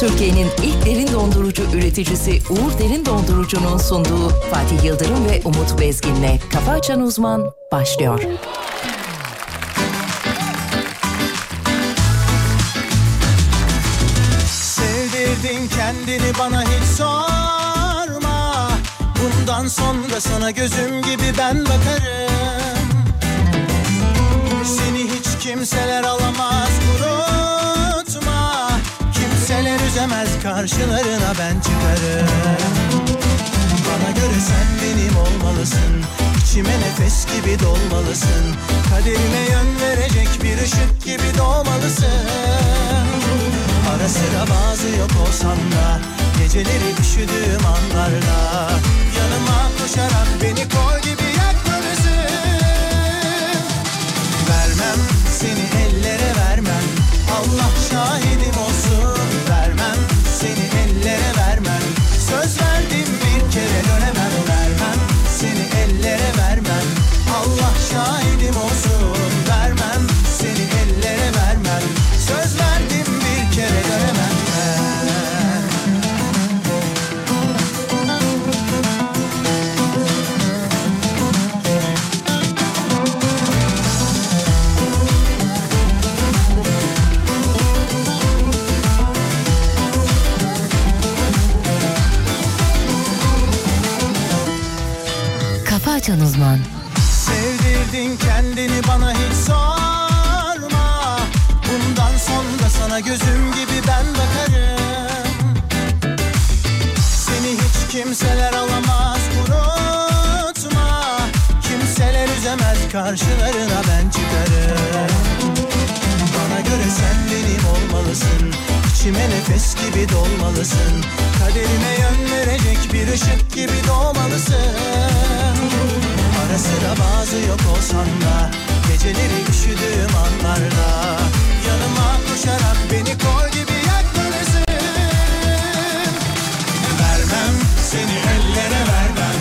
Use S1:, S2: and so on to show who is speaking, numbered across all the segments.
S1: Türkiye'nin ilk derin dondurucu üreticisi Uğur Derin Dondurucu'nun sunduğu Fatih Yıldırım ve Umut Bezgin'le Kafa Açan Uzman başlıyor.
S2: Sevdirdin kendini bana hiç sorma Bundan sonra sana gözüm gibi ben bakarım Seni hiç kimseler alamaz unutma Kimseler üzemez karşılarına ben çıkarım Bana göre sen benim olmalısın İçime nefes gibi dolmalısın Kaderime yön verecek bir ışık gibi doğmalısın Ara sıra bazı yok olsam da Geceleri üşüdüğüm anlarda Yanıma koşarak beni kol gibi yakmalısın Vermem seni ellere vermem Allah şahidim olsun Vermem seni ellere vermem Söz verdim bir kere dönemem Vermem seni ellere vermem Allah şahidim olsun Vermem seni ellere vermem Söz verdim bir kere dönemem ben.
S1: Kafa Açan Uzman
S2: Sevdirdin kendini bana hiç sorma Bundan sonra sana gözüm gibi ben bakarım Seni hiç kimseler alamaz unutma Kimseler üzemez karşılarına ben çıkarım Bana göre sen benim olmalısın İçime nefes gibi dolmalısın Kaderime yön verecek bir ışık gibi doğmalısın Ara sıra bazı yok olsan da Geceleri üşüdüğüm anlarda Yanıma koşarak beni kol gibi yakmalısın Vermem seni ellere vermem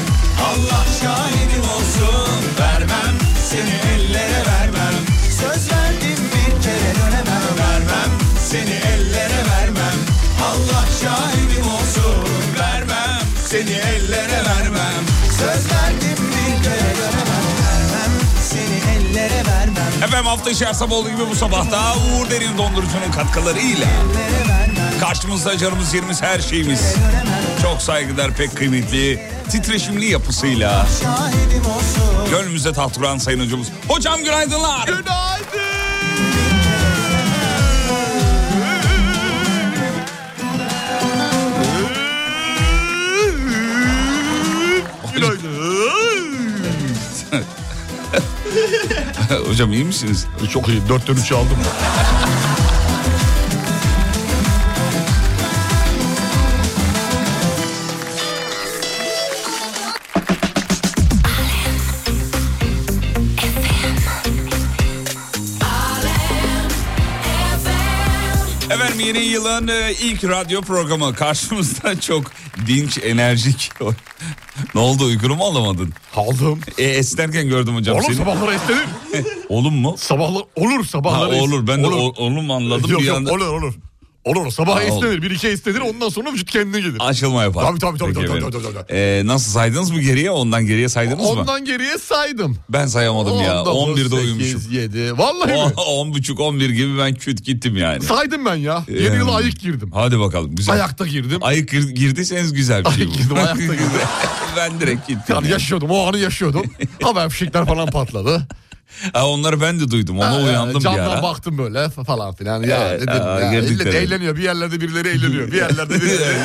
S2: Allah şahidim olsun Vermem seni ellere vermem Söz verdim bir kere dönemem Vermem seni ellere vermem Allah şahidim olsun Vermem seni ellere vermem Söz verdim bir kere dönemem Vermem seni ellere vermem
S3: Efendim hafta içi her sabah olduğu gibi bu sabah da Uğur Derin Dondurucu'nun katkılarıyla
S2: Ellere vermem
S3: karşımızda canımız yerimiz her şeyimiz. Çok saygılar pek kıymetli titreşimli yapısıyla
S2: Şahidim olsun
S3: gönlümüze taht kuran sayın hocamız. Hocam günaydınlar. Hocam iyi misiniz?
S4: Çok iyi. Dörtten üçü aldım.
S3: Efendim yeni yılın e, ilk radyo programı karşımızda çok dinç, enerjik. ne oldu uykunu mu alamadın?
S4: Aldım.
S3: E, esnerken gördüm hocam
S4: Olur
S3: seni.
S4: sabahları esnedim.
S3: Oğlum mu?
S4: Sabahlar olur
S3: Ha,
S4: sabahları. es-
S3: olur ben de o- oğlum anladım
S4: Yok,
S3: bir
S4: yok,
S3: anda.
S4: Olur olur. Olur sabah
S3: Ha, olur.
S4: esnenir. Bir iki esnenir ondan sonra vücut kendine gelir.
S3: Açılma yapar.
S4: Tabii, tabii, tabii,
S3: Peki
S4: tabii, tabii,
S3: efendim.
S4: tabii, tabii.
S3: E, nasıl saydınız mı geriye? Ondan geriye saydınız mı?
S4: Ondan geriye saydım.
S3: Ben sayamadım ya.
S4: 19,
S3: 11'de
S4: 8,
S3: uyumuşum.
S4: 7. Vallahi mi?
S3: 10 buçuk 11 gibi ben küt gittim yani.
S4: Saydım ben ya. Yeni
S3: Yani.
S4: yıla ayık girdim.
S3: Hadi bakalım güzel.
S4: Ayakta girdim.
S3: Ayık gir- girdiyseniz güzel bir şey
S4: Ayık
S3: bu.
S4: girdim, ayakta girdim.
S3: ben direkt gittim.
S4: Yani
S3: yani.
S4: yaşıyordum o anı yaşıyordum. Haber fişekler falan patladı.
S3: Ha, onları ben de duydum. Ona
S4: Ha, e,
S3: uyandım bir
S4: Camdan
S3: ara.
S4: baktım böyle falan filan. Ya,
S3: Evet,
S4: dedim,
S3: aa,
S4: ya,
S3: girdik
S4: millet
S3: dedim.
S4: eğleniyor bir yerlerde birileri eğleniyor. Bir yerlerde birileri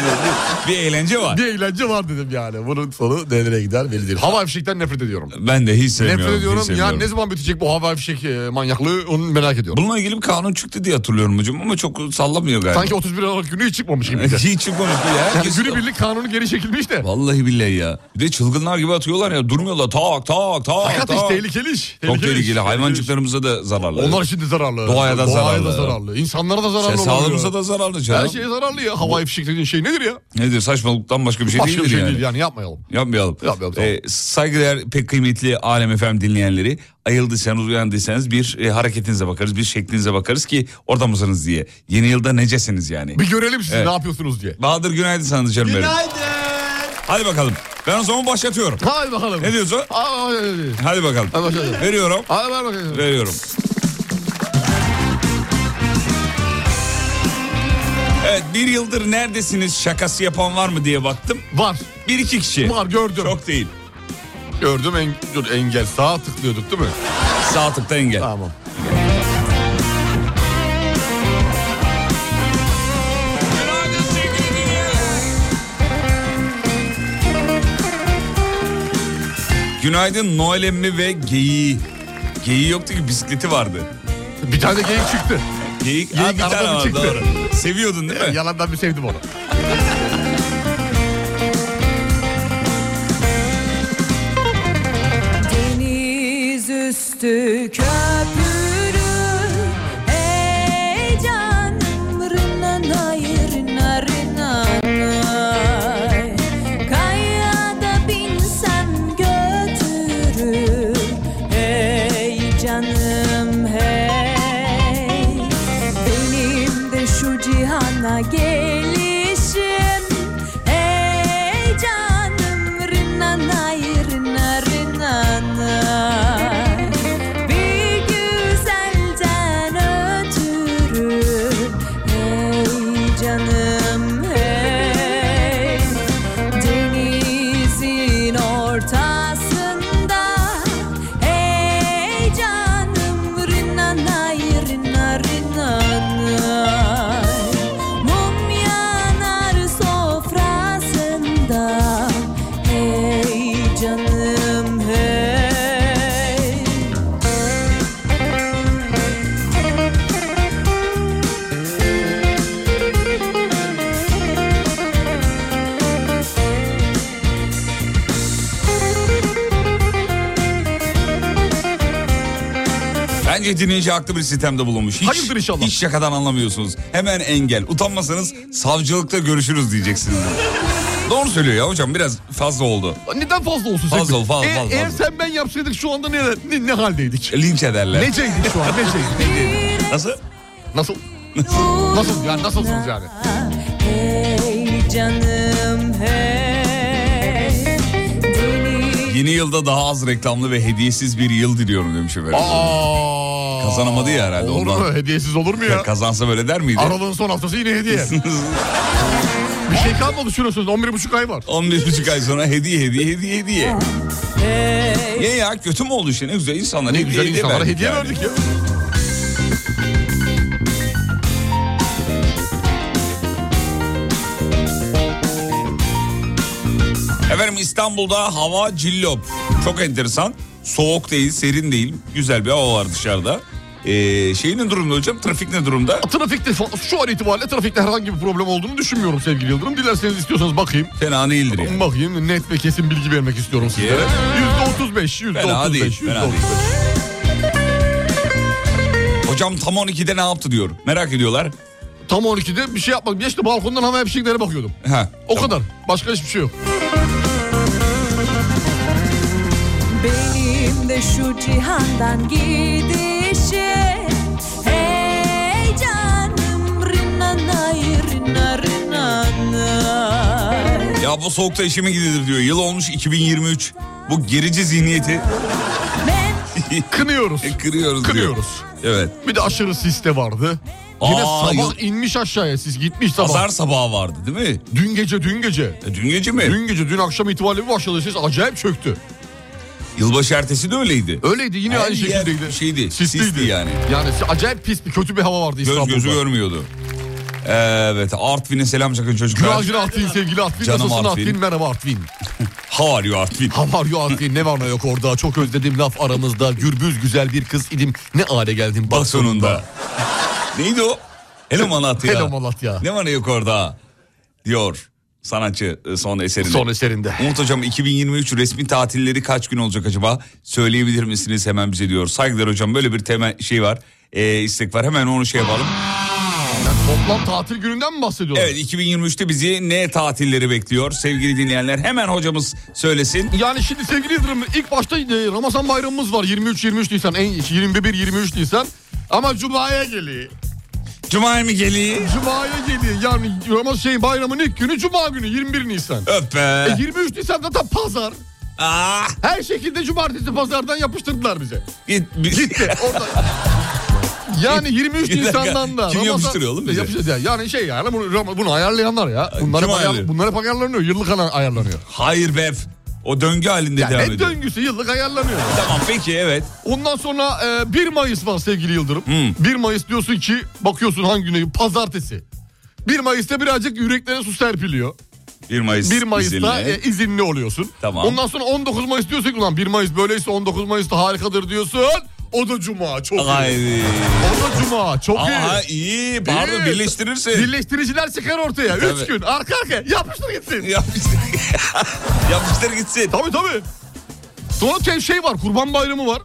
S3: bir eğlence var.
S4: Bir eğlence var dedim yani. Bunun sonu nereye gider belli değil. Hava fişekten nefret ediyorum.
S3: Ben de hiç sevmiyorum.
S4: Nefret
S3: hiç
S4: ediyorum. Ya
S3: sevmiyorum.
S4: ne zaman bitecek bu hava fişek e, manyaklığı onu merak ediyorum.
S3: Bununla ilgili bir kanun çıktı diye hatırlıyorum hocam ama çok sallamıyor galiba.
S4: Sanki 31 Aralık günü hiç çıkmamış gibi. bir de.
S3: hiç çıkmamış bu ya.
S4: Yani
S3: Herkes-
S4: günübirlik kanunu geri çekilmiş de.
S3: Vallahi billahi ya. Bir de çılgınlar gibi atıyorlar ya durmuyorlar tak tak tak
S4: Fakat
S3: tak.
S4: iş tehlikeli iş.
S3: Çok tehlikeli, tehlikeli. Hayvancıklarımıza da zararlı.
S4: Onlar şimdi zararlı.
S3: Doğaya da zararlı.
S4: da zararlı. İnsanlara da zararlı.
S3: Sen
S4: oluyor.
S3: Şey, sağlığımıza da zararlı canım.
S4: Her şey zararlı ya. Hava fişeklerinin şey nedir ya?
S3: Nedir saçmalıktan başka bir şey
S4: Başka bir
S3: değildir
S4: şey
S3: yani.
S4: değil yani yapmayalım.
S3: Yapmayalım.
S4: Yapmayalım, tamam.
S3: Ee, saygıdeğer pek kıymetli Alem FM dinleyenleri ayıldıysanız uyandıysanız bir e, hareketinize bakarız bir şeklinize bakarız ki orada mısınız diye. Yeni yılda necesiniz yani.
S4: Bir görelim siz
S3: Evet.
S4: ne yapıyorsunuz diye.
S3: Bahadır günaydın sana canım benim. Hadi bakalım ben o zaman başlatıyorum.
S4: Hadi bakalım.
S3: Ne diyorsun?
S4: Aa, Hadi hadi.
S3: Hadi bakalım.
S4: Hadi başlayalım.
S3: Veriyorum.
S4: Hadi ver bakalım.
S3: Veriyorum. Evet bir yıldır neredesiniz şakası yapan var mı diye baktım.
S4: Var.
S3: Bir iki kişi.
S4: Var, gördüm.
S3: Çok değil.
S4: Gördüm en, dur, engel. Sağa tıklıyorduk değil mi?
S3: Sağ tıkta engel.
S4: Tamam.
S3: Günaydın Noel emmi ve geyiği. Geyiği yoktu ki bisikleti vardı.
S4: Bir tane geyik çıktı.
S3: Geyik,
S4: Geyik
S3: Ha, bir tane
S4: aradan
S3: var
S4: çıktı.
S3: doğru. Seviyordun değil mi?
S4: Yalandan bir sevdim onu.
S1: Deniz üstü köprü Ey canım rınanay rınanay Kayada binsem götürür Ey canım hey Benim de şu cihana gelişim Ey canım rınanay rına rınanay Bir güzelden ötürü Ey canım hey Denizin ortasında Ey canım rınanay rına rınanay Mum yanar sofrasında Hey canım hey
S3: Bence dinleyici haklı bir sistemde bulunmuş. Hiç,
S4: Hayırdır inşallah.
S3: Hiç şakadan anlamıyorsunuz. Hemen engel. Utanmasanız savcılıkta görüşürüz diyeceksiniz. Doğru söylüyor ya hocam biraz fazla oldu.
S4: Neden fazla olsun?
S3: Fazla,
S4: sevgili?
S3: fazla,
S4: E-
S3: fazla,
S4: Eğer
S3: fazla.
S4: sen ben yapsaydık şu anda ne, ne, ne haldeydik?
S3: Linç ederler.
S4: Neceydik şu an neceydik?
S3: Nasıl?
S4: Nasıl? Nasıl yani nasılsınız yani?
S1: Hey canım hey Deniz
S3: Yeni yılda daha az reklamlı ve hediyesiz bir yıl diliyorum demiş efendim.
S4: Aa,
S3: Kazanamadı ya herhalde
S4: Olur
S3: ondan.
S4: mu? Hediyesiz olur mu ya?
S3: Ya Kazansa böyle der miydi?
S4: Aralığın son haftası yine hediye. Bir şey kalmadı şurasında 11,5 ay var.
S3: 11,5 ay sonra hediye hediye hediye hediye.
S1: hey
S3: Niye ya kötü mü oldu işte ne güzel insanlara
S4: Ne güzel insanlara hediye
S3: yani.
S4: verdik ya.
S3: Efendim İstanbul'da hava cillop. Çok enteresan. Soğuk değil, serin değil. Güzel bir hava var dışarıda. Ee, şey ne durumda hocam? Trafik ne durumda?
S4: Trafikte fa- şu an itibariyle trafikte herhangi bir problem olduğunu düşünmüyorum sevgili Yıldırım. Dilerseniz istiyorsanız bakayım.
S3: Fena değildir yani.
S4: Bakayım net ve kesin bilgi vermek istiyorum sizlere.
S3: Evet.
S4: %35, %35,
S3: Fena değil,
S4: %35.
S3: fena değil. Hocam tam 12'de ne yaptı diyor. Merak ediyorlar.
S4: Tam 12'de bir şey yapmadım. Geçti balkondan havaya fişeklere bakıyordum.
S3: Ha,
S4: O kadar. Başka hiçbir şey yok.
S1: Benim de şu cihandan gidişe Hey canım rınanay rına rınanay
S3: Ya bu soğukta işime gidilir diyor. Yıl olmuş 2023. Bu gerici zihniyeti
S1: Ben
S4: Kınıyoruz.
S3: kırıyoruz diyor.
S4: Kınıyoruz.
S3: Evet.
S4: Bir de aşırı sis de vardı. Yine
S3: Aa,
S4: sabah
S3: yok.
S4: inmiş aşağıya siz gitmiş sabah.
S3: Pazar sabahı vardı değil mi?
S4: Dün gece dün gece.
S3: E, dün gece mi?
S4: Dün gece dün akşam itibariyle bir başladı sis acayip çöktü.
S3: Yılbaşı ertesi de öyleydi.
S4: Öyleydi yine
S3: Her
S4: aynı
S3: yer
S4: şekildeydi.
S3: şeydi,
S4: Sisliydi.
S3: sisti yani.
S4: Yani si- acayip pis bir kötü bir hava vardı
S3: Göz
S4: İstanbul'da.
S3: gözü görmüyordu. Evet Artvin'e selam çakın çocuklar.
S4: Günaydın Artvin sevgili Artvin.
S3: Canım
S4: Nasılsın Artvin?
S3: Artvin?
S4: Merhaba Artvin.
S3: How are you Artvin?
S4: Havar yo Artvin ne var ne yok orada. Çok özledim laf aramızda. Gürbüz güzel bir kız idim. Ne hale geldim
S3: Bak sonunda. Neydi o? Hello Malatya.
S4: Hello Malatya.
S3: Ne var ne yok orada? Diyor. sanatçı e, son eserinde.
S4: Son eserinde.
S3: Umut Hocam 2023 resmi tatilleri kaç gün olacak acaba? Söyleyebilir misiniz hemen bize diyor. Saygılar hocam böyle bir temel şey var. E, istek var hemen onu şey yapalım.
S4: Toplam tatil gününden mi bahsediyoruz?
S3: Evet 2023'te bizi ne tatilleri bekliyor? Sevgili dinleyenler hemen hocamız söylesin.
S4: Yani şimdi sevgili Yıldırım ilk başta e, Ramazan bayramımız var 23-23 Nisan en 21-23 Nisan ama Cuma'ya geliyor.
S3: Cuma mı geliyor?
S4: Cuma'ya geliyor yani Ramazan şey bayramın ilk günü Cuma günü 21 Nisan.
S3: Öp
S4: E,
S3: be.
S4: 23 Nisan zaten pazar.
S3: Ah,
S4: Her şekilde cumartesi pazardan yapıştırdılar bize.
S3: git. Gitti.
S4: Orada... Yani 23
S3: Bir dakika,
S4: Nisan'dan da
S3: kim yapıştırıyor oğlum bize?
S4: Yapıştırıyor. Yani şey yani bunu, bunu ayarlayanlar ya. Bunlar hep,
S3: Kim
S4: ayar-
S3: ayarlıyor?
S4: bunlar hep ayarlanıyor. Yıllık ayar- ayarlanıyor.
S3: Hayır be. O döngü halinde
S4: Ya
S3: devam
S4: ne
S3: ediyor.
S4: döngüsü yıllık ayarlanıyor.
S3: Tamam peki evet.
S4: Ondan sonra e, 1 Mayıs var sevgili Yıldırım.
S3: Hmm.
S4: 1 Mayıs diyorsun ki bakıyorsun hangi güne pazartesi. 1 Mayıs'ta birazcık yüreklere su serpiliyor.
S3: 1 Mayıs.
S4: 1 Mayıs'ta
S3: izinli.
S4: e, izinli oluyorsun.
S3: Tamam.
S4: Ondan sonra 19 Mayıs diyorsun ki ulan 1 Mayıs böyleyse 19 Mayıs'ta harikadır diyorsun. O da cuma çok iyi.
S3: Haydi.
S4: O da cuma çok
S3: Aha
S4: iyi.
S3: iyi. Pardon
S4: Evet.
S3: birleştirirsin.
S4: Birleştiriciler çıkar ortaya. 3
S3: Tabii.
S4: gün arka arkaya yapıştır gitsin.
S3: Yapmışlar. Yapmışlar gitsin.
S4: Tabii tabii. Sonra te- şey var kurban bayramı var.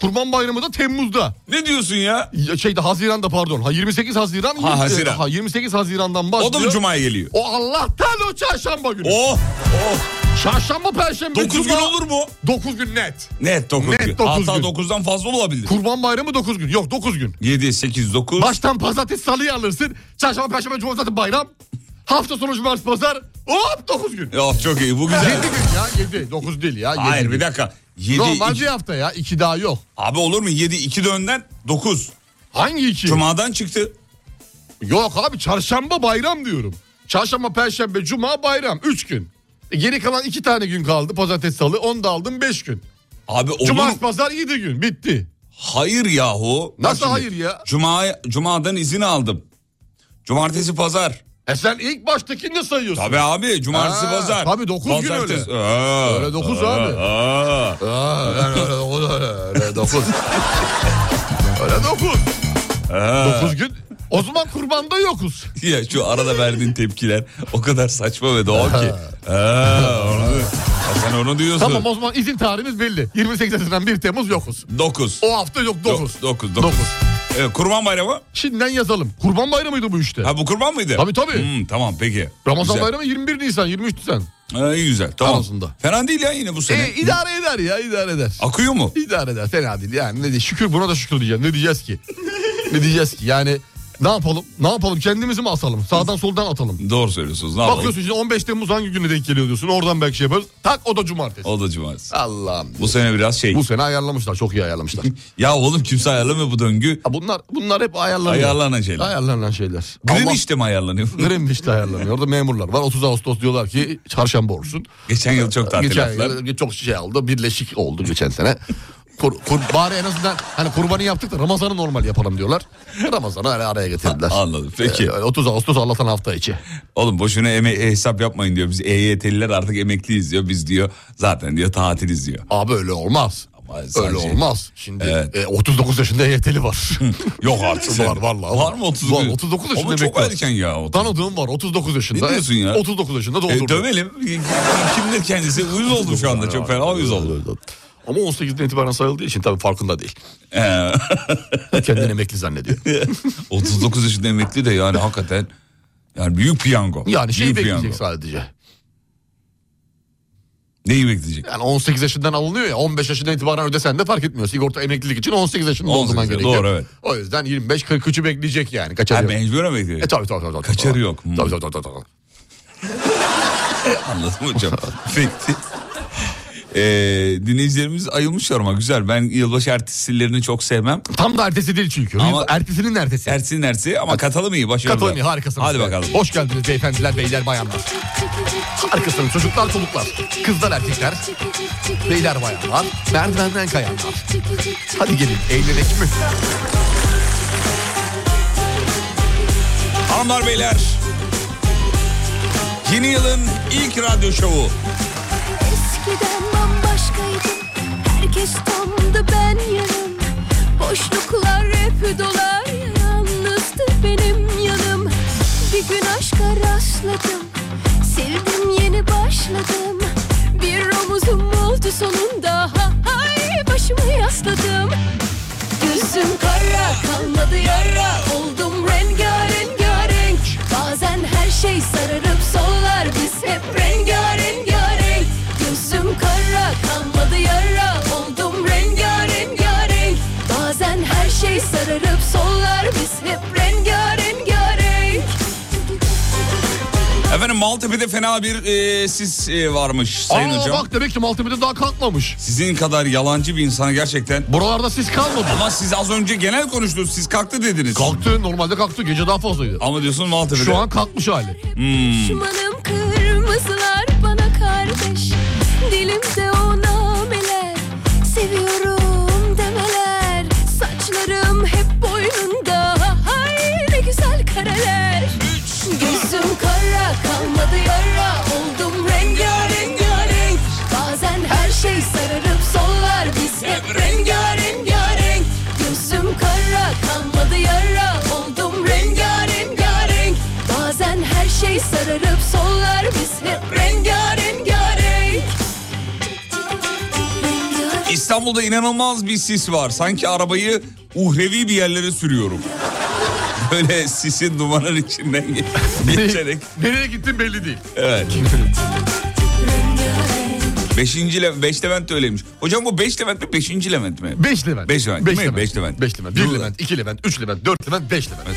S4: Kurban bayramı da Temmuz'da.
S3: Ne diyorsun ya?
S4: Ya şeyde Haziran'da pardon. Ha 28 Haziran.
S3: Ha, Haziran.
S4: Ha, 28 Haziran'dan başlıyor.
S3: O da mı Cuma'ya geliyor?
S4: O Allah'tan o çarşamba günü.
S3: Oh! Oh!
S4: Çarşamba, perşembe,
S3: 9 gün
S4: cuma.
S3: olur mu?
S4: 9 gün net.
S3: Net 9
S4: Net
S3: gün.
S4: dokuz
S3: Hatta
S4: gün.
S3: 9'dan fazla olabilir.
S4: Kurban bayramı 9 gün. Yok 9 gün.
S3: 7, 8, 9.
S4: Baştan pazartesi salıyı alırsın. Çarşamba, perşembe, cuma zaten bayram. Hafta sonu cumartesi pazar. Hop 9 gün. 7
S3: Ya çok iyi bu güzel.
S4: gün ya 7. 9 değil ya. yedi
S3: Hayır
S4: gün.
S3: bir dakika. 7,
S4: Normal bir hafta ya. 2 daha yok.
S3: Abi olur mu? 7, 2 önden 9.
S4: Hangi 2?
S3: Cuma'dan çıktı.
S4: Yok abi çarşamba bayram diyorum. Çarşamba, perşembe, cuma bayram. 3 gün. E, geri kalan 2 tane gün kaldı. Pazartesi, salı. Onu da aldım 5 gün.
S3: Abi olur mu?
S4: Cumartesi, pazar 7 gün. Bitti.
S3: Hayır yahu. Bak
S4: Nasıl
S3: şimdi.
S4: hayır ya?
S3: Cuma, Cuma'dan izin aldım. Cumartesi pazar.
S4: E sen ilk baştakini de sayıyorsun.
S3: Tabii abi cumartesi
S4: Ha,
S3: pazar.
S4: tabii dokuz gün
S3: Pazartesi-
S4: öyle.
S3: Aa,
S4: Öyle dokuz
S3: aa,
S4: abi.
S3: aa.
S4: Aa, öyle, öyle, dokuz, öyle, öyle dokuz. öyle dokuz. Dokuz gün. O zaman kurbanda yokuz.
S3: Ya şu arada verdiğin tepkiler o kadar saçma ve doğal ki. Aa, onu- Ya sen onu diyorsun.
S4: Tamam o zaman izin tarihimiz belli. 28 Haziran 1 Temmuz yokuz.
S3: 9.
S4: O hafta yok dokuz.
S3: 9.
S4: Dokuz.
S3: 9. E, kurban bayramı?
S4: Şimdiden yazalım. Kurban bayramıydı bu işte.
S3: Ha bu kurban mıydı?
S4: Tabii, tabii.
S3: Hmm, tamam peki.
S4: Ramazan
S3: Güzel.
S4: bayramı 21 Nisan 23 Nisan.
S3: Ha, iyi güzel. Tamam.
S4: Arasında.
S3: Fena değil ya yine bu sene.
S4: E, idare eder ya idare eder.
S3: Akıyor mu?
S4: İdare eder fena değil yani ne diye şükür buna da şükür diyeceğim ne diyeceğiz ki? ne diyeceğiz ki yani ne yapalım ne yapalım kendimizi mi asalım sağdan soldan atalım.
S3: Doğru söylüyorsunuz. Ne yapalım?
S4: Bakıyorsun şimdi 15 Temmuz hangi güne denk geliyor diyorsun oradan belki şey yaparız tak o da cumartesi.
S3: O da cumartesi.
S4: Allah'ım.
S3: Bu sene biraz şey.
S4: Bu sene ayarlamışlar çok iyi ayarlamışlar.
S3: Ya oğlum kimse ayarlamıyor bu döngü.
S4: Ha bunlar bunlar hep ayarlanıyor.
S3: Ayarlanan şeyler.
S4: Ayarlanan şeyler.
S3: Green işte mi ayarlanıyor?
S4: Allah, Greenwich'te ayarlanıyor. Orada memurlar var. 30 Ağustos diyorlar ki çarşamba olsun.
S3: Geçen yıl çok tatil
S4: geçen
S3: yaptılar.
S4: yıl çok şey aldı. Birleşik oldu geçen sene. Kur, kur, bari en azından hani kurbanı yaptık da Ramazan'ı normal yapalım diyorlar. Ramazan'ı ara- araya getirdiler.
S3: Anladım. Peki.
S4: Ee, 30 Ağustos Allah'tan hafta içi.
S3: Oğlum boşuna eme- e, hesap yapmayın diyor. Biz EYT'liler artık emekliyiz diyor. Biz diyor zaten diyor tatiliz diyor.
S4: Abi öyle olmaz.
S3: Ama
S4: öyle
S3: sadece-
S4: olmaz. Şimdi
S3: Evet.
S4: e, 39 yaşında EYT'li var.
S3: Yok artık.
S4: Var, vallahi
S3: Var
S4: var.
S3: mı 39?
S4: Var, 39 yaşında
S3: Ama çok
S4: emekli var.
S3: erken ya. o.
S4: Tanıdığım var 39 yaşında.
S3: Ne diyorsun ya?
S4: 39 yaşında
S3: E,
S4: doldurdu.
S3: dövelim. Kimdir kendisi? Uyuz oldu şu anda. Çok fena uyuz oldu.
S4: Ama 18'den itibaren sayıldığı için tabii farkında değil.
S3: Ee,
S4: Kendini emekli zannediyor.
S3: 39 yaşında emekli de yani hakikaten yani büyük piyango.
S4: Yani şey
S3: büyük
S4: bekleyecek
S3: piyango.
S4: sadece.
S3: Neyi bekleyecek?
S4: Yani 18 yaşından alınıyor ya 15 yaşından itibaren ödesen de fark etmiyor. Sigorta emeklilik için 18 yaşında
S3: 18
S4: olman
S3: yaşında,
S4: gerekiyor.
S3: doğru, evet.
S4: O yüzden 25-43'ü bekleyecek yani. Kaçar
S3: Ha,
S4: yok.
S3: mecburen
S4: E
S3: bekleyecek.
S4: tabii tabii tabii. tabii
S3: Kaçarı yok. Hmm.
S4: Tabii tabii tabii. tabii.
S3: Anladım hocam. Peki. Ee, dinleyicilerimiz ayılmışlar ama güzel. Ben yılbaşı ertesilerini çok sevmem.
S4: Tam da ertesi değil çünkü.
S3: Ama-
S4: Ertesinin ertesi.
S3: Ertesi nersi ama katalım iyi başarılı.
S4: Katılın ya harikasınız.
S3: Hadi bakalım.
S4: Hoş geldiniz beyefendiler, beyler, bayanlar. Harikasınız çocuklar, çocuklar. Kızlar, erkekler. Beyler, bayanlar. Merdivenden kayanlar. Hadi gelin eğlenek mi?
S3: Hanımlar beyler. Yeni yılın ilk radyo şovu.
S5: Eskiden bambaşkaydım Herkes tamdı ben yarım Boşluklar hep dolar Yalnızdı benim yanım Bir gün aşka rastladım Sildim yeni başladım Bir omuzum oldu sonunda ha, Ay başımı yasladım Gözüm kara kalmadı yara Oldum rengarenk Bazen her şey sararıp sollar Biz hep rengarenk Gözüm kara kalmadı yara Oldum rengarenk Bazen her şey sararıp sollar Biz hep rengarenk
S3: Efendim Maltepe'de fena bir e, sis e, varmış sayın
S4: Aa
S3: hocam.
S4: bak demek ki Maltepe'de daha kalkmamış.
S3: Sizin kadar yalancı bir insana gerçekten...
S4: Buralarda sis kalmadı.
S3: Ama siz az önce genel konuştunuz siz kalktı dediniz.
S4: Kalktı normalde kalktı gece daha fazlaydı.
S3: Ama diyorsun Maltepe'de.
S4: Şu an kalkmış hali.
S5: Düşmanım kırmızılar bana kardeş Dilimde o nameler Seviyorum demeler Saçlarım hep boynunda Ay ne güzel kareler Gözüm kara kalmadı yara Oldum rengarenk Bazen her şey sararıp sollar Biz hep rengarenk Gözüm kara kalmadı yara Oldum rengarenk Bazen her şey sararıp sollar Biz hep rengarenk
S3: İstanbul'da inanılmaz bir sis var. Sanki arabayı uhrevi bir yerlere sürüyorum. Böyle sisin dumanın içinden ge- geçerek.
S4: Nereye gittin belli değil.
S3: Evet. Beşinci le beş Levent de öyleymiş. Hocam bu beş Levent mi beşinci Levent mi?
S4: 5 Levent.
S3: Beş Levent değil mi? Beş Levent.
S4: 5 Levent. 1 Levent, 2 Levent, 3 Levent, 4 Levent, 5 Levent.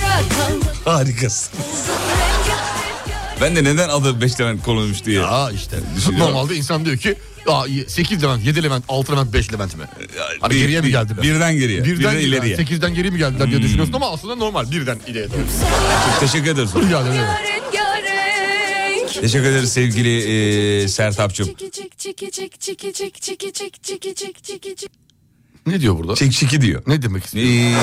S3: Harikasın. Ben de neden adı beş Levent konulmuş diye.
S4: Aa işte.
S3: Düşünüyorum.
S4: Normalde insan diyor ki 8 Levent, 7 Levent, 6 Levent, 5 Levent mi? Hani
S3: Bir-
S4: geriye mi
S3: bir-
S4: geldiler?
S3: Birden geriye. Birden, ileriye. Hmm.
S4: 8'den geri mi geldiler diye düşünüyorsun ama aslında normal. Birden ileriye doğru.
S3: Çok teşekkür ederiz.
S4: Rica ederim.
S5: Rengarenk
S3: Teşekkür ederiz sevgili e, Sertap'cığım.
S4: Ne diyor burada?
S3: Çek çiki diyor.
S4: Ne demek
S3: Ee,
S4: istiyor?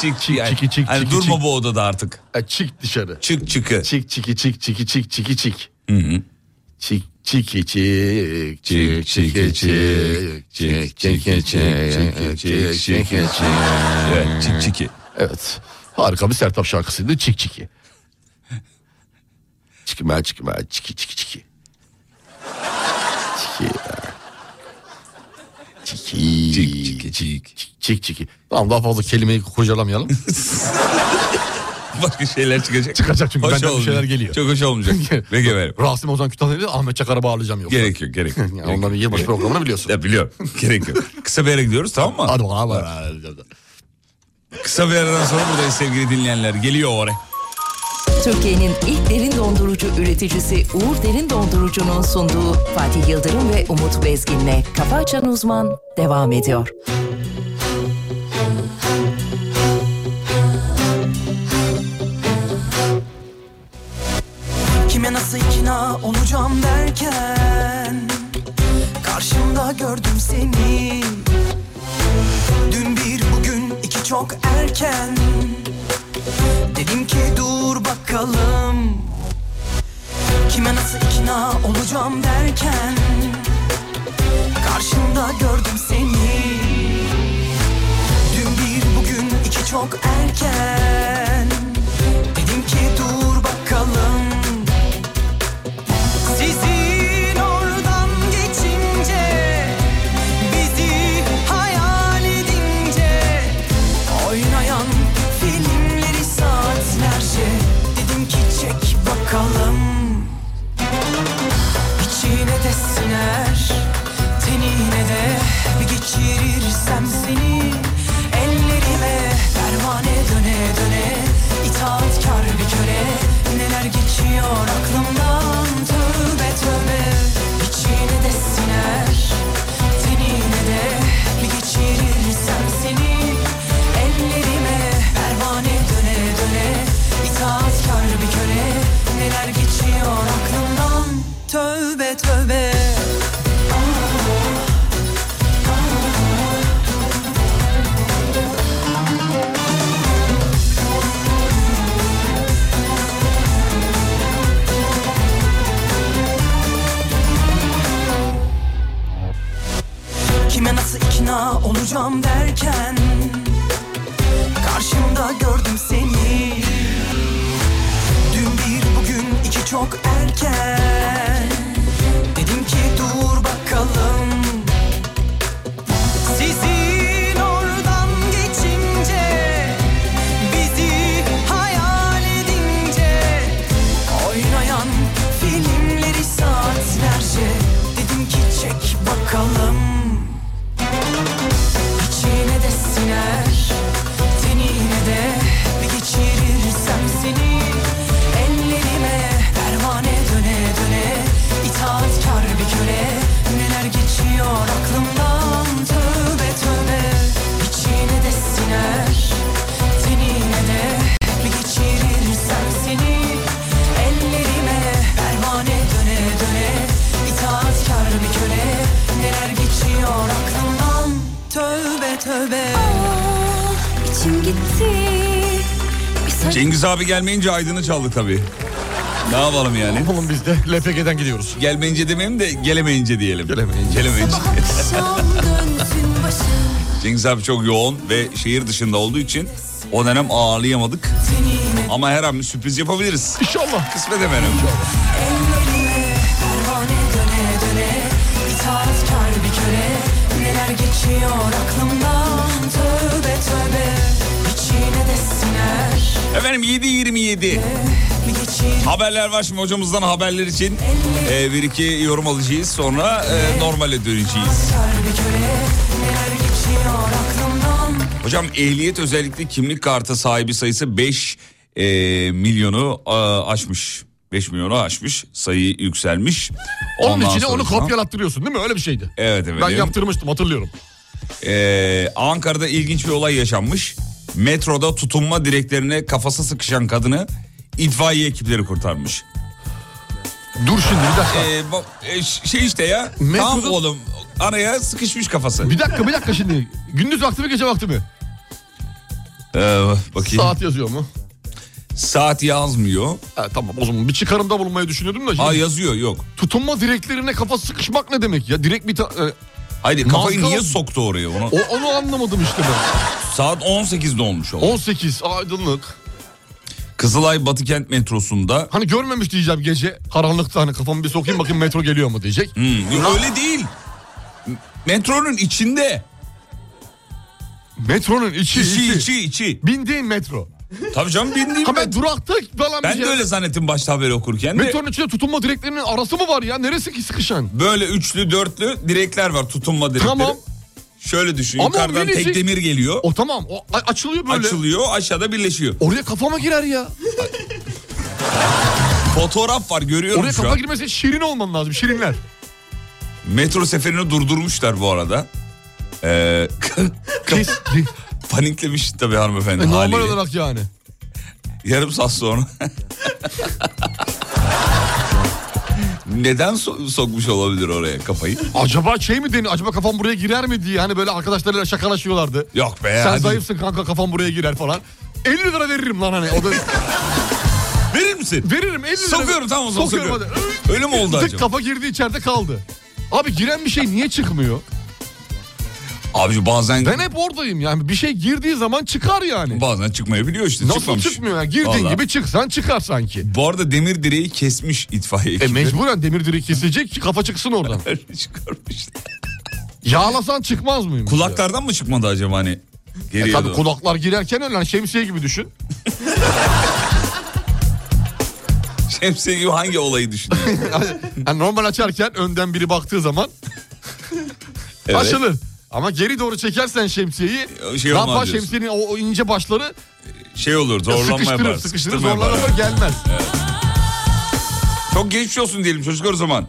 S3: çik çik. Yani,
S4: çiki, çik,
S3: hani
S4: çiki,
S3: durma
S4: çik.
S3: bu odada artık.
S4: Ha, E, çık dışarı.
S3: Çık çıkı.
S4: Çik çiki çik çiki çik çiki çik. Çik çiki çik çik çiki çik çik çik çiki çik çik çik çiki çik.
S3: Evet,
S4: Hmm.
S3: çik çiki.
S4: Evet. Harika bir Sertab şarkısıydı. Çik çiki. Çikime çikime çiki çiki çiki. Çiki. Çiki.
S3: Çik çiki çik.
S4: Çik çiki. Tamam daha fazla kelimeyi kurcalamayalım.
S3: Başka şeyler çıkacak.
S4: Çıkacak çünkü benden bir
S3: olmayacak.
S4: şeyler geliyor.
S3: Çok hoş olmayacak. Peki efendim.
S4: Rasim Ozan Kütahya'ydı Ahmet Çakar'ı bağlayacağım yoksa.
S3: Gerek yok gerek yok.
S4: Yani
S3: Gerek
S4: onların
S3: yok.
S4: yılbaşı programını biliyorsun.
S3: Ya biliyorum. Gerek yok. Kısa bir yere gidiyoruz tamam mı?
S4: Hadi bakalım. hadi, hadi.
S3: Kısa bir aradan sonra buradayız sevgili dinleyenler. Geliyor oraya.
S1: Türkiye'nin ilk derin dondurucu üreticisi Uğur Derin Dondurucu'nun sunduğu Fatih Yıldırım ve Umut Bezgin'le Kafa Açan Uzman devam ediyor.
S2: Kime nasıl ikna olacağım derken Karşımda gördüm seni Dün bir bugün iki çok erken Dedim ki dur bakalım Kime nasıl ikna olacağım derken Karşımda gördüm seni Dün bir bugün iki çok erken Dedim ki dur bakalım sizin oradan geçince Bizi hayal edince Oynayan filmleri saatlerce Dedim ki çek bakalım İçine de siner Tenine de bir geçirirsem seni Ellerime pervane döne döne İtaatkar bir köle Neler geçiyor aklımdan Tövbe tövbe İçine de siner Tenine de bir geçirirsem seni Ellerime pervane döne döne İtaatkar bir köle Neler geçiyor aklımdan Tövbe tövbe Kime nasıl ikna olacağım derken Karşımda gördüm seni Dün bir bugün iki çok erken
S3: Cengiz abi gelmeyince Aydın'ı çaldık tabii. Ne yapalım yani?
S4: Oğlum biz de LPG'den gidiyoruz.
S3: Gelmeyince demeyeyim de gelemeyince diyelim.
S4: Gelemeyince.
S3: Gelemeyince.
S5: Akşam dönsün başım
S3: Cengiz abi çok yoğun ve şehir dışında olduğu için o dönem ağırlayamadık. Ama her an bir sürpriz yapabiliriz.
S4: İnşallah.
S3: Kısmet efendim.
S6: Ellerime pervane döne döne İtaatkar bir köle Neler geçiyor aklımdan Tövbe tövbe İçine de siner
S3: Efendim
S6: Bir
S3: 7.27
S6: geçir
S3: haberler var şimdi hocamızdan haberler için e, bir iki yorum alacağız sonra e, normale döneceğiz.
S6: kar bir köle Neler geçiyor aklımdan
S3: Hocam ehliyet özellikle kimlik kartı sahibi sayısı 5 e, milyonu e, aşmış. 5 milyonu aşmış sayı yükselmiş.
S4: Onun
S3: Ondan
S4: içine onu
S3: sonrasında-
S4: kopyalattırıyorsun değil mi? Öyle bir şeydi.
S3: Evet evet.
S4: Ben yaptırmıştım hatırlıyorum.
S3: Ee, Ankara'da ilginç bir olay yaşanmış. Metroda tutunma direklerine kafası sıkışan kadını itfaiye ekipleri kurtarmış.
S4: Dur şimdi bir dakika.
S3: Ee, bu- e, ş- şey işte ya.
S4: Metroda-
S3: Tam oğlum araya sıkışmış kafası.
S4: Ee, Bir dakika bir dakika şimdi. Gündüz vakti mi gece vakti mi?
S3: Ee, bakayım. Saat,
S4: Saat yazıyor mu?
S3: yazmıyor.
S4: Ha, tamam o zaman bir çıkarımda bulunmayı düşünüyordum da. şimdi
S3: Aa yazıyor yok.
S4: tutunma direklerine kafa sıkışmak ne demek ya? Direkt bir ta- e,
S3: Hayır kafayı
S4: Mangal-
S3: niye soktu oraya? Onu...
S4: o, onu anlamadım işte ben.
S3: Saat 18'de olmuş oldu.
S4: 18 aydınlık.
S3: Kızılay Batıkent metrosunda.
S4: Hani görmemiş diyeceğim gece. Karanlıkta hani kafamı bir sokayım bakayım metro geliyor mu diyecek.
S3: Hmm, yok, öyle değil. M- Metronun içinde.
S4: Metronun içi içi.
S3: İçi içi içi.
S4: Bindiğin metro.
S3: Tabii canım bindiğim
S4: Ha ben
S3: metro.
S4: durakta falan bir
S3: Ben
S4: şey-
S3: de öyle zannettim başta haberi okurken. de.
S4: Metronun içinde tutunma direklerinin arası mı var ya? Neresi ki sıkışan?
S3: Böyle üçlü dörtlü direkler var tutunma direkleri.
S4: Tamam.
S3: Şöyle düşün
S4: Ama
S3: yukarıdan
S4: birisi-
S3: tek demir geliyor.
S4: O tamam. O a- açılıyor böyle.
S3: Açılıyor aşağıda birleşiyor.
S4: Oraya kafama girer ya.
S3: Fotoğraf var görüyorum
S4: Oraya
S3: şu
S4: kafa
S3: an.
S4: girmesi için şirin olman lazım. Şirinler.
S3: Metro seferini durdurmuşlar bu arada. Ee,
S4: Kes. E,
S3: paniklemiş tabii hanımefendi
S4: normal
S3: haliyle.
S4: olarak yani.
S3: Yarım saat sonra. Neden so- sokmuş olabilir oraya kafayı?
S4: Acaba şey mi deniyor? Acaba kafam buraya girer mi diye. Hani böyle arkadaşlarıyla şakalaşıyorlardı.
S3: Yok be.
S4: Sen
S3: e, hadi.
S4: zayıfsın kanka kafam buraya girer falan. 50 lira veririm lan hani. O da
S3: Verir misin?
S4: veririm 50 lira.
S3: Sokuyorum tamam o zaman sokuyorum.
S4: hadi.
S3: Öyle mi oldu
S4: Tık
S3: acaba?
S4: kafa girdi içeride kaldı. Abi giren bir şey niye çıkmıyor?
S3: Abi bazen
S4: Ben hep oradayım yani. Bir şey girdiği zaman çıkar yani.
S3: bazen çıkmayabiliyor işte.
S4: Nasıl
S3: çıkmamış.
S4: çıkmıyor ya? Girdiğin
S3: Vallahi.
S4: gibi çıksan çıkar sanki.
S3: Bu arada demir direği kesmiş itfaiye
S4: E
S3: ekibi.
S4: mecburen demir direği kesilecek ki kafa çıksın oradan.
S3: Çıkarmışlar.
S4: Yağlasan çıkmaz mıymış? ya?
S3: Kulaklardan mı çıkmadı acaba hani? Geriye
S4: E tabii
S3: doğru.
S4: kulaklar girerken öyle hani şemsiye gibi düşün.
S3: Şemsiye gibi hangi olayı düşünüyorsun?
S4: Hani normal açarken önden biri baktığı zaman
S3: Evet.
S4: açılır. Ama geri doğru çekersen şemsiyeyi
S3: Şey
S4: ne
S3: olmaz
S4: yapar
S3: diyorsun.
S4: şemsiyenin o, o ince başları
S3: Şey olur zorlanma
S4: sıkıştırır
S3: yapar.
S4: sıkıştırır
S3: sıkıştırma yapar.
S4: zorlanır gelmez.
S3: Çok geçmiş olsun diyelim çocuklar o zaman.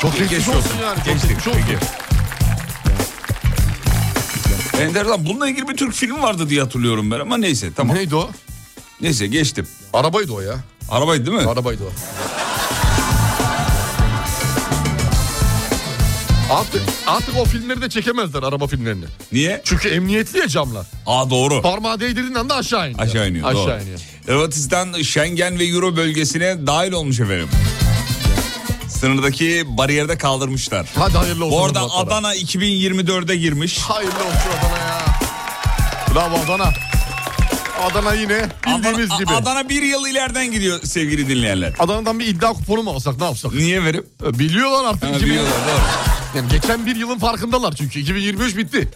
S4: Çok geçmiş
S3: Geçmiş
S4: olsun
S3: olsun.
S4: yani. Çok
S3: Geçtik,
S4: geçmiş olsun.
S3: peki. Ender lan bununla ilgili bir Türk filmi vardı diye hatırlıyorum ben ama neyse tamam.
S4: Neydi o?
S3: Neyse geçtim.
S4: Arabaydı o ya.
S3: Arabaydı değil mi?
S4: Arabaydı o. Artık, artık o filmleri de çekemezler araba filmlerini.
S3: Niye?
S4: Çünkü emniyetli ya camlar.
S3: Aa doğru.
S4: Parmağı değdirdiğin anda aşağı iniyor.
S3: Aşağı iniyor.
S4: Aşağı
S3: doğru.
S4: iniyor.
S3: Hırvatistan Schengen ve Euro bölgesine dahil olmuş efendim. Sınırdaki bariyerde kaldırmışlar.
S4: Hadi hayırlı olsun.
S3: Bu arada
S4: Hırvatlara.
S3: Adana 2024'e girmiş.
S4: Hayırlı olsun Adana ya. Bravo Adana. Adana yine bildiğimiz
S3: Adana,
S4: gibi.
S3: Adana bir yıl ileriden gidiyor sevgili dinleyenler.
S4: Adana'dan bir iddia kuponu mu alsak ne yapsak?
S3: Niye verip?
S4: E, Biliyorlar artık.
S3: Ha,
S4: 2000
S3: biliyorlar, doğru.
S4: Yani geçen bir yılın farkındalar çünkü. 2023 bitti.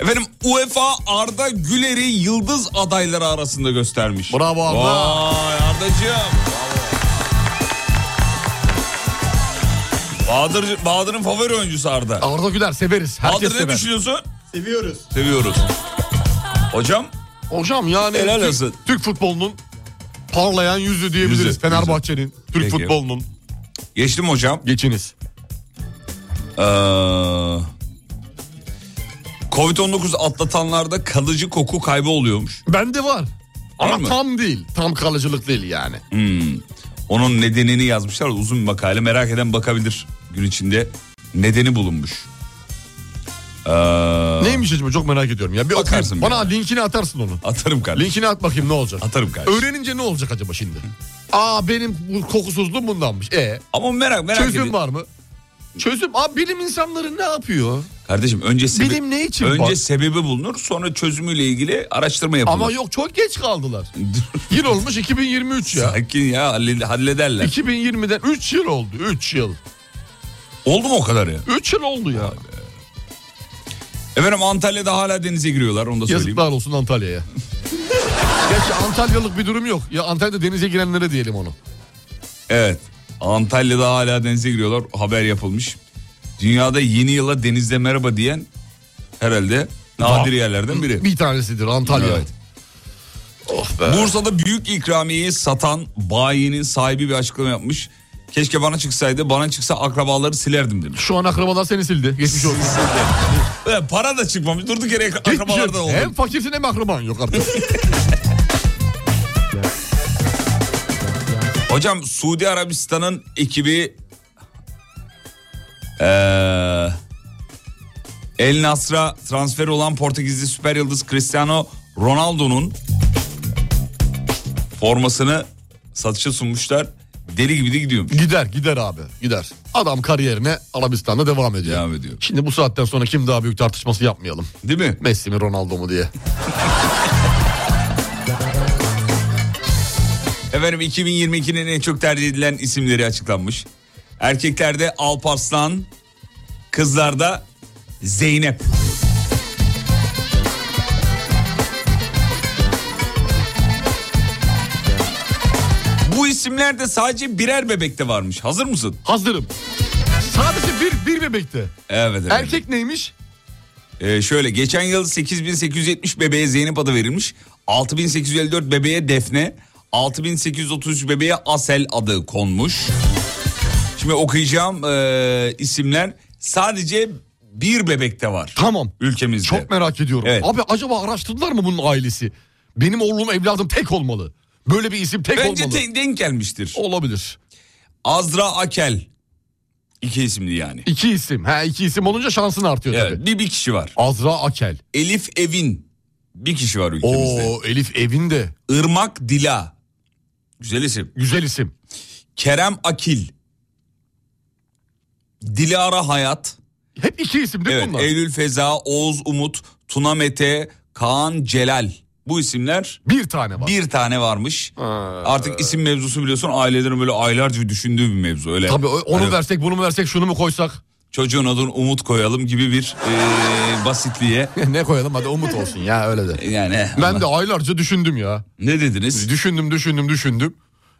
S3: Efendim UEFA Arda Güler'i yıldız adayları arasında göstermiş.
S4: Bravo Arda.
S3: Vay Arda'cığım. Bravo. Bahadır, Bahadır'ın favori oyuncusu Arda.
S4: Arda Güler severiz. Herkes
S3: Bahadır ne
S4: sever.
S3: düşünüyorsun? Seviyoruz. Seviyoruz. Hocam
S4: Hocam yani
S3: Helal
S4: Türk,
S3: olsun.
S4: Türk futbolunun parlayan yüzü diyebiliriz.
S3: Yüzü,
S4: Fenerbahçe'nin, Türk
S3: Peki.
S4: futbolunun.
S3: geçtim hocam.
S4: Geçiniz.
S3: Ee, Covid-19 atlatanlarda kalıcı koku kaybı oluyormuş.
S4: Bende var. Ama
S3: mı?
S4: tam değil. Tam kalıcılık değil yani.
S3: Onun nedenini yazmışlar. Uzun bir makale. Merak eden bakabilir. Gün içinde nedeni bulunmuş. Ee,
S4: Neymiş acaba çok merak ediyorum ya. Bir
S3: Bakarsın
S4: okuyayım.
S3: bir
S4: Bana linkini atarsın onu.
S3: Atarım kardeşim.
S4: Linkini at bakayım ne olacak.
S3: Atarım kardeşim.
S4: Öğrenince ne olacak acaba şimdi? Aa benim bu kokusuzluğum bundanmış. E
S3: Ama merak merak
S4: çözüm
S3: ediyorum.
S4: var mı? Çözüm. Aa bilim insanları ne yapıyor?
S3: Kardeşim önce sebe-
S4: Bilim ne için
S3: önce
S4: var?
S3: sebebi bulunur sonra çözümüyle ilgili araştırma yapılır.
S4: Ama yok çok geç kaldılar. Yıl olmuş 2023 ya.
S3: Sakin ya halle- hallederler.
S4: 2020'den 3 yıl oldu. 3 yıl.
S3: Oldu mu o kadar ya?
S4: 3 yıl oldu ya.
S3: Efendim Antalya'da hala denize giriyorlar onu da söyleyeyim.
S4: Yazıklar olsun Antalya'ya. Gerçi Antalyalık bir durum yok. Ya Antalya'da denize girenlere diyelim onu.
S3: Evet. Antalya'da hala denize giriyorlar. Haber yapılmış. Dünyada yeni yıla denizde merhaba diyen herhalde nadir yerlerden biri.
S4: Bir tanesidir Antalya.
S3: Evet.
S4: Oh be.
S3: Bursa'da büyük ikramiyeyi satan bayinin sahibi bir açıklama yapmış. Keşke bana çıksaydı. Bana çıksa akrabaları silerdim demiş.
S4: Şu an akrabalar seni sildi. Geçmiş olsun.
S3: Ve para da çıkmamış. Durduk yere ak-
S4: Geçmiş
S3: akrabalar
S4: olsun.
S3: da
S4: Hem
S3: oldu.
S4: fakirsin hem akraban yok artık.
S3: Hocam Suudi Arabistan'ın ekibi eee, El Nasr'a transfer olan Portekizli süper yıldız Cristiano Ronaldo'nun formasını satışa sunmuşlar. Deli gibi de gidiyormuş.
S4: gider gider abi gider. Adam kariyerine Arabistan'da devam ediyor.
S3: Devam ediyor.
S4: Şimdi bu saatten sonra kim daha büyük tartışması yapmayalım.
S3: Değil mi?
S4: Messi mi Ronaldo mu diye.
S3: Efendim 2022'nin en çok tercih edilen isimleri açıklanmış. Erkeklerde Alparslan, kızlarda Zeynep. Bu isimlerde sadece birer bebekte varmış. Hazır mısın?
S4: Hazırım. Sadece bir, bir bebekte.
S3: Evet. evet.
S4: Erkek neymiş?
S3: Ee, şöyle geçen yıl 8870 bebeğe Zeynep adı verilmiş. 6854 bebeğe Defne, 6833 bebeğe Asel adı konmuş. Şimdi okuyacağım e, isimler sadece bir bebekte var.
S4: Tamam.
S3: Ülkemizde.
S4: Çok merak ediyorum.
S3: Evet.
S4: Abi acaba araştırdılar mı bunun ailesi? Benim oğlum evladım tek olmalı. Böyle bir isim tek
S3: Bence
S4: olmalı.
S3: te- denk gelmiştir.
S4: Olabilir.
S3: Azra Akel. İki isimli yani.
S4: İki isim. Ha iki isim olunca şansın artıyor
S3: Evet,
S4: tabii.
S3: bir, bir kişi var.
S4: Azra Akel.
S3: Elif Evin. Bir kişi var ülkemizde.
S4: Oo Elif Evin de
S3: Irmak Dila. Güzel isim.
S4: güzel isim.
S3: Kerem Akil. Dilara Hayat.
S4: Hep iki isim değil mi
S3: Evet,
S4: bunlar?
S3: Eylül Feza, Oğuz Umut, Tuna Mete, Kaan Celal. Bu isimler
S4: Bir tane var.
S3: bir tane varmış. Artık isim mevzusu biliyorsun ailelerin böyle aylarca düşündüğü bir mevzu. Öyle
S4: Tabii o- onu
S3: Hani
S4: versek bunu mu versek şunu mu koysak?
S3: çocuğun adını Umut koyalım gibi bir eee, basitliğe.
S4: ne koyalım hadi umut olsun ya öyle de.
S3: Yani
S4: Ben de aylarca düşündüm ya.
S3: ne dediniz?
S4: Düşündüm düşündüm düşündüm.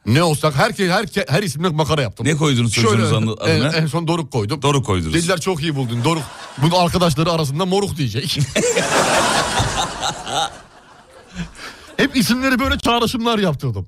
S4: Ne olsak herkes her, her isimle makara yaptım.
S3: Ne koydunuz çocuğunuz
S4: Şöyle,
S3: adı- adına?
S4: En, en son Doruk koydum.
S3: Doruk koydunuz.
S4: Dediler çok iyi buldun Doruk. Bunu arkadaşları arasında moruk diyecek. Hep isimleri böyle çağrışımlar yaptırdım.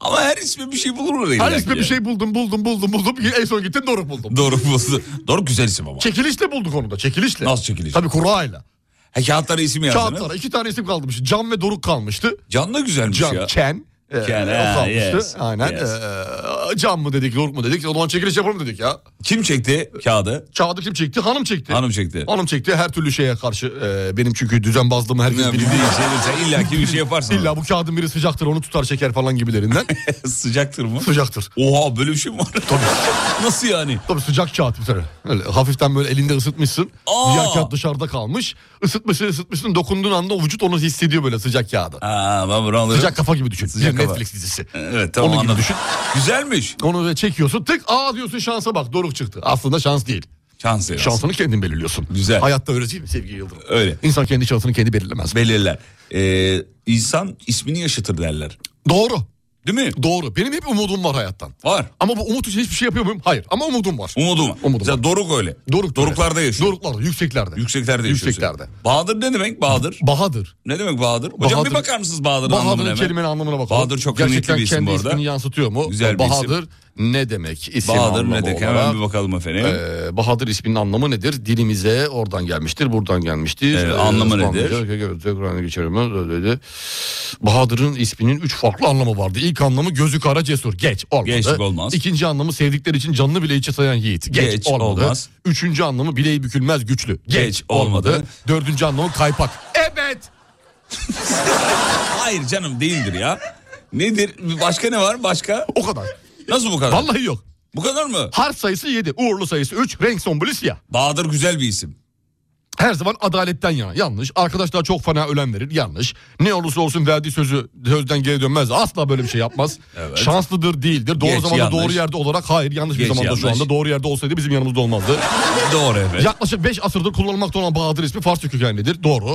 S3: Ama her isme bir şey bulur oraya.
S4: Her isme bir şey buldum buldum buldum buldum. En son gittim Doruk buldum.
S3: Doğru buldu. Doğru güzel isim ama.
S4: Çekilişle bulduk onu da çekilişle.
S3: Nasıl çekiliş?
S4: Tabii kurayla.
S3: Ha, kağıtlara isim yazdınız.
S4: Kağıtlara iki tane isim kalmış. Can ve Doruk kalmıştı.
S3: Can da güzelmiş
S4: Can,
S3: ya.
S4: Ken. e,
S3: Ken,
S4: o
S3: ha,
S4: kalmıştı.
S3: yes,
S4: Aynen.
S3: yes.
S4: E, can mı dedik, Doruk mu dedik. O zaman çekiliş yapalım dedik ya.
S3: Kim çekti kağıdı?
S4: Kağıdı kim çekti? Hanım çekti.
S3: Hanım çekti.
S4: Hanım çekti. Her türlü şeye karşı e, benim çünkü düzenbazlığımı herkes
S3: Ya,
S4: bilir.
S3: bildiğin şeyleri sen illa ki bir şey yaparsın.
S4: İlla bu kağıdın biri sıcaktır onu tutar çeker falan gibilerinden.
S3: Sıcaktır mı?
S4: sıcaktır.
S3: Oha böyle bir şey mi var? Tabii. Nasıl yani?
S4: Tabii sıcak kağıt bir tane. Öyle hafiften böyle elinde ısıtmışsın.
S3: Aa!
S4: Diğer kağıt dışarıda kalmış. Isıtmışsın ısıtmışsın dokunduğun anda o vücut onu hissediyor böyle sıcak kağıdı.
S3: Aa, ben bunu anlarım.
S4: Sıcak kafa gibi düşün.
S3: Sıcak
S4: bir
S3: kafa.
S4: Netflix dizisi.
S3: Evet tamam
S4: Onu gibi
S3: anladım.
S4: düşün.
S3: Güzelmiş.
S4: Onu böyle çekiyorsun tık aa diyorsun şansa bak doruk çıktı. Aslında şans değil.
S3: Şans herhalde.
S4: Şansını kendin belirliyorsun.
S3: Güzel.
S4: Hayatta öyle değil mi sevgili Yıldırım?
S3: Öyle.
S4: İnsan kendi şansını kendi belirlemez.
S3: Belirler. Ee, insan ismini yaşatır derler.
S4: Doğru.
S3: Değil mi?
S4: Doğru. Benim hep umudum var hayattan.
S3: Var.
S4: Ama bu umut için hiçbir şey yapıyor muyum? Hayır. Ama umudum var.
S3: Umudum var.
S4: Umudum
S3: Mesela
S4: var.
S3: Doruk öyle.
S4: Doruk
S3: Doruklarda
S4: böyle.
S3: yaşıyor.
S4: Doruklarda, yükseklerde.
S3: Yükseklerde yaşıyor.
S4: Yükseklerde.
S3: Bahadır ne demek Bahadır?
S4: Bahadır.
S3: Ne demek Bahadır? Hocam
S4: Bahadır-
S3: bir bakar mısınız Bahadır'ın anlamına
S4: Bahadır'ın
S3: hemen?
S4: kelimenin anlamına bakalım.
S3: Bahadır çok kıymetli
S4: Gerçekten
S3: bir isim
S4: kendi
S3: bu arada.
S4: ismini yansıtıyor mu?
S3: Güzel bir isim.
S4: Bahadır ne demek? İsim
S3: Bahadır ne
S4: anlamı
S3: demek?
S4: olarak.
S3: Hemen bir bakalım efendim.
S4: Ee, Bahadır isminin anlamı nedir? Dilimize oradan gelmiştir, buradan gelmiştir. Ee,
S3: Evet, anlamı
S4: Osmanlıca,
S3: nedir?
S4: Kök- kök- Kur'an'a geçerim. Dedi. Bahadır'ın isminin üç farklı anlamı vardı. İlk anlamı gözü kara cesur. Geç olmadı.
S3: Geçtik, olmaz.
S4: İkinci anlamı sevdikleri için canını bile içe sayan yiğit. Geç,
S3: Geç,
S4: olmadı.
S3: olmaz.
S4: Üçüncü anlamı bileği bükülmez güçlü. Geç,
S3: Geç,
S4: olmadı.
S3: olmadı.
S4: Dördüncü anlamı kaypak. Evet.
S3: Hayır canım değildir ya. Nedir? Başka ne var? Başka?
S4: O kadar.
S3: Nasıl bu kadar?
S4: Vallahi yok.
S3: Bu kadar mı?
S4: Harf sayısı 7, uğurlu sayısı 3, renk sombulu siyah.
S3: Bahadır güzel bir isim.
S4: Her zaman adaletten yana. Yanlış. Arkadaşlar çok fena ölen verir. Yanlış. Ne olursa olsun verdiği sözü sözden geri dönmez. Asla böyle bir şey yapmaz.
S3: Evet.
S4: Şanslıdır değildir. Doğru
S3: Geç,
S4: zamanda
S3: yanlış.
S4: doğru yerde olarak hayır yanlış bir
S3: Geç,
S4: zamanda şu
S3: yanlış.
S4: anda. Doğru yerde olsaydı bizim yanımızda olmazdı.
S3: Doğru evet.
S4: Yaklaşık 5 asırdır kullanılmakta olan Bahadır ismi Farsça kökenlidir. Doğru.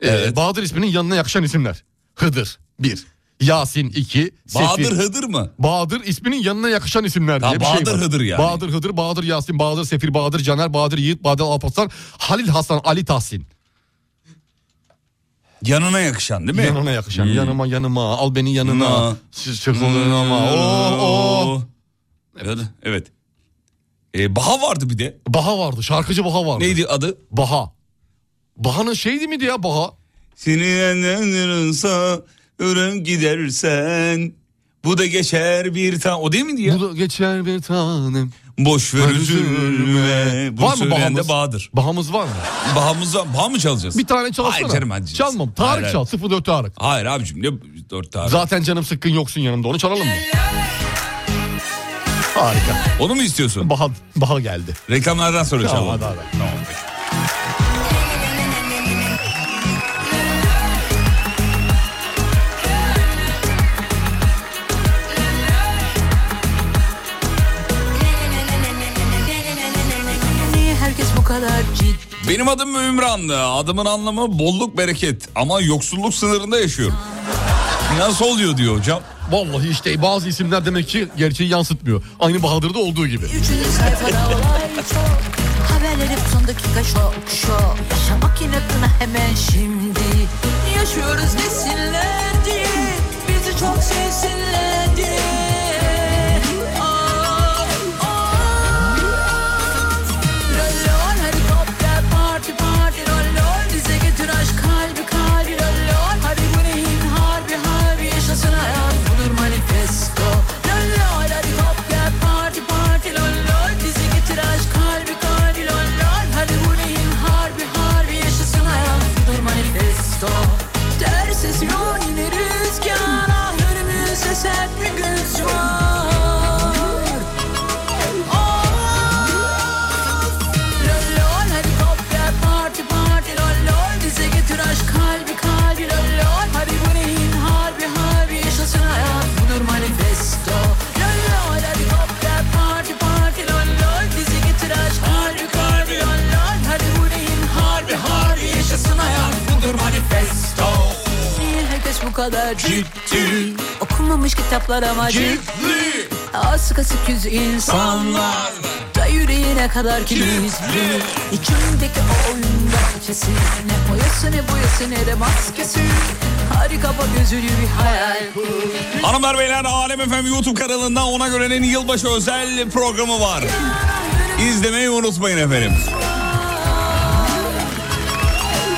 S4: Ee,
S3: Evet.
S4: Bahadır isminin yanına yakışan isimler. Hıdır 1. Yasin 2.
S3: Bahadır
S4: Sefin.
S3: Hıdır mı?
S4: Bahadır isminin yanına yakışan isimler diye
S3: Ha,
S4: bir şey var.
S3: Bahadır Hıdır yani.
S4: Bahadır Hıdır, Bahadır Yasin, Bahadır Sefir, Bahadır Caner, Bahadır Yiğit, Bahadır Alparslan, Halil Hasan, Ali Tahsin.
S3: Yanına yakışan değil mi? Hmm.
S4: Yanına yakışan. Yanıma yanıma al beni yanına.
S3: Na.
S4: Sıkılın ama.
S3: Hmm.
S4: Oh, oh.
S3: Evet. evet. Ee, Baha vardı bir de.
S4: Baha vardı. Şarkıcı Baha vardı.
S3: Neydi adı?
S4: Baha. Baha'nın şeydi miydi ya Baha?
S3: Seni yanırsa ürün gidersen bu da geçer bir tane. O değil miydi ya?
S4: Bu da geçer bir tanem.
S3: Boş ver üzülme. Bunu
S4: Var mı
S3: söyleyen de
S4: Bahamız?
S3: Bahadır.
S4: Bahamız var mı?
S3: Bahamız, Baha mı çalacağız?
S4: Bir tane çalsana.
S3: Hayır canım hadi.
S4: Çalmam. Tarık
S3: Hayır,
S4: çal. 04 Tarık.
S3: Hayır abicim ne dört tane.
S4: Zaten canım sıkkın yoksun yanımda. Onu çalalım mı? Harika.
S3: Onu mu istiyorsun?
S4: Baha, Baha geldi.
S3: Reklamlardan sonra
S4: Tamam,
S3: çalalım.
S4: hadi, hadi.
S3: Tamam, peki.
S7: Niye herkes bu kadar ciddi?
S3: Benim adım Ümranlı. Adımın anlamı bolluk bereket. Ama yoksulluk sınırında yaşıyorum. Nasıl oluyor diyor hocam.
S4: Vallahi işte bazı isimler demek ki gerçeği yansıtmıyor. Aynı Bahadır'da olduğu gibi.
S7: Üçüncü sayfada olay çok Haberler hep son dakika şok şok Yaşamak inatına hemen şimdi Yaşıyoruz desinler diye Bizi çok sevsinler diye Ah, ah. Rollon helikopter parti parti Rollon bize getir aşk kalbi kalbi Rollon hadi bu neyin harbi harbi Yaşasın hayat budur manifesto Rollon helikopter parti parti Rollon bize getir aşk kalbi kalbi Rollon hadi bu neyin harbi harbi Yaşasın hayat budur manifesto Ters esiyor yine rüzgar Ah önümüzde sert bir güç var Lol lol helikopter parti parti lol lol Bize getir aşk kalbi kalbi lol lol Hadi bu neyin harbi harbi yaşasın hayat budur manifesto Lol lol helikopter parti parti lol lol Bize getir aşk kalbi kalbi lol lol Hadi bu neyin harbi harbi yaşasın hayat budur manifesto Niye herkes bu kadar ciddi Okunmamış kitaplar ama ciddi Az kasık yüz insanlar Da yüreğine kadar kilitli İçimdeki o oyunda ötesi Ne boyası ne boyası ne de maskesi Harika bak gözünü bir hayal kur
S3: Hanımlar beyler Alem FM YouTube kanalında ona görenen yılbaşı özel programı var. İzlemeyi unutmayın efendim.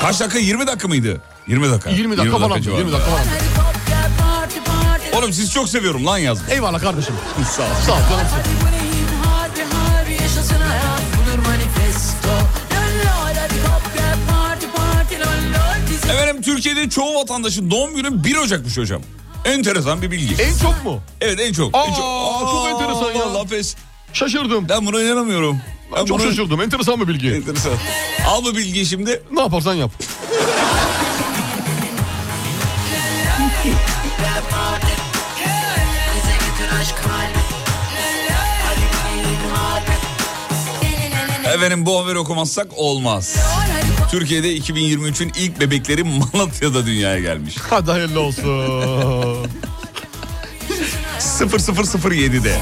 S3: Kaç dakika? 20 dakika mıydı? 20 dakika.
S4: 20 dakika falan.
S3: civarında.
S4: 20 dakika falan.
S7: Helikopter parti parti
S3: Oğlum sizi çok seviyorum lan yazmış.
S4: Eyvallah kardeşim.
S3: Sağ ol.
S4: Sağ ol canımsın.
S7: Hadi bu neyin harbi harbi yaşasın hayat budur manifesto Lol lol helikopter parti parti lol lol Bizi
S3: Efendim Türkiye'de çoğu vatandaşın doğum günü 1 Ocak'mış hocam. Enteresan bir bilgi.
S4: En çok mu?
S3: Evet en çok. en
S4: Aa, çok enteresan ya.
S3: Vallahi pes.
S4: Şaşırdım.
S3: Ben buna inanamıyorum. Ben
S4: Çok
S3: buna-
S4: şaşırdım. Enteresan bir bilgi.
S3: Enteresan. Al bu bilgiyi şimdi.
S4: Ne yaparsan yap.
S3: Efendim bu haberi okumazsak olmaz. Türkiye'de 2023'ün ilk bebekleri Malatya'da dünyaya gelmiş.
S4: Hadi hayırlı olsun.
S3: 0007'de.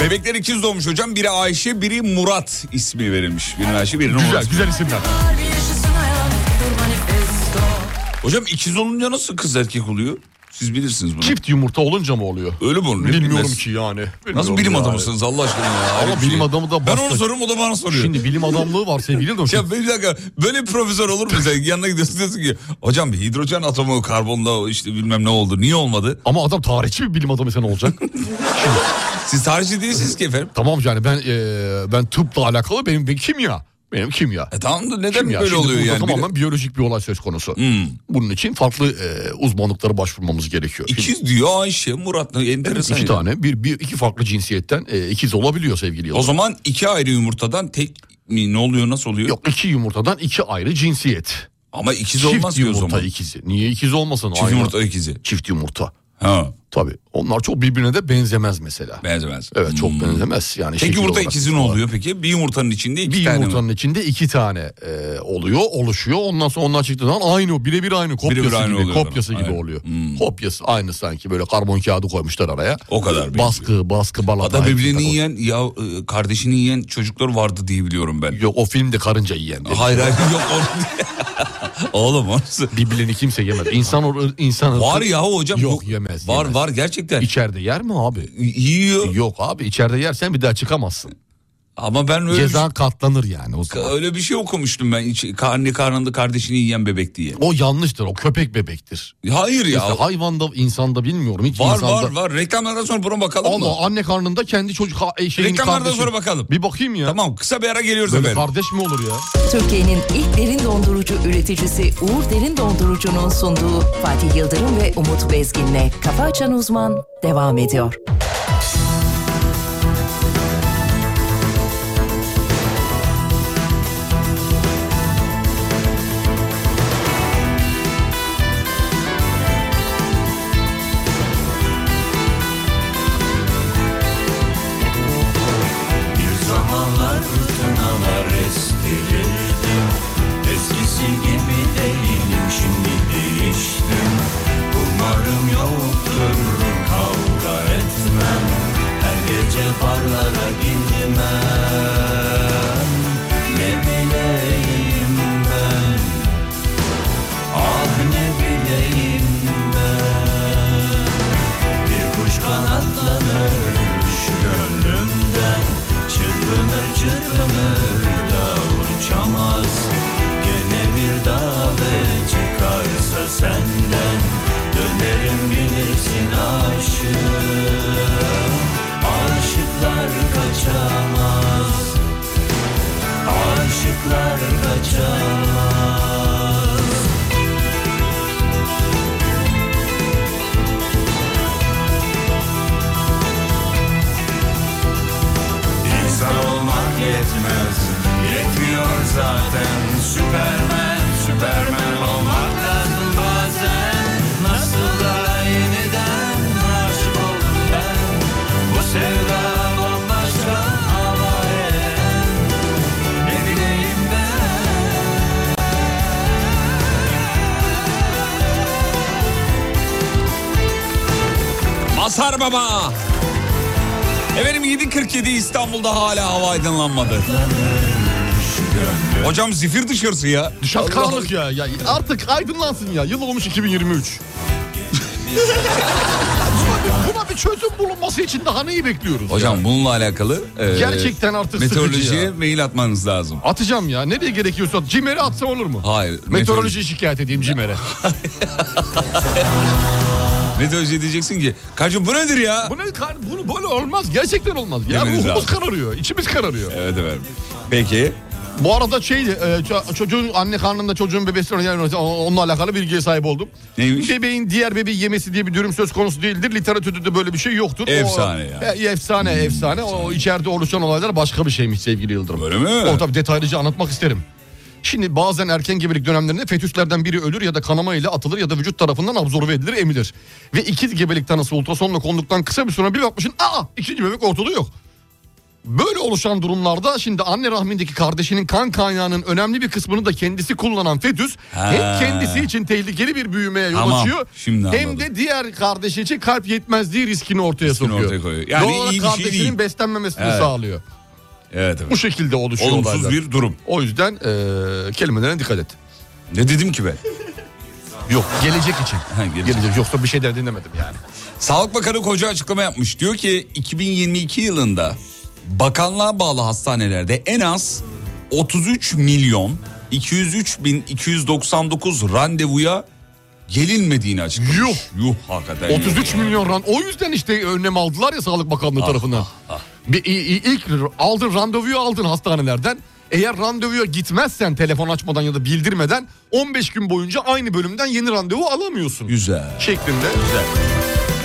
S3: Bebekler ikiz doğmuş hocam. Biri Ayşe, biri Murat ismi verilmiş. Birine Ayşe, birine Murat.
S4: güzel güzel isimler.
S7: yaşasın hayat budur manifesto
S3: Hocam ikiz olunca nasıl kız erkek oluyor? Siz bilirsiniz bunu.
S4: Çift yumurta olunca mı oluyor?
S3: Öyle mi olur? Ne
S4: Bilmiyorum
S3: bilmez.
S4: ki yani.
S3: Nasıl
S4: Bilmiyorum
S3: bilim
S4: yani.
S3: adamısınız Allah aşkına ya? Hayret
S4: bilim
S3: bir şey.
S4: adamı da
S3: Ben
S4: basta-
S3: onu soruyorum o da bana soruyor.
S4: Şimdi bilim adamlığı var sevgili dostum.
S3: Ya bir dakika böyle bir profesör olur mu sen? Yanına gidiyorsun diyorsun ki hocam bir hidrojen atomu karbonla işte bilmem ne oldu. Niye olmadı?
S4: Ama adam tarihçi bir bilim adamı sen olacak. Şimdi,
S3: Siz tarihçi değilsiniz ki efendim.
S4: tamam yani ben e, ben tıpla alakalı benim bir kimya. Benim kimya.
S3: E tamam da neden
S4: Kimya.
S3: böyle
S4: Şimdi
S3: oluyor
S4: burada
S3: yani? Hmm.
S4: Tamamen biyolojik bir olay söz konusu. Bunun için farklı e, uzmanlıklara başvurmamız gerekiyor. Şimdi-
S3: İkiz diyor Ayşe Murat ne enteresan.
S4: şey. İki
S3: ya.
S4: tane, bir, bir iki farklı cinsiyetten e, ikiz olabiliyor sevgili
S3: O
S4: yıldız.
S3: zaman iki ayrı yumurtadan tek mi ne oluyor nasıl oluyor?
S4: Yok iki yumurtadan iki ayrı cinsiyet.
S3: Ama ikiz
S4: Çift
S3: olmaz ki o
S4: yumurta
S3: zaman.
S4: ikizi. Niye ikiz olmasın?
S3: Çift
S4: Aynı-
S3: yumurta ikizi.
S4: Çift yumurta.
S3: Ha
S4: Tabii. Onlar çok birbirine de benzemez mesela.
S3: benzemez.
S4: Evet çok
S3: Hmm.
S4: benzemez. Yani
S3: Tek
S4: şekil
S3: yumurta
S4: olarak
S3: ikizi ne
S4: falan.
S3: oluyor peki? Bir yumurtanın içinde iki
S4: Bir
S3: tane mi?
S4: yumurtanın içinde iki tane e, oluyor, oluşuyor. Ondan sonra onlar çıktığı zaman aynı, birebir aynı. Kopyası
S3: Birebir aynı
S4: gibi,
S3: oluyor
S4: kopyası
S3: zaten.
S4: gibi
S3: Aynen.
S4: oluyor.
S3: Hmm.
S4: Kopyası aynı sanki böyle karbon kağıdı koymuşlar araya.
S3: O kadar benziyor.
S4: Baskı, baskı, balata.
S3: Hatta birbirini
S4: hepsi-
S3: yiyen ya e, kardeşini yiyen çocuklar vardı diye biliyorum ben.
S4: Yok o filmde karınca yiyen.
S3: Hayır hayır yok onu. Oğlum orası.
S4: Birbirini kimse yemez. İnsan or- insan ırkı-
S3: Var ya hocam.
S4: Yok, yemez,
S3: Var
S4: yemez.
S3: var gerçekten.
S4: İçeride yer mi abi?
S3: Yiyor.
S4: Yok abi içeride yersen bir daha çıkamazsın.
S3: Ama ben öyle şey-
S4: Ceza katlanır yani o
S3: bir,
S4: zaman.
S3: öyle bir şey okumuştum ben. İç, anne karnında kardeşini yiyen bebek diye.
S4: O yanlıştır o köpek bebektir.
S3: Hayır ya.
S4: Mesela hayvanda insanda bilmiyorum hiç
S3: Var
S4: insanda.
S3: var var. Reklamlardan sonra buna bakalım mı?
S4: Allah anne karnında kendi çocuk ha- e, şeyin
S3: Reklamlardan
S4: kardeşi-
S3: sonra bakalım.
S4: Bir bakayım ya.
S3: Tamam kısa bir ara geliyoruz
S4: Böyle
S3: efendim.
S4: kardeş mi olur ya?
S1: Türkiye'nin ilk derin dondurucu üreticisi Uğur Derin Dondurucu'nun sunduğu Fatih Yıldırım ve Umut Bezgin'le Kafa Açan Uzman devam ediyor.
S2: Bir zamanlar fırtınalar estirildim Eskisi gibi değilim şimdi değiştim Umarım yoktur kavga etmem Her gece barlara gitmem Ne bileyim ben Ah ne bileyim ben Bir kuş kanatlanır şu gönlümden Çırpınır çırpınır da uçamaz Gene bir dağı çıkarsa senden Dönerim bilirsin aşık Aşıklar kaçamaz Aşıklar kaçamaz İnsan olmak yetmez Yetmiyor zaten Süpermen, süpermen olmak lazım bazen Nasıl da yeniden aşık oldum ben Bu sevda bambaşka ama en Ne bileyim ben
S3: Masar Baba. Efendim 7.47 İstanbul'da hala hava aydınlanmadı. Hocam zifir dışarısı ya.
S4: Dışarı
S3: Allah
S4: karanlık ya. ya. Artık aydınlansın ya. Yıl olmuş 2023. buna, bir, buna bir çözüm bulunması için daha neyi bekliyoruz?
S3: Hocam
S4: ya?
S3: bununla alakalı e,
S4: Gerçekten artık sıkıcı
S3: meteorolojiye
S4: ya.
S3: mail atmanız lazım.
S4: Atacağım ya. Nereye gerekiyorsa at. Cimer'e atsam olur mu?
S3: Hayır.
S4: Meteoroloji şikayet edeyim Cimer'e.
S3: Meteoroloji, meteoroloji diyeceksin ki kardeşim bu nedir ya?
S4: Bu ne kar- bunu böyle olmaz. Gerçekten olmaz. Ya
S3: Demeniz
S4: ruhumuz
S3: lazım.
S4: kararıyor. içimiz kararıyor.
S3: Evet efendim. Peki.
S4: Bu arada şeydi e, ço- çocuğun anne karnında çocuğun bebesi yani onunla alakalı bilgiye sahip oldum.
S3: Neymiş?
S4: Bebeğin diğer bebeği yemesi diye bir durum söz konusu değildir. Literatürde de böyle bir şey yoktur.
S3: Efsane
S4: o,
S3: ya. Hmm.
S4: E, efsane efsane. O içeride oluşan olaylar başka bir şeymiş sevgili Yıldırım.
S3: Öyle mi?
S4: O tabii detaylıca anlatmak isterim. Şimdi bazen erken gebelik dönemlerinde fetüslerden biri ölür ya da kanama ile atılır ya da vücut tarafından absorbe edilir, emilir. Ve ikiz gebelik tanısı ultrasonla konduktan kısa bir sonra bir bakmışsın aa ikinci bebek ortada yok. Böyle oluşan durumlarda şimdi anne rahmindeki kardeşinin kan kaynağının önemli bir kısmını da kendisi kullanan fetüs
S3: Ha.
S4: hem kendisi için tehlikeli bir büyümeye yol
S3: Tamam,
S4: açıyor
S3: şimdi
S4: hem
S3: anladım.
S4: de diğer kardeşi için kalp yetmezliği riskini ortaya
S3: Riskini
S4: sokuyor.
S3: ortaya koyuyor. Yani
S4: Doğal
S3: iyi
S4: olarak
S3: bir şey
S4: kardeşinin
S3: değil.
S4: beslenmemesini
S3: Evet.
S4: sağlıyor.
S3: Evet
S4: Bu
S3: efendim.
S4: şekilde oluşuyor
S3: Olumsuz
S4: olaylar.
S3: bir durum.
S4: O yüzden eee kelimelerine dikkat et.
S3: Ne dedim ki ben?
S4: Yok gelecek için.
S3: Ha, gelecek.
S4: gelecek. Yoksa bir şey der dinlemedim yani.
S3: Sağlık Bakanı koca açıklama yapmış. Diyor ki 2022 yılında bakanlığa bağlı hastanelerde en az 33 milyon 203 bin 299 randevuya gelinmediğini açıklamış.
S4: Yuh.
S3: Yuh hakikaten. yuh.
S4: 33 milyon ran. O yüzden işte önlem aldılar ya Sağlık Bakanlığı
S3: Ah,
S4: tarafından. Bir, i- i- ilk r- aldın randevuyu aldın hastanelerden. Eğer randevuya gitmezsen telefon açmadan ya da bildirmeden 15 gün boyunca aynı bölümden yeni randevu alamıyorsun.
S3: Güzel.
S4: Şeklinde.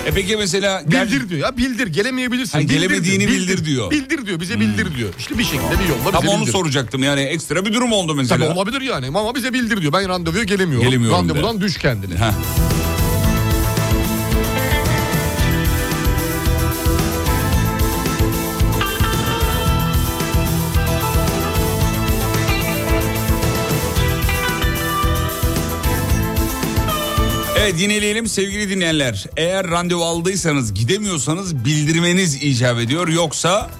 S3: E peki mesela ger-
S4: Bildir diyor ya bildir gelemeyebilirsin.
S3: Ha,
S4: Bildir
S3: gelemediğini bildir diyor. Hmm.
S4: Bildir diyor bize bildir diyor. İşte bir şekilde bir yolla bize
S3: Tam onu
S4: bildir.
S3: soracaktım yani ekstra bir durum oldu mesela.
S4: Tabii olabilir yani ama bize bildir diyor. Ben randevuya gelemiyorum.
S3: Gelemiyorum de.
S4: Randevudan düş kendini.
S3: Heh. Evet yineleyelim sevgili dinleyenler. Eğer randevu aldıysanız gidemiyorsanız bildirmeniz icap ediyor. Yoksa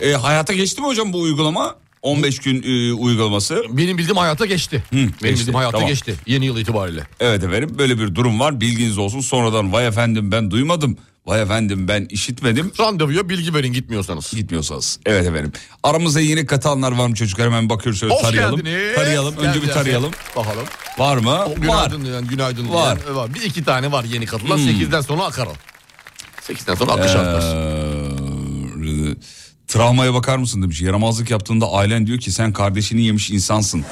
S3: e, hayata geçti mi hocam bu uygulama? 15 gün e, uygulaması.
S4: Benim bildiğim hayata geçti. Benim
S3: geçti,
S4: bildiğim hayata
S3: tamam.
S4: geçti. Yeni yıl itibariyle.
S3: Evet efendim böyle bir durum var bilginiz olsun sonradan vay efendim ben duymadım vay efendim ben işitmedim
S4: Randevuya bilgi verin gitmiyorsanız.
S3: gitmiyorsanız. Evet efendim aramıza yeni katılanlar var mı çocuklar hemen bakıyoruz şöyle
S4: Hoş
S3: tarayalım.
S4: geldiniz.
S3: Tarayalım
S4: Gel,
S3: önce bir
S4: gel,
S3: tarayalım
S4: gel. Bakalım.
S3: var mı?
S4: O
S3: var.
S4: günaydın diyen, günaydın diyen.
S3: Var. Hmm.
S4: Var. Bir iki tane var yeni katılan. Sekizden sonra akaral. Sekizden sonra akış artar.
S3: Ee, travmaya bakar mısın demiş yaramazlık yaptığında ailen diyor ki sen kardeşini yemiş insansın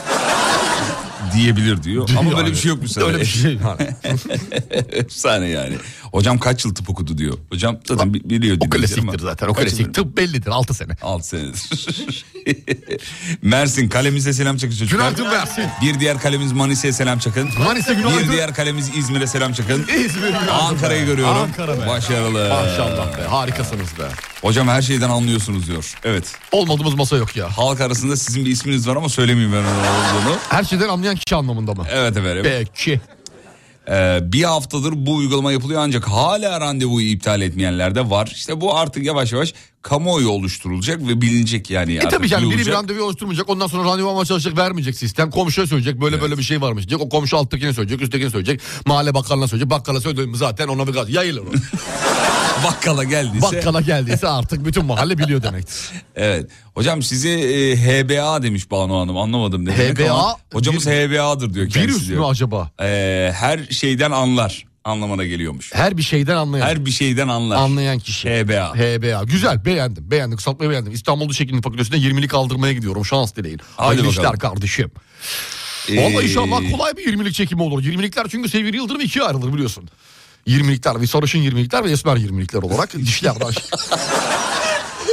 S3: diyebilir diyor. Ama böyle bir şey yok
S4: Öyle bir şey.
S3: Efsane yani. Hocam kaç yıl tıp okudu diyor. Hocam zaten bi- biliyor.
S4: o
S3: dinleyiciler ama-
S4: klasiktir zaten. O
S3: Kaç yıl-
S4: klasik. Tıp bellidir. Altı sene.
S3: 6 senedir. Mersin kalemize selam çakın çocuklar.
S4: Günaydın Mersin.
S3: Bir diğer kalemiz Manisa'ya selam çakın.
S4: Manisa günaydın.
S3: Bir diğer kalemiz İzmir'e selam çakın.
S4: İzmir günaydın.
S3: Ankara'yı görüyorum.
S4: Ankara be.
S3: Başarılı.
S4: Maşallah be. Harikasınız be.
S3: Hocam her şeyden anlıyorsunuz diyor. Evet.
S4: Olmadığımız masa yok ya.
S3: Halk arasında sizin bir isminiz var ama söylemeyeyim ben onun olduğunu.
S4: Her şeyden anlayan kişi anlamında mı?
S3: Evet efendim.
S4: Peki.
S3: Ee, bir haftadır bu uygulama yapılıyor ancak hala randevuyu iptal etmeyenler de var. İşte bu artık yavaş yavaş kamuoyu oluşturulacak ve bilinecek yani.
S4: E
S3: artık
S4: tabii yani biri bir
S3: duyulacak.
S4: randevu oluşturmayacak ondan sonra randevu almaya çalışacak vermeyecek sistem. Komşuya söyleyecek böyle böyle bir şey varmış diyecek. O komşu alttakine söyleyecek üsttekine söyleyecek. Mahalle bakkalına söyleyecek. Bakkala söylediğim zaten ona bir gaz yayılır. o.
S3: Bakkala geldiyse.
S4: Bakkala geldiyse artık bütün mahalle biliyor demektir.
S3: Evet. Hocam sizi e, HBA demiş Banu Hanım anlamadım. Ne demek
S4: HBA?
S3: ama Hocamız
S4: Bir-
S3: HBA'dır diyor kendisi
S4: Virüs mü
S3: diyor.
S4: acaba?
S3: Ee, her şeyden anlar anlamına geliyormuş.
S4: Her bir şeyden anlayan.
S3: Her bir şeyden anlar.
S4: Anlayan kışı.
S3: HBA.
S4: HBA. Güzel beğendim. Beğendim. Kısaltmayı beğendim. İstanbul'da şekilin fakültesinde 20'lik aldırmaya gidiyorum. Şans dileyin. Hayırlı
S3: bakalım.
S4: işler kardeşim.
S3: Ee,
S4: Vallahi inşallah kolay bir 20'lik çekimi olur. 20'likler çünkü sevgili Yıldırım ikiye ayrılır biliyorsun. 20'likler ve sarışın 20'likler ve esmer 20'likler olarak dişler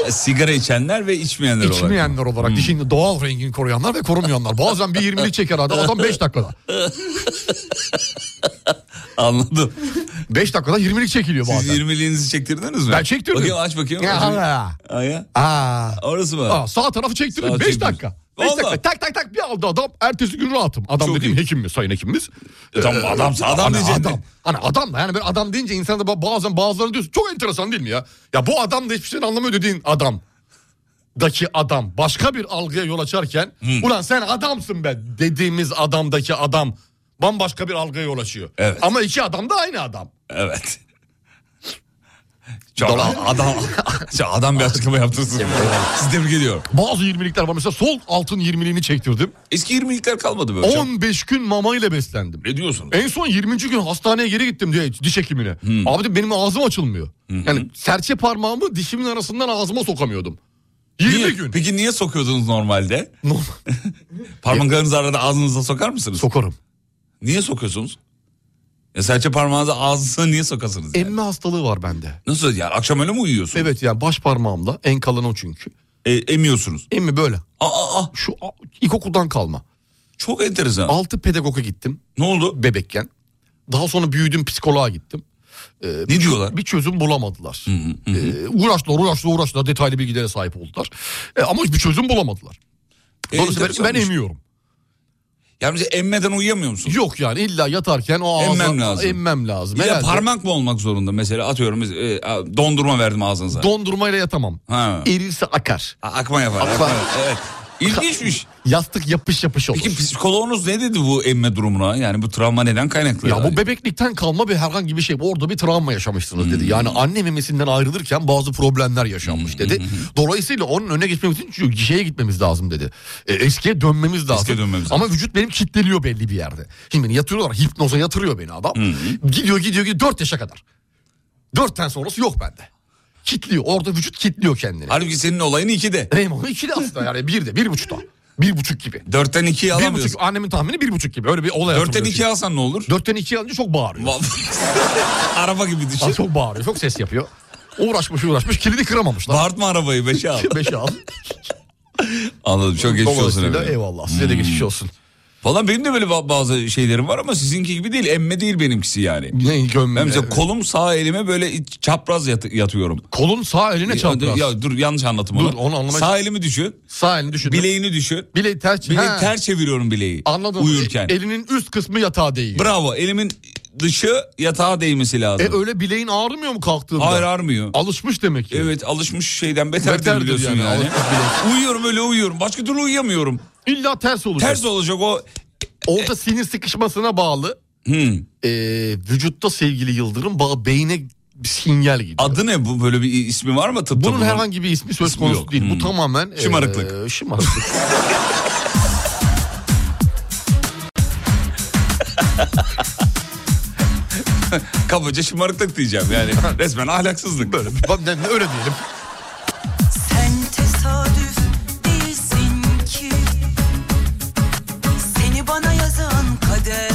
S3: e, Sigara içenler ve içmeyenler olarak. Hmm.
S4: içmeyenler olarak dişin doğal rengini koruyanlar ve korumayanlar. Bazen bir 20'lik çeker adam adam 5 dakikada.
S3: Anladım.
S4: 5 dakikada 20'lik çekiliyor
S3: Siz
S4: bazen.
S3: 20'liğinizi çektirdiniz mi?
S4: Ben çektirdim.
S3: Bakayım aç bakayım.
S4: Ya, ha.
S3: Aya.
S4: Aa.
S3: Orası mı?
S4: Aa, sağ tarafı
S3: Sağ
S4: çektirdim 5
S3: çekmiş.
S4: dakika. 5
S3: Vallahi.
S4: dakika tak tak tak bir aldı adam. Ertesi gün rahatım. Adam
S3: Çok
S4: dediğim
S3: iyi.
S4: hekim mi sayın hekimimiz?
S3: E, tamam, adamsa adam
S4: hani
S3: diyecektin.
S4: Adam, hani adam da yani böyle adam deyince insan da ba- bazen bazıları diyorsun çok enteresan değil mi ya? Ya bu adam da hiçbir şeyden anlamıyor dediğin adam. Daki adam başka bir algıya yol açarken ulan sen adamsın be dediğimiz adamdaki adam bambaşka bir algıya yol açıyor.
S3: Evet.
S4: Ama iki adam da aynı adam.
S3: Evet. Çok adam, adam bir açıklama yaptırsın. Siz tebrik ediyorum.
S4: Bazı 20'likler var mesela sol altın 20'liğini çektirdim.
S3: Eski 20'likler kalmadı böyle. hocam.
S4: 15 gün mama ile beslendim.
S3: Ne diyorsun?
S4: En son 20. gün hastaneye geri gittim diye diş hekimine.
S3: Hmm.
S4: Abi dedim, benim ağzım açılmıyor. Yani serçe parmağımı dişimin arasından ağzıma sokamıyordum. 20
S3: Niye?
S4: gün.
S3: Peki niye sokuyordunuz normalde?
S4: Normal.
S3: Parmaklarınızı arada ağzınıza sokar mısınız?
S4: Sokarım.
S3: niye sokuyorsunuz? Ya serçe parmağınızı ağzınıza niye sokasınız? yani?
S4: Emme hastalığı var bende.
S3: Nasıl yani akşam öyle mi uyuyorsun?
S4: Evet yani baş parmağımla en kalın o çünkü.
S3: E, emiyorsunuz.
S4: Emmi böyle.
S3: Aa, aa, aa,
S4: Şu a- ilkokuldan kalma.
S3: çok enteresan.
S4: Altı pedagoga gittim
S3: Ne oldu?
S4: bebekken. Daha sonra büyüdüm psikoloğa gittim.
S3: Ne diyorlar?
S4: Bir çözüm bulamadılar. Ee, uğraştılar uğraştılar uğraştılar detaylı bilgilere sahip oldular. Ee, ama hiçbir çözüm bulamadılar.
S3: E,
S4: Dolayısıyla ben-
S3: enteresanmış.
S4: ben emiyorum.
S3: Yani mesela emmeden uyuyamıyor musun?
S4: Yok yani illa yatarken o ağza
S3: Emmem lazım.
S4: emmem lazım.
S3: Bir de
S4: Herhalde
S3: parmak mı olmak zorunda mesela atıyorum e, a, dondurma verdim ağzınıza.
S4: dondurmayla yatamam.
S3: ha.
S4: Erirse akar.
S3: A- Akma yapar.
S4: Akma.
S3: akma. Evet. İlginçmiş.
S4: Yastık yapış yapış olur.
S3: Peki psikoloğunuz ne dedi bu emme durumuna? Yani bu travma neden kaynaklı?
S4: Ya
S3: yani?
S4: bu bebeklikten kalma bir herhangi bir şey. Orada bir travma yaşamışsınız dedi.
S3: Hmm.
S4: Yani anne memesinden ayrılırken bazı problemler yaşanmış
S3: Hmm.
S4: dedi. Dolayısıyla onun önüne geçmek için şu şeye gitmemiz lazım dedi. E, eskiye dönmemiz lazım.
S3: dönmemiz
S4: Ama vücut benim kitleniyor belli bir yerde. Şimdi beni yatırıyorlar. Hipnoza yatırıyor beni adam.
S3: Hmm.
S4: Gidiyor gidiyor gidiyor 4 yaşa kadar. 4'ten sonrası yok bende. Kitliyor. Orada vücut kitliyor kendini.
S3: Halbuki senin olayın ikide.
S4: Benim onu 2'de aslında yani 1'de 1.5'da. 1.5 gibi.
S3: Dörtten ikiye
S4: 1.5
S3: alamıyorsun.
S4: annemin tahmini 1.5 gibi. Öyle bir olay
S3: Dörtten
S4: hatırlıyorum
S3: ikiye
S4: şimdi.
S3: alsan ne olur?
S4: 4'ten 2 alınca çok bağırıyor.
S3: Araba gibi
S4: Aa,
S3: düşün.
S4: çok bağırıyor, çok ses yapıyor. Uğraşmış uğraşmış kilidi kıramamışlar.
S3: Bağırtma arabayı beşe al.
S4: Beşi al.
S3: Anladım çok geçmiş olsun
S4: Dolayısıyla
S3: efendim. Hmm.
S4: eyvallah size de geçmiş olsun.
S3: Valla benim de böyle ba- bazı şeylerim var ama sizinki gibi değil. Emme değil benimkisi yani.
S4: Ne
S3: Ben
S4: gömme.
S3: mesela kolum sağ elime böyle iç- çapraz yat- yatıyorum.
S4: Kolun sağ eline çapraz.
S3: Ya, dur yanlış anlattım
S4: Dur,
S3: onu.
S4: onu anlamaya-
S3: Sağ elimi düşün.
S4: Sağ elini düşün.
S3: Bileğini düşün.
S4: Bileği ters.
S3: Bileği
S4: He,
S3: ters çeviriyorum bileği.
S4: Anladım. E-
S3: Uyurken.
S4: Elinin üst kısmı yatağa değiyor.
S3: Bravo. Elimin dışı yatağa değmesi lazım.
S4: e öyle bileğin ağrımıyor mu kalktığında?
S3: Hayır ağrımıyor.
S4: Alışmış demek ki.
S3: Evet alışmış şeyden beterdir,
S4: Beterdir
S3: biliyorsun
S4: yani,
S3: yani.
S4: alışmış bilek.
S3: Uyuyorum öyle uyuyorum. Başka türlü uyuyamıyorum.
S4: İlla ters olacak.
S3: Ters olacak o.
S4: Orada sinir sıkışmasına bağlı.
S3: E- Hmm.
S4: e, vücutta sevgili Yıldırım bağ beyne bir sinyal gidiyor.
S3: Adı ne bu? Böyle bir ismi var mı tıpta?
S4: Bunun herhangi bir ismi söz
S3: İsmi
S4: konusu
S3: yok.
S4: değil.
S3: Hmm.
S4: Bu tamamen e,
S3: Şımarıklık.
S4: şımarıklık.
S3: Kabaca şımarıklık diyeceğim yani. Resmen ahlaksızlık. Böyle.
S4: Bak, ne- ne- Öyle diyelim.
S6: Sen tesadüf değilsin ki Seni bana yazan kader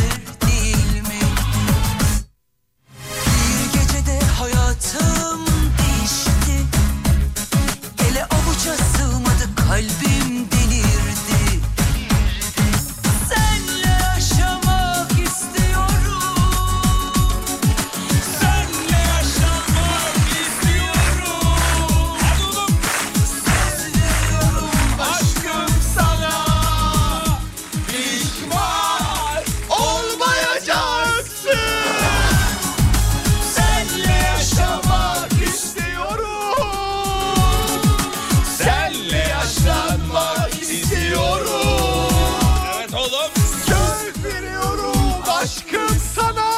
S6: değil mi? Bir gecede hayatım değişti Ele avuca sığmadı kalbim delirdi Senle yaşamak istiyorum Senle yaşamak istiyorum. Adolum seviyorum aşkım sana. Pişman olmayacaksın. Senle yaşamak istiyorum. Senle yaşlanmak istiyorum.
S3: Evet oğlum.
S6: Söz veriyorum aşkım sana.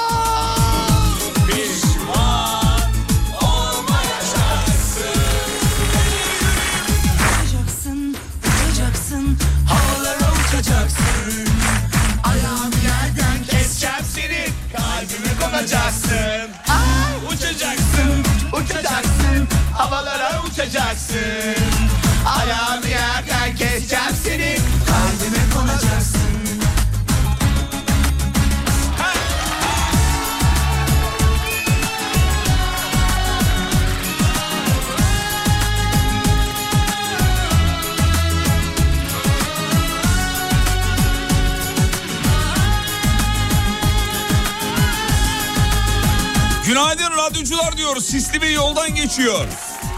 S3: Pişman
S6: Uçacaksın, uçacaksın, havalara uçacaksın. Ayağımı yerden keseceğim uçacaksın, havalara uçacaksın. Ayağımı yerden keseceğim seni,
S3: Senin kalbimi konacaksın. Uçacaksın.
S6: kalbime konacaksın.
S3: Günaydın radyocular diyoruz. Sisli bir yoldan geçiyor.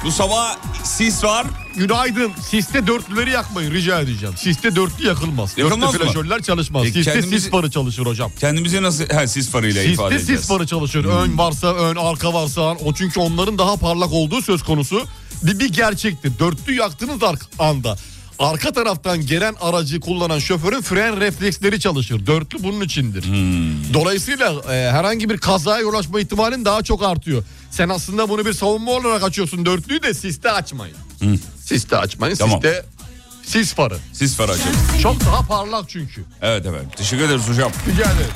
S3: Bu sabah sis var.
S4: Günaydın. Siste dörtlüleri yakmayın rica edeceğim. Siste dörtlü yakılmaz.
S3: Yakılmaz
S4: Dörtlü
S3: mı?
S4: flaşörler çalışmaz.
S3: E,
S4: Siste
S3: kendimizi-
S4: sis farı çalışır hocam.
S3: Kendimizi nasıl ha, sis farıyla ifade
S4: Siste
S3: edeceğiz. Hmm.
S4: sis farı çalışır. Ön varsa ön, arka varsa ar- o çünkü onların daha parlak olduğu söz konusu bir, bir gerçektir. Dörtlü yaktığınız ar- anda arka taraftan gelen aracı kullanan şoförün fren refleksleri çalışır. Dörtlü bunun içindir.
S3: Hmm.
S4: Dolayısıyla e, herhangi bir kazaya yol açma ihtimalin daha çok artıyor. Sen aslında bunu bir savunma olarak açıyorsun. Dörtlüyü de siste açmayın. Siste açmayın.
S3: Tamam.
S4: Siste sis farı.
S3: Sis farı açalım.
S4: Çok daha parlak çünkü.
S3: Evet efendim. Teşekkür ederiz hocam.
S4: Rica ederim.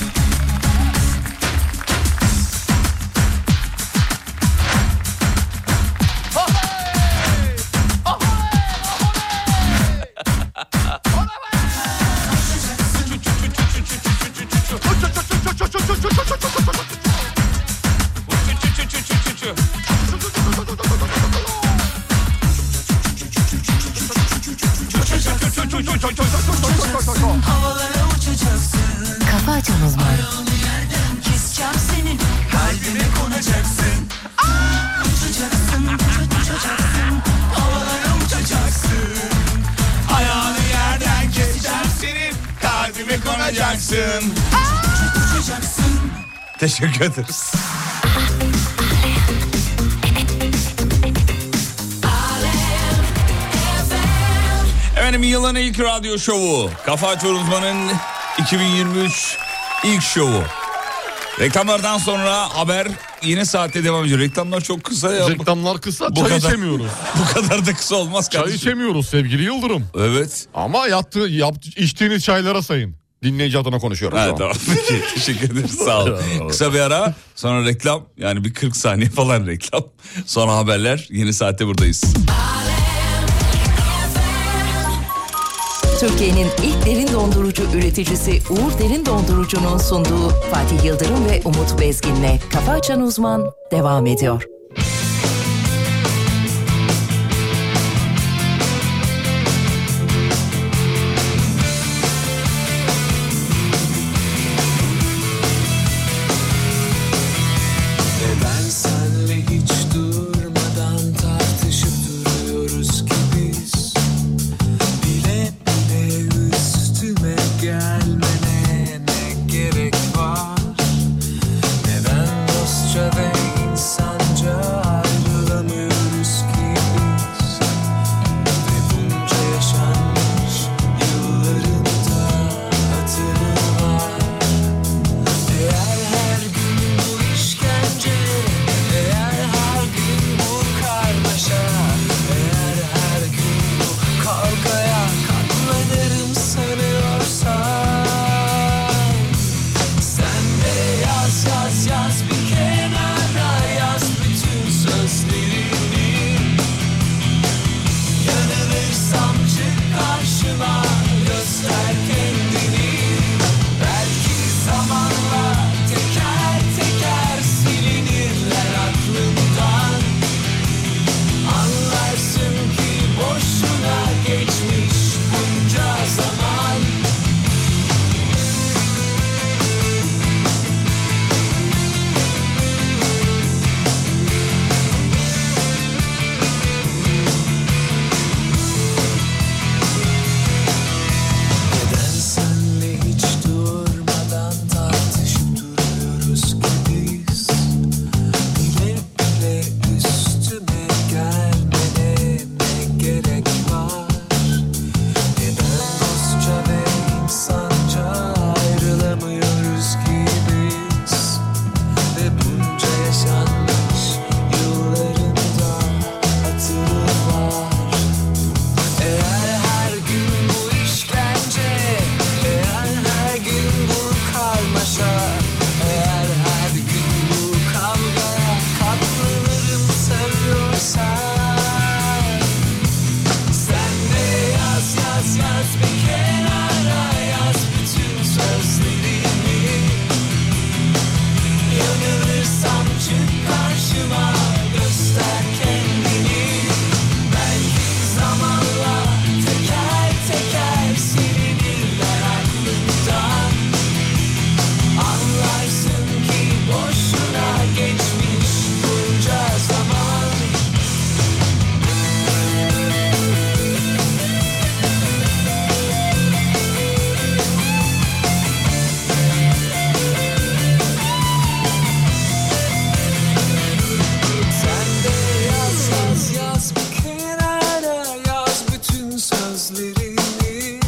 S6: Havalara uçacaksın,
S1: Kafa Açan Uzman.
S6: keseceğim seni, kalbime konacaksın. Aa! Uçacaksın, uça- uçacaksın, havalara uçacaksın.
S3: Ayağını yerden keseceğim senin kalbime konacaksın.
S6: Uçacaksın,
S3: Teşekkür ederiz. Efendim Efendim yılın ilk radyo şovu. Kafa Açan Uzman'ın 2023 ilk şovu. Reklamlardan sonra haber yine saatte devam ediyor. Reklamlar çok kısa ya. Bu-
S4: Reklamlar kısa
S3: Bu
S4: çay
S3: kadar.
S4: içemiyoruz.
S3: Bu kadar da kısa olmaz
S4: Çay
S3: kardeşim.
S4: içemiyoruz sevgili Yıldırım.
S3: Evet.
S4: Ama yaptığı, yaptı, içtiğiniz çaylara sayın. Dinleyici adına konuşuyorum. şu
S3: Ha,
S4: an.
S3: tamam. Peki, teşekkür ederiz. Sağ ol. Kısa bir ara sonra reklam yani bir 40 saniye falan reklam. Sonra haberler yeni saatte buradayız.
S1: Türkiye'nin ilk derin dondurucu üreticisi Uğur Derin Dondurucu'nun sunduğu Fatih Yıldırım ve Umut Bezgin'le Kafa Açan Uzman devam ediyor.
S8: Ben senle hiç durmadan tartışıp duruyoruz ki biz Bile bile üstüme gelmene ne gerek var Neden dostça ve insanca ayrılamıyoruz ki biz Ve bunca yaşanmış yıllarında hatırı var eğer her gün bu işkence, eğer her gün bu karmaşa, eğer her gün bu kavgaya katlanırım sanıyorsan Sen de yaz yaz yaz bir kenara yaz bütün sözlerini Yanılırsam çık karşıma göster kendini Belki zamanla teker teker silinirler aklımdan Anlarsın ki boşuna geçmiş bunca zaman Neden senle hiç durmadan tartışıp duruyoruz ki biz Bile bile üstüme gelmene ne gerek var Neden dostça ve insanca ayrılamıyoruz ki biz Ve bunca yaşanmış yıllarında hatırı var eğer her gün bu işkence, eğer her gün bu karmaşa, eğer her gün bu kavga katlanırım seviyorsan. Sen de yaz yaz yaz bir kenara yaz bütün sözlerimi. Yanılırsam çık karşıma göster kendini. Belki zamanla teker teker silinirler aklımdan Anlarsın ki boşuna geçmiş bunca zaman Sen de yaz yaz yaz bir kenara yaz bütün sözlerini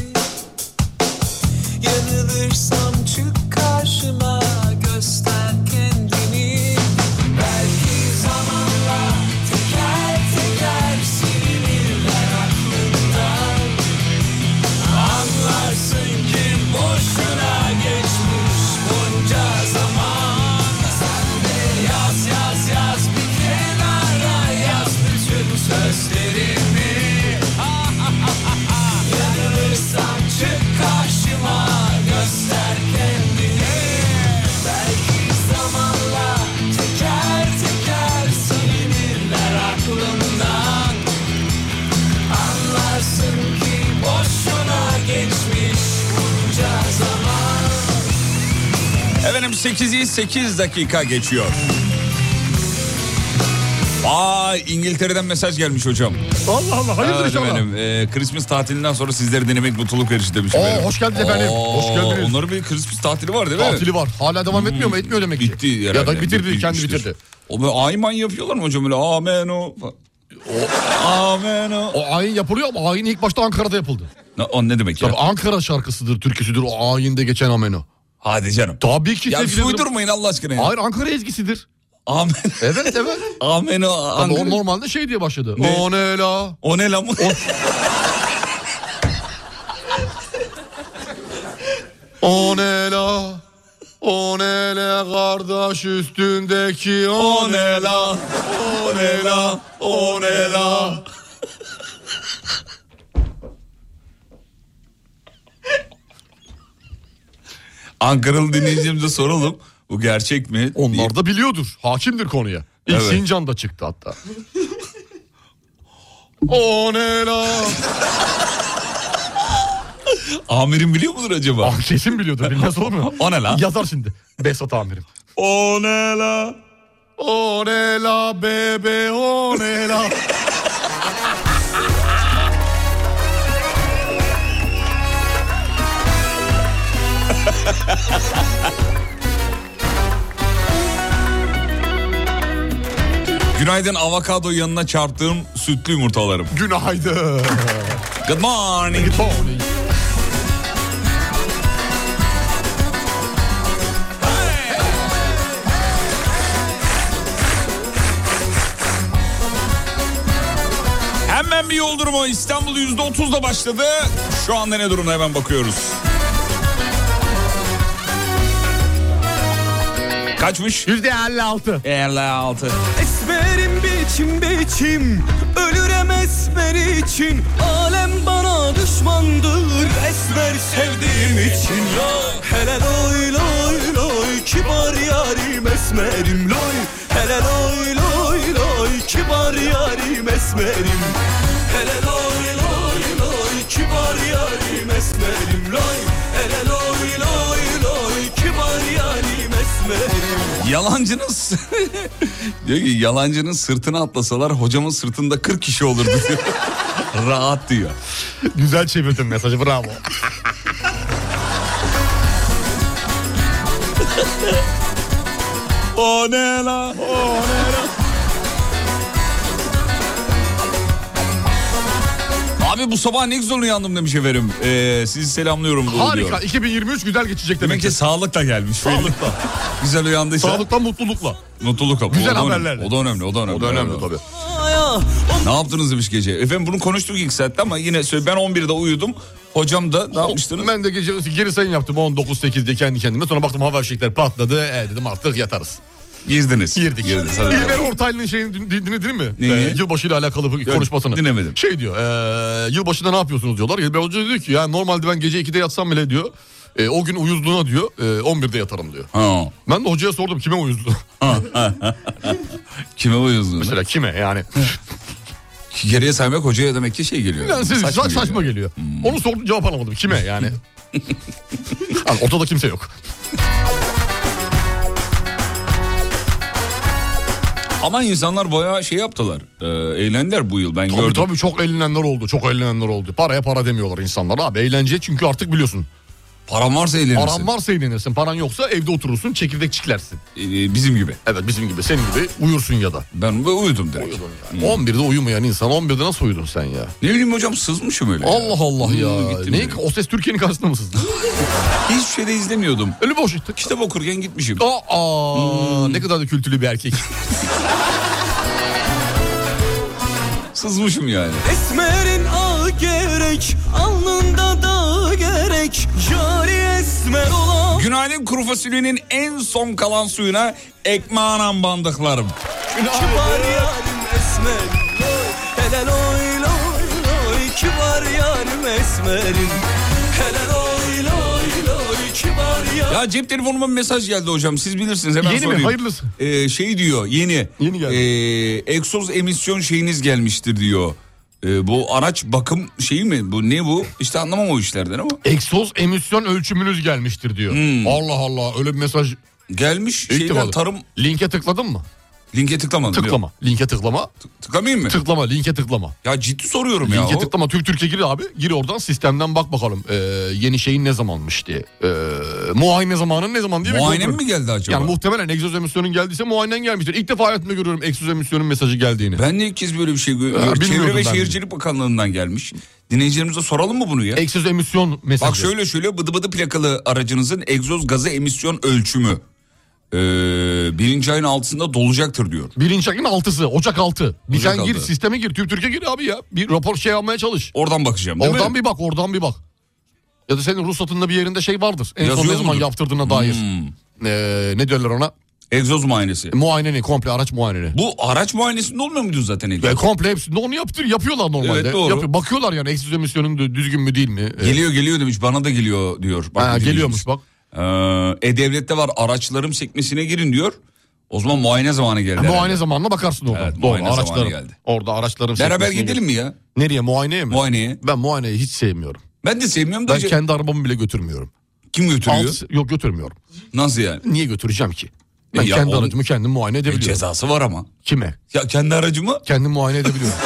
S8: Yanılırsam çık karşıma göster kendini Belki zamanla teker teker silinirler aklından Anlarsın ki boşuna geçmiş bunca zaman Sen de yaz yaz yaz bir kenara yaz bütün sözlerimi Yanılırsam çık karşıma göster kendini Belki zamanla teker teker silinirler aklımdan Anlarsın ki boşuna geçmiş bunca zaman
S3: Efendim 8'i 8 dakika geçiyor. Aa İngiltere'den mesaj gelmiş hocam.
S4: Allah Allah hayırdır
S3: Evet
S4: inşallah.
S3: efendim. Ee, Christmas tatilinden sonra sizleri denemek mutluluk verici demiş.
S4: Oo,
S3: efendim.
S4: hoş geldiniz efendim. Hoş geldiniz.
S3: Onların bir Christmas tatili var değil mi?
S4: Tatili var. Hala devam etmiyor mu? Etmiyor demek ki.
S3: Hmm. Bitti herhalde.
S4: Ya da bitirdi
S3: Bitti,
S4: kendi
S3: bitmiştir.
S4: bitirdi.
S3: O böyle ayman yapıyorlar mı hocam öyle amen o. Amen o.
S4: O ayin yapılıyor ama ayin ilk başta Ankara'da yapıldı.
S3: Ne- O ne demek ya?
S4: Tabii Ankara şarkısıdır, türküsüdür o ayinde geçen ameno.
S3: Hadi canım.
S4: Tabii ki
S3: Ya
S4: sevgili
S3: siz
S4: Yıldırım.
S3: uydurmayın Allah aşkına ya.
S4: Hayır Ankara ezgisidir.
S3: Amen.
S4: Evet evet.
S3: Amen o.
S4: Tabii
S3: Ankara-
S4: o normalde şey diye başladı.
S3: Ne?
S4: O ne la?
S3: O ne lan bu?
S4: O ne la? O ne la kardeş üstündeki o
S3: O
S4: ne?
S3: ne la? O ne la? O ne la? Ankaralı dinleyicilerimize soralım. Bu gerçek mi? diye.
S4: Onlar da biliyordur. Hakimdir konuya. İlk
S3: Evet. Ah.
S4: Sincan'da çıktı hatta. o ne la?
S3: Amirim biliyor mudur acaba?
S4: Ah, kesin biliyordur. Bilmez olur mu?
S3: O ne la?
S4: Yazar şimdi. Besat amirim.
S3: O ne la?
S4: O ne la bebe o ne la?
S3: Günaydın avokado yanına çarptığım sütlü yumurtalarım.
S4: Günaydın.
S3: Good morning.
S4: Good morning.
S3: Hemen bir yol durumu İstanbul %30'da başladı. Şu anda ne durumda hemen bakıyoruz. Kaçmış?
S4: Yüzde 56.
S3: 56.
S8: Esmerim biçim biçim Ölürem esmer için Alem bana düşmandır Esmer sevdiğim için Hele loy loy loy Kibar yarim esmerim loy Hele loy loy loy Kibar yarim esmerim Hele loy loy loy Kibar yarim esmerim loy Hele loy loy loy Kibar yarim esmerim
S3: Yalancının s- diyor ki yalancının sırtına atlasalar hocamın sırtında 40 kişi olurdu diyor. Rahat diyor.
S4: Güzel çevirdin mesajı bravo.
S3: O ne la? Abi bu sabah ne güzel uyandım demiş efendim. Ee, sizi selamlıyorum. Doğu
S4: Harika
S3: diyor.
S4: 2023 güzel geçecek
S3: Demek
S4: demek.
S3: ki sağlıkla gelmiş. Sağlıkla. Güzel uyandıysa.
S4: Sağlıktan mutlulukla.
S3: Mutluluk kapı.
S4: Güzel
S3: o da önemli.
S4: haberlerle.
S3: O da önemli. O da önemli.
S4: O da önemli tabii.
S3: Ne yaptınız demiş gece. Efendim bunu konuştuk ilk saatte ama yine söyle ben 11'de uyudum. Hocam da ne yapmıştınız?
S4: Ben de gece geri sayım yaptım 19.8'de kendi kendime. Sonra baktım hava fişekleri patladı. E dedim artık yatarız.
S3: Girdiniz.
S4: Girdik.
S3: Girdiniz. Hadi
S4: İlber
S3: bakalım.
S4: Ortaylı'nın şeyini din- din- dinledin mi? Ee,
S3: Neyi?
S4: yılbaşıyla alakalı bir konuşmasını.
S3: dinlemedim.
S4: Şey diyor. E, yılbaşında ne yapıyorsunuz diyorlar. İlber Hoca diyor ki ya normalde ben gece 2'de yatsam bile diyor. e, o gün uyuzluğuna diyor. e, 11'de yatarım diyor.
S3: Ha.
S4: Ben de hocaya sordum kime uyuzlu?
S3: Kime uyuyorsunuz?
S4: Mesela kime yani?
S3: Geriye saymak hocaya demek ki şey geliyor. Hmm.
S4: Yani siz- saçma, saçma geliyor. Onu sordum cevap alamadım. Kime yani? yani ortada kimse yok.
S3: Ama insanlar bayağı şey yaptılar. Ee, eğlendiler bu yıl ben
S4: Tabii
S3: gördüm.
S4: tabii çok eğlenenler oldu. Çok eğlenenler oldu. Paraya para demiyorlar insanlar. Abi eğlence çünkü artık biliyorsun.
S3: Param varsa eğlenirsin.
S4: Paran varsa eğlenirsin. Paran yoksa evde oturursun çekirdek çiklersin.
S3: Ee, bizim gibi.
S4: Evet bizim gibi senin gibi uyursun ya da.
S3: Ben böyle uyudum direkt.
S4: Yani 11'de uyumayan insan 11'de nasıl uyudun sen ya?
S3: Ne bileyim hocam sızmışım öyle. ya.
S4: Allah Allah
S3: Hmm,
S4: ya.
S3: gittim
S4: Ne,
S3: direkt.
S4: o ses Türkiye'nin karşısında mı sızdın?
S3: Hiçbir şey de izlemiyordum.
S4: Öyle boş işte.
S3: Kitap okurken gitmişim.
S4: Aa,
S3: Hmm.
S4: Ne kadar da kültürlü bir erkek.
S3: Sızmışım yani.
S8: Esmerin ağı gerek Alnında da gerek Yari esmer olan
S3: Günaydın kuru fasulyenin en son kalan suyuna ekmeğanam bandıklarım.
S8: Kibar yarim esmer Helal oy loy loy Kibar yarim esmerim Helal oy loy loy Kibar yarim
S3: Ya cep telefonuma bir mesaj geldi hocam siz bilirsiniz hemen
S4: Yeni mi?
S3: sorayım.
S4: Hayırlısı.
S3: Ee, şey diyor yeni.
S4: Yeni geldi.
S3: Ee, egzoz emisyon şeyiniz gelmiştir diyor. Ee, bu araç bakım şeyi mi bu ne bu işte anlamam o işlerden ama
S4: Egzoz emisyon ölçümünüz gelmiştir diyor. Allah Allah öyle bir mesaj
S3: gelmiş
S4: İlk
S3: şeyden
S4: defa-
S3: Hmm. tarım
S4: Linke tıkladın mı?
S3: Linke tıklamadın değil mi?
S4: Tıklama. Linke tıklama.
S3: Tıklamayayım mı?
S4: Tıklama. Linke tıklama.
S3: ya ciddi soruyorum ya.
S4: Linke
S3: o.
S4: tıklama. Türk Türkiye gir abi. Gir oradan sistemden bak bakalım. Ee, yeni şeyin ne zamanmış diye. Ee, muayene zamanın ne zaman diye. bir
S3: Muayene
S4: kontrol.
S3: mi geldi acaba?
S4: Yani muhtemelen egzoz emisyonun geldiyse muayenen gelmiştir. İlk defa hayatımda görüyorum egzoz emisyonun mesajı geldiğini.
S3: ben de ilk kez böyle bir şey görüyorum.
S4: bilmiyordum
S3: Çevre ve
S4: ben de.
S3: Şehircilik Bakanlığı'ndan gelmiş. Dinleyicilerimize soralım mı bunu ya?
S4: Egzoz emisyon mesajı.
S3: Bak şöyle şöyle bıdı bıdı plakalı aracınızın egzoz gazı emisyon ölçümü. Ee, birinci ayın altında dolacaktır diyor.
S4: Birinci ayın altısı. Ocak altı. Bir
S3: Ocak
S4: sen gir
S3: altı.
S4: sisteme gir. Tüp Türkiye gir abi ya. Bir rapor şey almaya çalış.
S3: Oradan bakacağım değil
S4: oradan
S3: mi?
S4: bir bak oradan bir bak. Ya da senin ruhsatında bir yerinde şey vardır. En son
S3: Yazıyor
S4: ne zaman
S3: mudur?
S4: yaptırdığına dair.
S3: Hmm.
S4: Ee, ne diyorlar ona?
S3: Egzoz muayenesi.
S4: Muayeneni komple araç muayeneni.
S3: Bu araç muayenesinde olmuyor muydu zaten egzoz?
S4: Ve komple hepsinde onu yaptır, yapıyorlar normalde.
S3: Evet, doğru.
S4: Yapıyor- bakıyorlar yani egzoz emisyonun dü- düzgün mü değil mi? Ee,
S3: Geliyor geliyor demiş bana da geliyor diyor. Bak
S4: ha,
S3: dinleyicimiz.
S4: geliyormuş bak.
S3: Ee, E-Devlet'te var araçlarım sekmesine girin diyor. O zaman muayene zamanı geldi.
S4: Ha, muayene
S3: herhalde.
S4: zamanına bakarsın orada.
S3: Evet,
S4: Doğru
S3: muayene zamanı
S4: araçlarım.
S3: geldi.
S4: Orada araçlarım.
S3: Beraber
S4: sekmesine
S3: gidelim mi ya?
S4: gir- Nereye muayeneye mi?
S3: Muayeneye.
S4: Ben muayeneyi hiç sevmiyorum.
S3: Ben de sevmiyorum da
S4: Ben kendi arabamı bile götürmüyorum.
S3: kim götürüyor?
S4: Alt- yok götürmüyorum.
S3: Nasıl yani?
S4: Niye götüreceğim ki? Ben
S3: E ya
S4: kendi
S3: oğlum-
S4: aracımı kendim muayene
S3: E,
S4: edebiliyorum.
S3: cezası var ama.
S4: Kime?
S3: Ya kendi aracımı
S4: Kendim muayene edebiliyorum.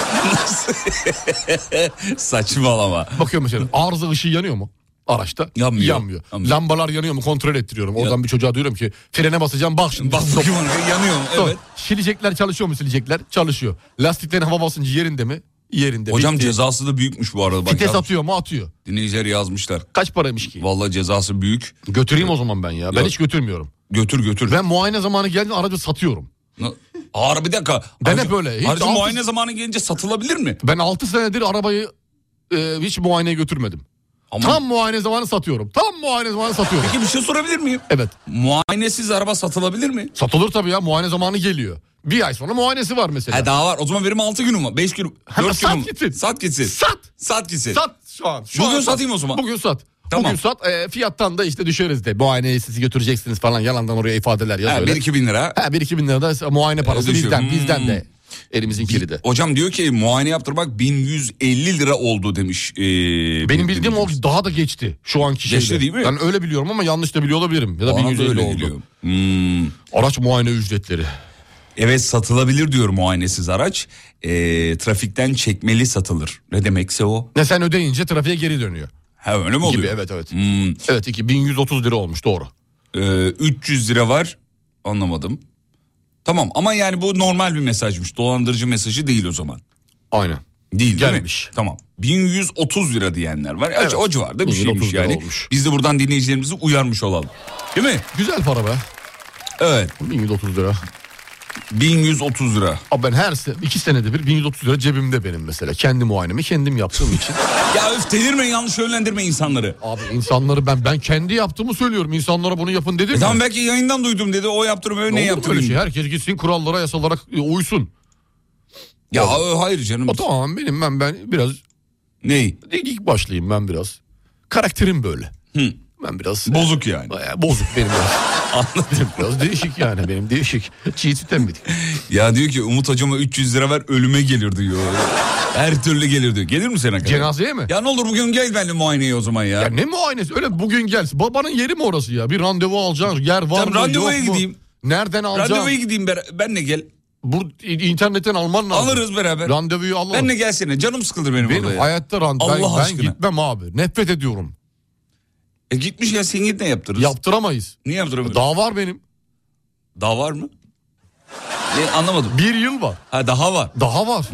S3: saçmalama.
S4: Bakıyorum mesela arıza ışığı yanıyor mu? Araçta
S3: Yanmıyor.
S4: yanmıyor.
S3: Yanmıyor.
S4: Lambalar yanıyor mu kontrol ettiriyorum. Oradan
S3: Ya-
S4: bir çocuğa diyorum ki frene basacağım bak şimdi.
S3: Bak bakayım ona, yanıyor mu?
S4: Sonra
S3: Evet.
S4: Silecekler çalışıyor mu silecekler? Çalışıyor. Lastiklerin hava basıncı yerinde mi? Yerinde.
S3: Hocam
S4: Bitti.
S3: cezası da büyükmüş bu arada. Bak,
S4: Vites
S3: yaz-
S4: atıyor mu? Atıyor.
S3: Dinleyiciler yazmışlar.
S4: Kaç paraymış ki?
S3: Vallahi cezası büyük.
S4: Götüreyim o zaman ben ya. Ben
S3: Yok.
S4: hiç götürmüyorum.
S3: Götür götür.
S4: Ben muayene zamanı geldi aracı satıyorum.
S3: Na- Ağır bir dakika.
S4: Ben
S3: Aracı-
S4: hep öyle. Hiç
S3: aracı
S4: altı-
S3: muayene zamanı gelince satılabilir mi?
S4: Ben 6 senedir arabayı e, hiç muayeneye götürmedim.
S3: Ama...
S4: Tam muayene zamanı satıyorum. Tam muayene zamanı satıyorum.
S3: Peki bir şey sorabilir miyim?
S4: Evet.
S3: Muayenesiz araba satılabilir mi? E,
S4: Satılır tabii ya muayene zamanı geliyor. Bir ay sonra muayenesi var mesela.
S3: Ha daha var. O zaman benim 6 günüm var. 5 günüm.
S4: Ha,
S3: 4
S4: sat
S3: günüm.
S4: gitsin.
S3: Sat gitsin.
S4: Sat.
S3: Sat gitsin.
S4: Sat şu an. Şu
S3: Bugün
S4: an sat.
S3: satayım o zaman.
S4: Bugün sat.
S3: Tamam.
S4: Bugün sat e, fiyattan da işte düşeriz de. Muayeneye sizi götüreceksiniz falan yalandan oraya ifadeler yaz
S3: Ha,
S4: öyle.
S3: 1-2 bin lira.
S4: Ha, bir iki bin lira da muayene parası
S3: düşüyor.
S4: bizden
S3: Hmm.
S4: bizden de. Elimizin kiri de.
S3: Hocam diyor ki muayene yaptırmak 1150 lira oldu demiş. ee, bir
S4: Benim bildiğim o
S3: dinleyicimiz.
S4: daha da geçti şu anki şeyde.
S3: Geçti değil mi?
S4: Ben öyle biliyorum ama yanlış da biliyor olabilirim. Ya da
S3: Bana da
S4: 1150
S3: öyle
S4: oldu.
S3: geliyor. Hmm.
S4: Araç muayene ücretleri.
S3: Evet satılabilir diyor muayenesiz araç. Ee, trafikten çekmeli satılır. Ne demekse o.
S4: Ne sen ödeyince trafiğe geri dönüyor.
S3: Ha öyle mi oluyor?
S4: Gibi evet evet.
S3: Hmm.
S4: Evet 2130 lira olmuş doğru.
S3: Ee, 300 lira var. Anlamadım. Tamam ama yani bu normal bir mesajmış. Dolandırıcı mesajı değil o zaman.
S4: Aynen.
S3: Değil
S4: Gelmiş.
S3: değil mi? Tamam. 1130 lira diyenler var. Evet. O civarda bir
S4: 1130
S3: şeymiş
S4: lira
S3: yani.
S4: olmuş.
S3: Biz de buradan dinleyicilerimizi uyarmış olalım. Değil mi?
S4: Güzel para be.
S3: Evet.
S4: 1130 lira.
S3: 1130 lira.
S4: Abi ben her se iki senede bir 1130 lira cebimde benim mesela. Kendi muayenemi kendim yaptığım için.
S3: Ya öf delirme yanlış yönlendirme insanları.
S4: Abi insanları ben ben kendi yaptığımı söylüyorum. İnsanlara bunu yapın dedim.
S3: E
S4: ya.
S3: tamam belki yayından duydum dedi. O yaptırım öyle
S4: Ne
S3: ne
S4: olur mu
S3: yaptırım.
S4: böyle şey? Herkes gitsin kurallara yasalara e, uysun.
S3: Ya e, hayır canım.
S4: O tamam benim ben ben biraz
S3: Ney?
S4: ilk başlayayım ben biraz. Karakterim böyle. Ben biraz
S3: Bozuk yani.
S4: Bayağı bozuk benim biraz. Anladım. Biraz değişik yani benim değişik. Çiğ tütenmedik.
S3: Ya diyor ki Umut hocama 300 lira ver ölüme gelir diyor. Her türlü gelir diyor. Gelir mi sana kadar?
S4: Cenazeye mi?
S3: Ya ne olur bugün gel benimle muayeneye o zaman ya.
S4: Ya ne muayenesi? Öyle bugün gel. Babanın yeri mi orası ya? Bir randevu alacaksın. Yer var
S3: Tamam,
S4: mı?
S3: randevuya
S4: yok mu?
S3: gideyim.
S4: Nereden alacaksın?
S3: Randevuya gideyim ben, benle gel.
S4: Bu internetten alman lazım.
S3: Alırız beraber.
S4: Randevuyu alalım.
S3: Benle gelsene. Canım sıkılır benim,
S4: Benim
S3: orada ya.
S4: hayatta randevu. Ben,
S3: Allah
S4: ben
S3: aşkına.
S4: gitmem abi. Nefret ediyorum.
S3: E gitmiş ya sen git ne yaptırırız?
S4: Yaptıramayız.
S3: Niye yaptıramıyorsun? Daha...
S4: Daha var benim.
S3: var mı? Ne anlamadım.
S4: Bir yıl var.
S3: Ha daha var.
S4: Daha var.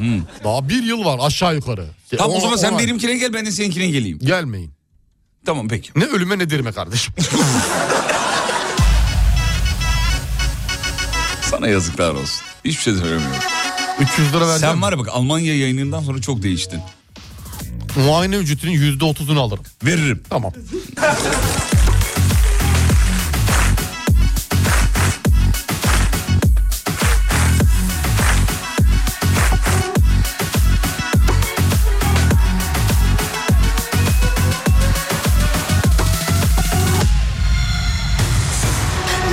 S4: Daha bir yıl var aşağı yukarı.
S3: Tamam o zaman sen
S4: ona-
S3: benimkine gel ben de seninkine geleyim.
S4: Gelmeyin.
S3: Tamam peki.
S4: Ne ölüme ne dirime kardeşim.
S3: Sana yazıklar olsun. Hiçbir şey söylemiyorum.
S4: 300 lira vereceğim.
S3: Sen var ya bak Almanya yayınından sonra çok değiştin.
S4: Muayene ücretinin %30'unu alırım.
S3: Veririm.
S4: Tamam.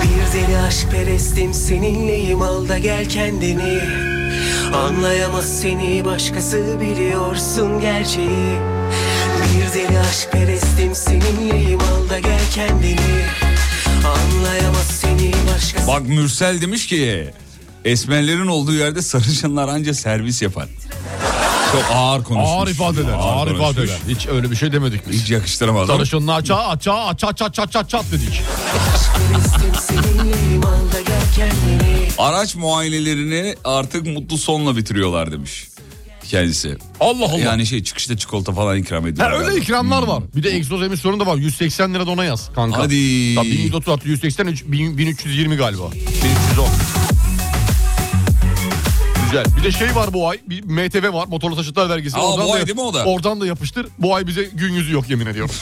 S9: Bir deli aşk perestim seninleyim al da gel kendini Anlayamaz seni başkası biliyorsun gerçeği Bir deli aşk perestim seninleyim al da gel kendini Anlayamaz seni başkası
S3: Bak Mürsel demiş ki Esmerlerin olduğu yerde sarışınlar anca servis yapar. Çok ağır konuşmuş.
S4: Ağır ifadeler, ağır
S3: konuşmuş.
S4: ifadeler. Hiç öyle bir şey demedik biz.
S3: Hiç yakıştıramadım.
S4: Sarışınla aça aça aça aça aça aça aça dedik.
S9: Restim seninleyim al da gel kendini
S3: Araç muayenelerini artık mutlu sonla bitiriyorlar demiş kendisi.
S4: Allah Allah.
S3: Yani şey çıkışta çikolata falan ikram
S4: Ha,
S3: ediyorlar.
S4: öyle
S3: galiba.
S4: ikramlar var. Bir de egzoz emisyonu da var. 180 lira da ona yaz kanka.
S3: Hadi.
S4: Tabii 1130 artı 180 üç- bin- 1320 galiba. 1310. Güzel. Bir de şey var bu ay. Bir MTV var. Motorlu taşıtlar vergisi.
S3: Aa, bu
S4: da-
S3: ay değil mi o da?
S4: Oradan da yapıştır. Bu ay bize gün yüzü yok yemin ediyorum.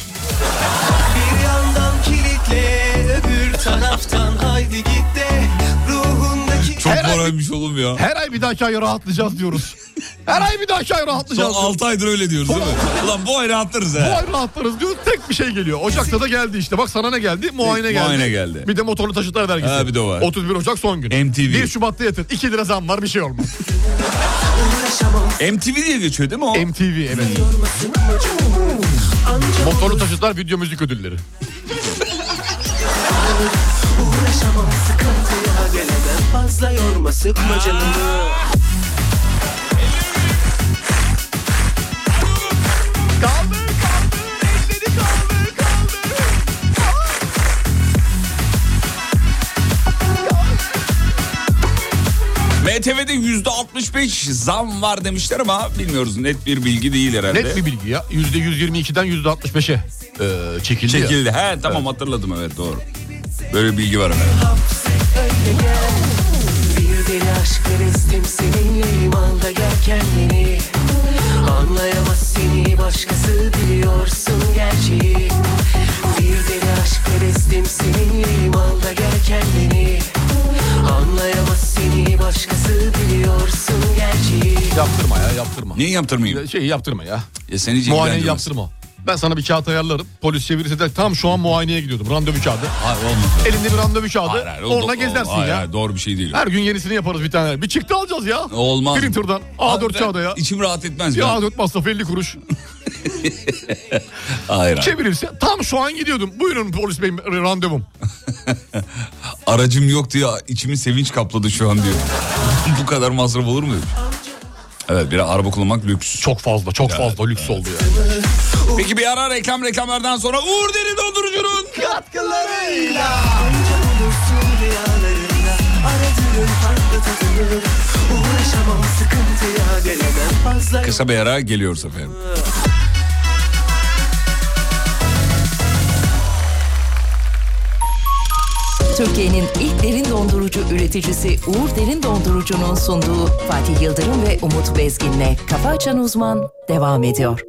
S6: Bir yandan kilitle öbür taraftan haydi git de ruhundaki
S3: Çok
S4: Herhalde-
S3: moralmiş oğlum ya.
S4: Her ay bir dahaki ay rahatlayacağız diyoruz. Her ay bir dahaki ay
S3: Son
S4: rahatlayacağız. diyoruz.
S3: 6 aydır öyle diyoruz değil mi? Ulan bu ay rahatlarız
S4: Bu
S3: ha.
S4: ay rahatlarız diyoruz. Tek bir şey geliyor. Ocak'ta da geldi işte. Bak sana ne geldi? Muayene geldi.
S3: Muayene geldi.
S4: Bir de motorlu taşıtlar vergisi.
S3: Ha, bir de o var.
S4: 31 Ocak son gün.
S3: MTV.
S4: 1 Şubat'ta yatır. 2 lira zam var bir şey olmaz.
S6: uğraşamam
S3: MTV diye geçiyor değil mi o?
S4: MTV evet. Motorlu taşıtlar video müzik ödülleri.
S6: uğraşamam sıkıntıya gelemem fazla yorma sıkma canımı
S4: Kaldır kaldır. Elleri kaldır kaldır.
S3: MTV'de %65 zam var demişler ama bilmiyoruz net bir bilgi değil herhalde.
S4: Net bir bilgi ya. %122'den %65'e ee, çekildi, ya.
S3: Çekildi. He tamam hatırladım evet doğru. Böyle bir bilgi var efendim.
S9: Bir deli aşk verestim seninleyim al da gel kendini Anlayamaz seni başkası biliyorsun gerçeği Bir deli aşk verestim seninleyim al da gel kendini Anlayamaz seni başkası biliyorsun gerçeği
S4: Yaptırma ya yaptırma.
S3: Niye yaptırmayayım?
S4: Şeyi yaptırma ya.
S3: Ya seni hiç
S4: Muayeneyi
S3: ilgilendirmez.
S4: yaptırma. Ben sana bir kağıt ayarlarım. Polis çevirirse de tam şu an muayeneye gidiyordum. Randevu kağıdı.
S3: Hayır olmaz.
S4: Elinde bir randevu kağıdı.
S3: Hayır, hayır, o
S4: Onunla
S3: do-
S4: gezersin
S3: hayır,
S4: ya.
S3: hayır, doğru bir şey değil.
S4: Her gün yenisini yaparız bir tane. Bir çıktı alacağız ya.
S3: Olmaz.
S4: Printer'dan. A4
S3: Ben-
S4: kağıda ya.
S3: İçim rahat etmez.
S4: Bir
S3: ben.
S4: A4 masrafı 50 kuruş.
S3: Hayır, hayır.
S4: Çevirirse tam şu an gidiyordum. Buyurun polis bey randevum.
S3: Aracım yok diye içimi sevinç kapladı şu an diyor. Bu kadar masraf olur mu? demiş. Evet bir araba kullanmak lüks.
S4: Çok fazla çok fazla lüks oldu ya.
S3: Peki bir ara reklam reklamlardan sonra Uğur Derin Dondurucu'nun
S6: rüyalarında aradığın farklı tadını Uğraşamam sıkıntıya gelemem fazla
S3: kısa bir ara geliyoruz efendim.
S1: Türkiye'nin ilk derin dondurucu üreticisi Uğur Derin Dondurucu'nun sunduğu Fatih Yıldırım ve Umut Bezgin'le Kafa Açan Uzman devam ediyor.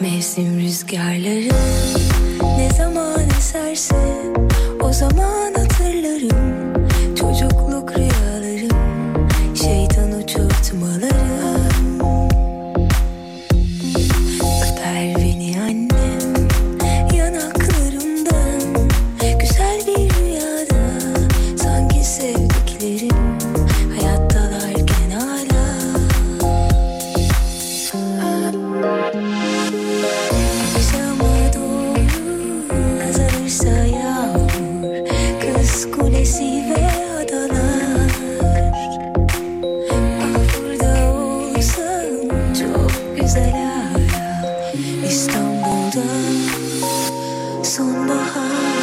S5: Mevsim rüzgarları ne zaman eserse o zaman hatırlarım çocukluk rüyalarım şeytan uçurtmalarım öper beni annem yanaklarımdan güzel bir rüyada sanki sevdiklerim hayattalarken hala Akşama doğru azalırsa yağmur Kız kulesi ve adalar Ah burada olsam çok güzel hala İstanbul'da sonbahar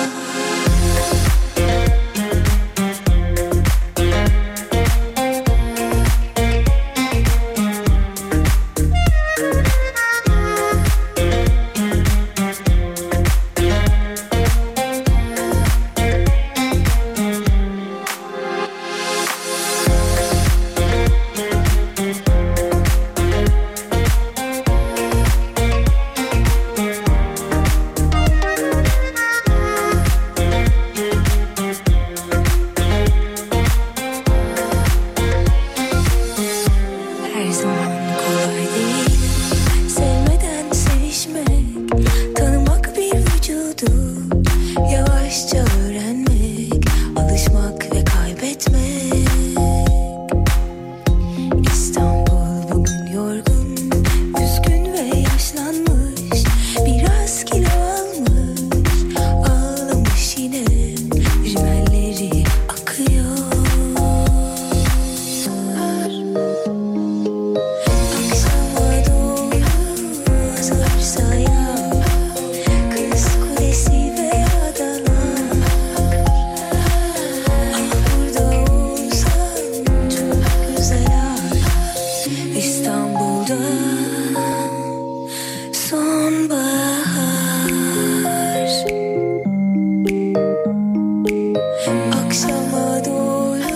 S5: Akşama doğru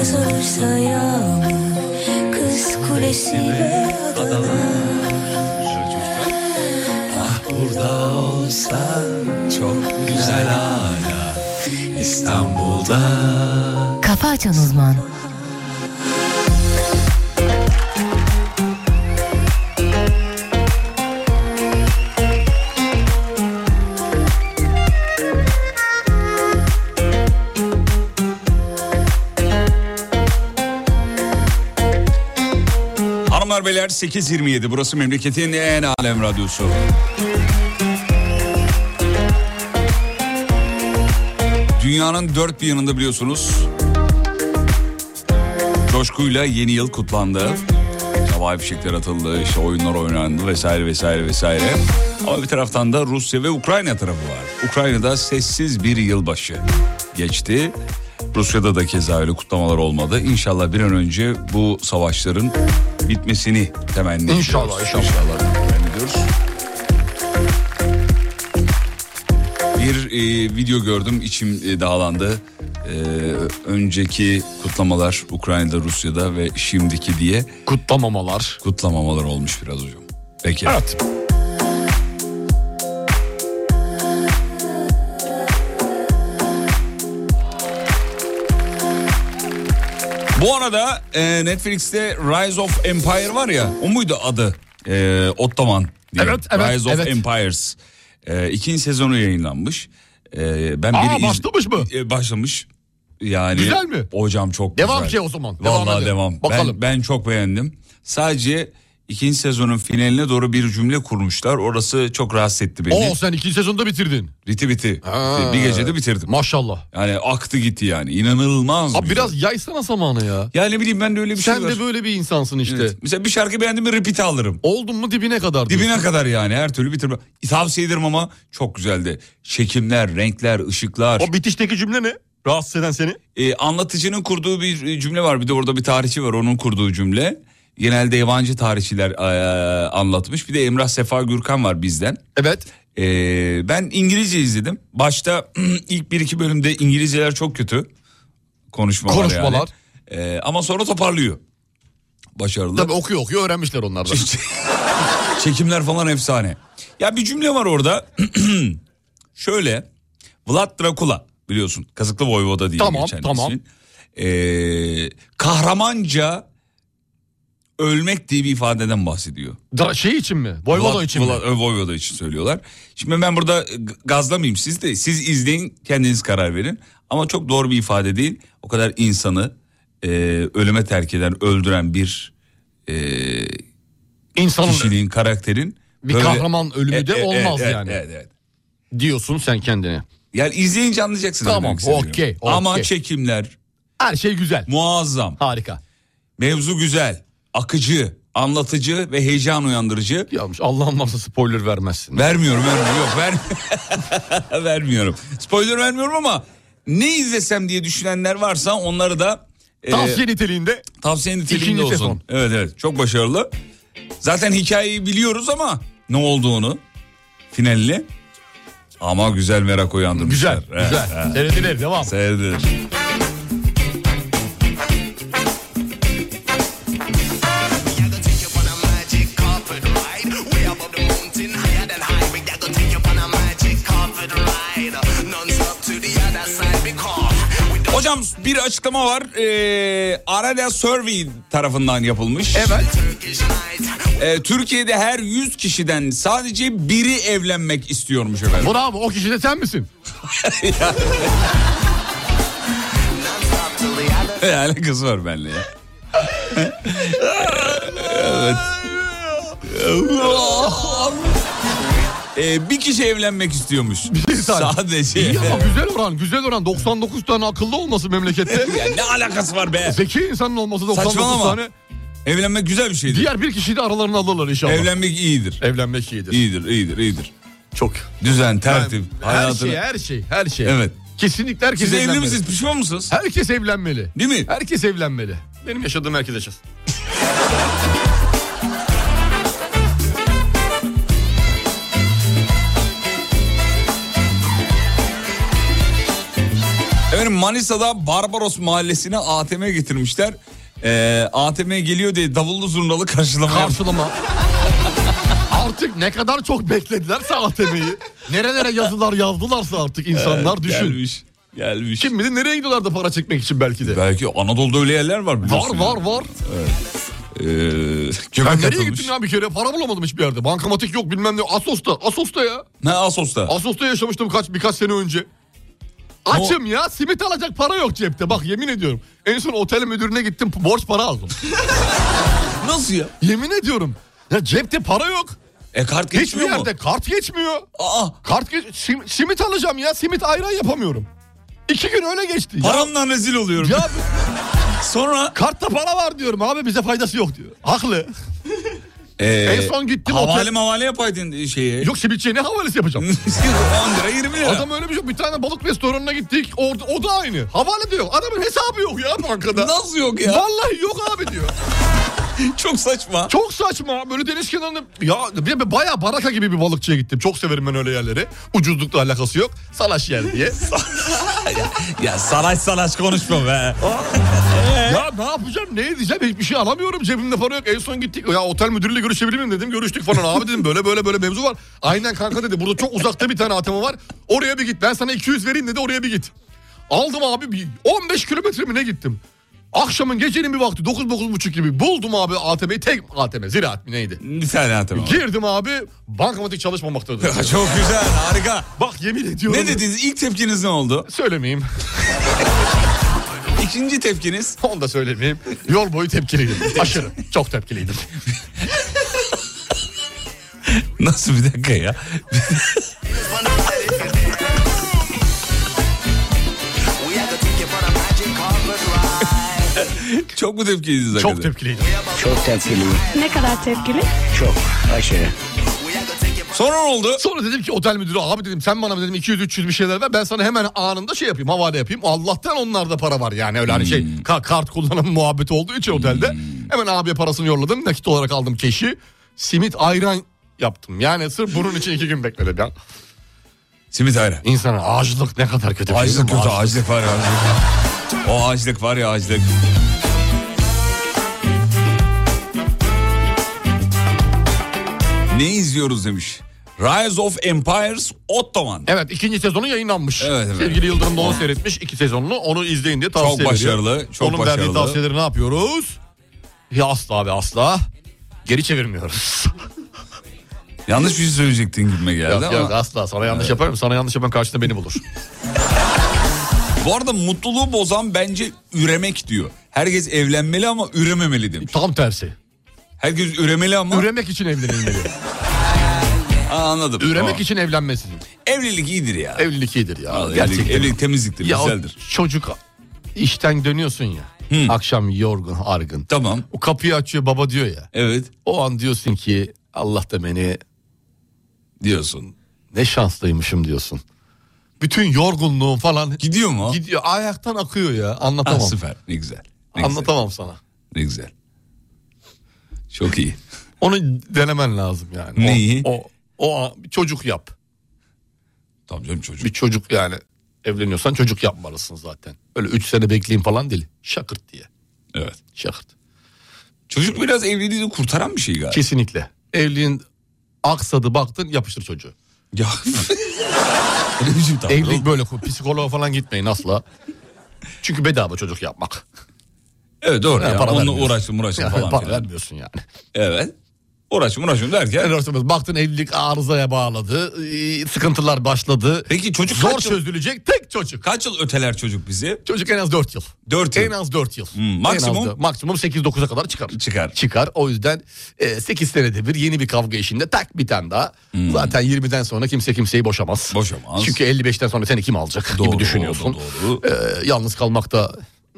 S5: azarsa yağmur Kız kulesi ve adalar
S2: Burada olsan çok güzel hala İstanbul'da
S1: Kafa Açan Uzman
S3: Hanımlar beyler 8.27 burası memleketin en alem radyosu. Dünyanın dört bir yanında biliyorsunuz. Coşkuyla yeni yıl kutlandı. Havai fişekler atıldı, işte oyunlar oynandı vesaire vesaire vesaire. Ama bir taraftan da Rusya ve Ukrayna tarafı var. Ukrayna'da sessiz bir yılbaşı geçti. Rusya'da da keza öyle kutlamalar olmadı. İnşallah bir an önce bu savaşların bitmesini temenni ediyoruz.
S4: İnşallah, inşallah.
S3: İnşallah temenni ediyoruz. Bir e, video gördüm içim e, dağlandı. E, önceki kutlamalar Ukrayna'da, Rusya'da ve şimdiki diye
S4: Kutlamamalar.
S3: kutlamamalar olmuş biraz hocam. Peki.
S4: Evet.
S3: Bu arada e, Netflix'te Rise of Empire var ya o muydu adı? E, Ottoman diye.
S4: Evet, evet,
S3: Rise of
S4: evet.
S3: Empires. E, ikinci sezonu yayınlanmış. E, ben
S4: Aa,
S3: biri iz-
S4: başlamış mı?
S3: E, başlamış. Yani
S4: Güzel mi?
S3: Hocam çok
S4: Devam
S3: güzel.
S4: ki o zaman. Devam
S3: Vallahi
S4: hadi.
S3: devam.
S4: Bakalım.
S3: Ben, ben çok beğendim. Sadece ikinci sezonun finaline doğru bir cümle kurmuşlar. Orası çok rahatsız etti beni.
S4: Oo sen ikinci sezonda bitirdin.
S3: Riti biti.
S4: Ha.
S3: Bir gecede bitirdim.
S4: Maşallah.
S3: Yani aktı gitti yani. İnanılmaz.
S4: Abi
S3: güzel.
S4: biraz yaysana zamanı ya.
S3: Yani ne bileyim ben de öyle bir
S4: Sen
S3: şey var.
S4: de böyle bir insansın işte.
S3: Evet. Mesela bir şarkı beğendim mi repeat alırım.
S4: Oldun mu dibine kadar. diyorsun.
S3: Dibine kadar yani her türlü bitirme. Tavsiye ederim ama çok güzeldi. Çekimler, renkler, ışıklar.
S4: O bitişteki cümle ne? Rahatsız eden seni.
S3: Ee, anlatıcının kurduğu bir e, cümle var. Bir de orada bir tarihçi var onun kurduğu cümle. Genelde yabancı tarihçiler e, anlatmış. Bir de Emrah Sefa Gürkan var bizden.
S4: Evet.
S3: Ee, ben İngilizce izledim. Başta ilk bir iki bölümde İngilizceler çok kötü. Konuşmalar,
S4: Konuşmalar.
S3: yani. Ee, ama sonra toparlıyor. Başarılı.
S4: Tabii okuyor okuyor öğrenmişler onlar da.
S3: Çekimler falan efsane. Ya bir cümle var orada. Şöyle. Vlad Dracula biliyorsun. Kazıklı Voyvoda diye
S4: Tamam,
S3: geçen
S4: tamam.
S3: ismin. Ee, kahramanca ölmek diye bir ifadeden bahsediyor.
S4: Da- şey için mi? Voyvoda
S3: Vlad-
S4: için mi?
S3: Vlad- e, Voyvoda için söylüyorlar. Şimdi ben burada e, g- gazlamayayım siz de. Siz izleyin kendiniz karar verin. Ama çok doğru bir ifade değil. O kadar insanı e, ölüme terk eden, öldüren bir e,
S4: İnsanın
S3: kişiliğin, karakterin E,
S4: Bir kahraman ölümü de olmaz yani.
S3: Evet, evet.
S4: diyorsun sen kendine.
S3: Yani izleyince anlayacaksın.
S4: Tamam,
S3: demek istediğimi.
S4: okey,
S3: Ama
S4: okey.
S3: çekimler
S4: Her şey güzel.
S3: muazzam.
S4: Harika.
S3: Mevzu güzel, akıcı, anlatıcı ve heyecan uyandırıcı.
S4: Yanlış. Allah'ın varsa spoiler vermezsin.
S3: Vermiyorum, vermiyorum. Yok, ver... vermiyorum. Spoiler vermiyorum ama ne izlesem diye düşünenler varsa onları da e,
S4: Tavsiye niteliğinde
S3: tavsiye niteliğinde
S4: İkinci
S3: olsun.
S4: sezon.
S3: Evet, evet. Çok başarılı. Zaten hikayeyi biliyoruz ama ne olduğunu finalini. Ama güzel merak uyandırmışlar.
S4: güzel.
S3: Evet,
S4: Güzel.
S3: evet.
S4: Seyredilir devam.
S3: Seyredilir. Hocam bir açıklama var. Ee, Arada Survey tarafından yapılmış.
S4: Evet.
S3: Ee, Türkiye'de her 100 kişiden sadece biri evlenmek istiyormuş efendim.
S4: Bravo o kişi de sen misin?
S3: Ne alakası var benimle ya? evet. Ee, bir kişi evlenmek istiyormuş.
S4: Bir tane.
S3: Sadece.
S4: İyi ama güzel oran güzel oran. 99 tane akıllı olması memlekette.
S3: Ya ne alakası var be?
S4: Zeki insanın olması 99
S3: Saçmalama.
S4: tane.
S3: Evlenmek güzel bir şeydir.
S4: Diğer bir kişiyi de aralarına alırlar inşallah.
S3: Evlenmek iyidir.
S4: Evlenmek iyidir.
S3: İyidir, iyidir, iyidir.
S4: Çok.
S3: Düzen, tertip,
S4: Her
S3: hayatını.
S4: şey her şey her şey.
S3: Evet.
S4: Kesinlikle herkes
S3: Siz evli
S4: evlenmeli.
S3: misiniz? Pişman mısınız?
S4: Herkes evlenmeli.
S3: Değil mi?
S4: Herkes evlenmeli. Benim yaşadığım herkes yaşasın.
S3: Efendim Manisa'da Barbaros Mahallesi'ne ATM getirmişler. Ee, ATM geliyor diye davullu zurnalı karşılama.
S4: Karşılama. Artık ne kadar çok bekledilerse ATM'yi. Nerelere yazılar yazdılarsa artık insanlar
S3: Evet,
S4: düşün.
S3: Gelmiş. Gelmiş.
S4: Kim bilir nereye gidiyorlar da para çekmek için belki de.
S3: Belki Anadolu'da öyle yerler var
S4: Var
S3: biliyorsun.
S4: var var.
S3: Ee,
S4: Ben
S3: göbek
S4: nereye
S3: atılmış.
S4: gittim ya bir kere para bulamadım hiçbir yerde. Bankamatik yok bilmem ne. Asos'ta. Asos'ta ya.
S3: Ne Asos'ta?
S4: Asos'ta yaşamıştım kaç birkaç sene önce. Açım ya simit alacak para yok cepte bak yemin ediyorum. En son otel müdürüne gittim borç para aldım.
S3: Nasıl ya?
S4: yemin ediyorum. Ya cepte para yok.
S3: E kart
S4: Hiçbir
S3: geçmiyor mu?
S4: yerde kart geçmiyor.
S3: Aa,
S4: Kart geç sim- simit alacağım ya simit ayran yapamıyorum. İki gün öyle geçti. Ya,
S3: paramla rezil oluyorum.
S4: ya
S3: Sonra
S4: kartta para var diyorum abi bize faydası yok diyor. Haklı. en son gittim
S3: e, havale
S4: otel-
S3: mavale yapaydın şeyi.
S4: Yok simitçiye ne havalesi yapacağım?
S3: 10 lira 20 lira.
S4: Adam öyle bir şey. Bir tane balık restoranına gittik. Orada o da aynı. Havale de yok. Adamın hesabı yok ya bankada.
S3: Nasıl yok ya?
S4: Vallahi yok abi diyor.
S3: Çok saçma.
S4: Çok saçma. Böyle deniz kenarında ya bir de bayağı baraka gibi bir balıkçıya gittim. Çok severim ben öyle yerleri. Ucuzlukla alakası yok. Salaş yer diye.
S3: Ya salaş salaş konuşma be.
S4: ya ne yapacağım? Ne edeceğim? Hiçbir şey alamıyorum. Cebimde para yok. En son gittik. Ya otel müdürüyle görüşebilir miyim dedim. Görüştük falan. Abi dedim böyle böyle böyle mevzu var. Aynen kanka dedi. Burada çok uzakta bir tane atama var. Oraya bir git. Ben sana 200 vereyim dedi. Oraya bir git. Aldım abi. bir 15 kilometre mi ne gittim? Akşamın gecenin bir vakti 9-9.30 gibi buldum abi ATM'yi tek ATM ziraat mi neydi?
S3: Bir tane hatırlamam.
S4: Girdim abi bankamatik çalışmamaktadır.
S3: Ya Çok güzel harika.
S4: Bak yemin ediyorum.
S3: Ne dediniz? İlk tepkiniz ne oldu?
S4: Söylemeyeyim.
S3: İkinci tepkiniz?
S4: Onu da söylemeyeyim. Yol boyu tepkiliydim. Aşırı. Çok tepkiliydim.
S3: Nasıl bir dakika ya? Çok mu tepkiliydiniz?
S4: Çok
S3: hakikaten?
S4: tepkiliydim.
S10: Çok tepkili.
S11: Ne kadar tepkili?
S10: Çok. Aşırı.
S3: Sonra ne oldu?
S4: Sonra dedim ki otel müdürü abi dedim sen bana dedim 200-300 bir şeyler ver ben sana hemen anında şey yapayım havale yapayım. Allah'tan onlarda para var yani öyle hani şey
S3: Hmm.
S4: ka- kart kullanım muhabbeti olduğu için otelde. Hemen abiye parasını yolladım nakit olarak aldım keşi. Simit ayran yaptım yani sırf bunun için iki gün bekledim ya.
S3: Simit ayran.
S4: İnsana ağaçlık ne kadar kötü. bir şey,
S3: Açlık
S4: değil mi?
S3: kötü, açlık var ya. Açlık. O açlık var ya açlık. Ne izliyoruz demiş. Rise of Empires Ottoman.
S4: Evet ikinci sezonu yayınlanmış.
S3: Evet, evet.
S4: Sevgili Yıldırım da onu seyretmiş. iki sezonunu onu izleyin diye tavsiye
S3: Çok
S4: ediyorum.
S3: başarılı, çok
S4: Onun verdiği
S3: başarılı.
S4: tavsiyeleri ne yapıyoruz? Ya asla ve asla geri çevirmiyoruz.
S3: Yanlış bir şey söyleyecektin gibime
S4: Yok,
S3: geldi ama.
S4: yok, asla sana yanlış yaparım. Sana yanlış yapan karşında beni bulur.
S3: Bu arada mutluluğu bozan bence üremek diyor. Herkes evlenmeli ama ürememeli demiş.
S4: Tam tersi.
S3: Herkes üremeli ama...
S4: Üremek için evlenilmeli.
S3: Aa, anladım.
S4: Üremek
S3: Tamam.
S4: için evlenmesin.
S3: Evlilik iyidir ya.
S4: Evlilik iyidir ya.
S3: Vallahi
S4: Gerçekten.
S3: Evlilik, evlilik temizliktir,
S4: ya o
S3: güzeldir.
S4: çocuk işten dönüyorsun ya. Akşam yorgun, argın.
S3: Tamam,
S4: O kapıyı açıyor baba diyor ya.
S3: evet
S4: O an diyorsun ki Allah da beni
S3: diyorsun.
S4: Ne şanslıymışım diyorsun. Bütün yorgunluğun falan
S3: Gidiyor mu? o?
S4: gidiyor. Ayaktan akıyor ya.
S3: Ha,
S4: Anlatamam.
S3: süper, ne güzel. Ne güzel.
S4: Anlatamam sana.
S3: Ne güzel. Çok iyi.
S4: Onu denemen lazım yani. O-
S3: Neyi?
S4: O, o, an- bir çocuk yap.
S3: Tamam canım çocuk.
S4: Bir çocuk yani. Evleniyorsan çocuk yapmalısın zaten. Öyle 3 sene bekleyin falan değil. Şakırt diye.
S3: Evet.
S4: Şakırt.
S3: Çocuk biraz evliliğini kurtaran bir şey galiba.
S4: Kesinlikle. Evliliğin aksadı baktın yapıştır çocuğu.
S3: Ya. O ne biçim tabir oğlum?
S4: Evlilik böyle psikoloğa falan gitmeyin asla. Çünkü bedava çocuk yapmak.
S3: Evet doğru.
S4: Ha,
S3: ya.
S4: para
S3: Onunla
S4: vermiyorsun.
S3: uğraştım uğraştım
S4: Yani
S3: falan.
S4: para
S3: filan.
S4: vermiyorsun yani.
S3: Evet. Uğraştım uğraştım derken.
S4: En azından baktın evlilik arızaya bağladı. ee, Sıkıntılar başladı.
S3: Peki çocuk
S4: Zor
S3: kaç yıl-
S4: çözülecek tek çocuk.
S3: Kaç yıl öteler çocuk bizi?
S4: Çocuk en az 4 yıl.
S3: 4
S4: En
S3: yıl. Hmm,
S4: az 4 yıl. En az
S3: maksimum?
S4: dört- maksimum 8-9'a kadar çıkar.
S3: Çıkar.
S4: Çıkar. O yüzden 8 senede bir yeni bir kavga işinde tak bir tane daha. Zaten 20'den sonra kimse kimseyi boşamaz.
S3: Hmm. Boşamaz.
S4: Çünkü 55'ten sonra seni kim alacak
S3: Doğru,
S4: gibi düşünüyorsun.
S3: doğru,
S4: Ee, yalnız kalmak da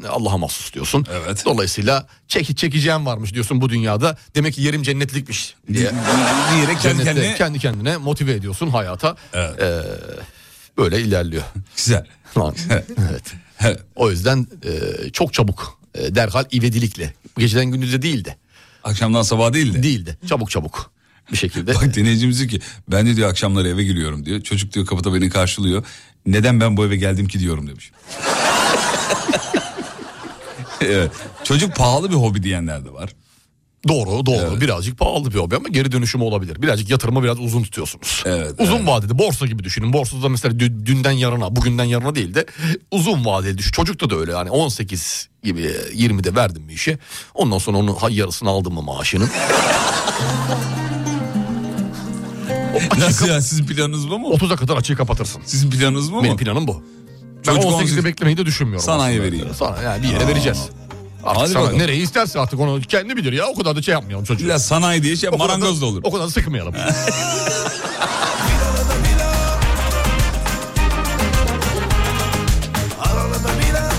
S4: Allah'a mahsus diyorsun.
S3: Evet.
S4: Dolayısıyla çeki çekeceğim varmış diyorsun bu dünyada. Demek ki yerim cennetlikmiş diye.
S3: Diyerek kendi
S4: Cennette
S3: kendine.
S4: kendi kendine motive ediyorsun hayata.
S3: Evet.
S4: Ee, böyle ilerliyor.
S3: Güzel.
S4: Lan, evet. O yüzden e, çok çabuk e, derhal ivedilikle. Geceden gündüze değil de.
S3: Akşamdan sabah değil de.
S4: Değil de. Çabuk çabuk. bir şekilde.
S3: Bak deneyicimiz diyor ki ben de diyor akşamları eve geliyorum diyor. Çocuk diyor kapıda beni karşılıyor. Neden ben bu eve geldim ki diyorum demiş. evet. Çocuk pahalı bir hobi diyenler de var.
S4: Doğru doğru birazcık pahalı bir hobi ama geri dönüşümü olabilir. Birazcık yatırımı biraz uzun tutuyorsunuz. uzun vadede borsa gibi düşünün. Borsada mesela dü- dünden yarına bugünden yarına değil de uzun vadeli düşün. Çocukta da öyle yani 18 gibi 20'de verdim mi işe. Ondan sonra onun ha- yarısını aldım mı maaşının.
S3: Nasıl ya sizin planınız bu mu?
S4: 30'a kadar açığı kapatırsın.
S3: Sizin planınız bu mu?
S4: Benim planım bu. Ben
S3: Çocuk
S4: 18'de
S3: 18
S4: beklemeyi de düşünmüyorum.
S3: Sanayi
S4: aslında.
S3: vereyim.
S4: Sana yani bir yere vereceğiz. Artık
S3: Hadi
S4: sana
S3: bakalım.
S4: nereye isterse artık onu kendi bilir ya. O kadar da şey yapmayalım çocuğu.
S3: İlla sanayi diye şey
S4: O kadar
S3: marangoz da olur.
S4: O kadar da sıkmayalım.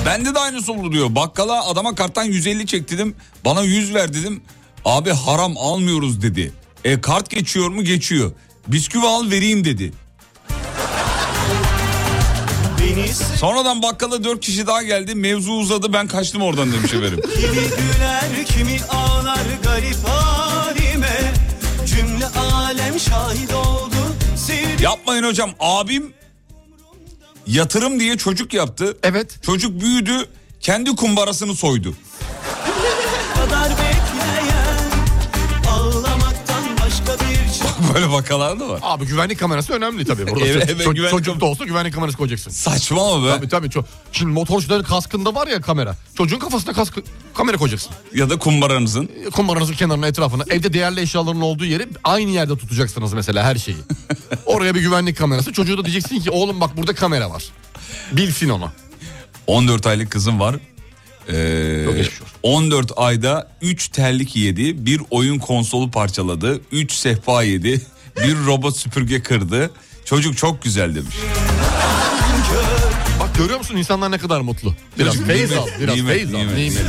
S3: Bende de aynısı oldu diyor. Bakkala adama karttan 150 çek dedim. Bana 100 ver dedim. Abi haram almıyoruz dedi. E kart geçiyor mu? Geçiyor. Bisküvi al vereyim dedi. Sonradan bakkala 4 kişi daha geldi. Mevzu uzadı ben kaçtım oradan demiş efendim.
S2: Kimi güler kimi ağlar garip halime Cümle alem şahit oldu sevdiğim
S3: Yapmayın hocam abim yatırım diye çocuk yaptı.
S4: Evet.
S3: Çocuk büyüdü kendi kumbarasını soydu.
S2: kadar bekleyen Ağlamaktan başka bir şey
S3: Böyle vakalar da var.
S4: Abi güvenlik kamerası önemli tabii. Burada
S3: Evet,
S4: ço-
S3: evet,
S4: ço-
S3: güvenlik
S4: çocuk da olsa güvenlik kamerası koyacaksın.
S3: Saçma ama be.
S4: Tabii tabii. Ço- Şimdi motorcuların kaskında var ya kamera. Çocuğun kafasına kask kamera koyacaksın.
S3: Ya da kumbaranızın.
S4: E, Kumbaranızın kenarına etrafına. Evde değerli eşyaların olduğu yeri aynı yerde tutacaksınız mesela her şeyi. Oraya bir güvenlik kamerası. Çocuğu da diyeceksin ki oğlum bak burada kamera var. Bilsin onu.
S3: 14 aylık kızım var. Ee,
S4: Çok geçmiş olsun.
S3: 14 ayda 3 terlik yedi, bir oyun konsolu parçaladı, 3 sehpa yedi, bir robot süpürge kırdı. Çocuk çok güzel demiş.
S4: Bak görüyor musun insanlar ne kadar mutlu. Biraz
S3: Çocuk
S4: feyz
S3: nimet,
S4: al. Biraz
S3: nimet,
S4: feyz al.
S3: nimet,
S4: nimet.
S3: nimet.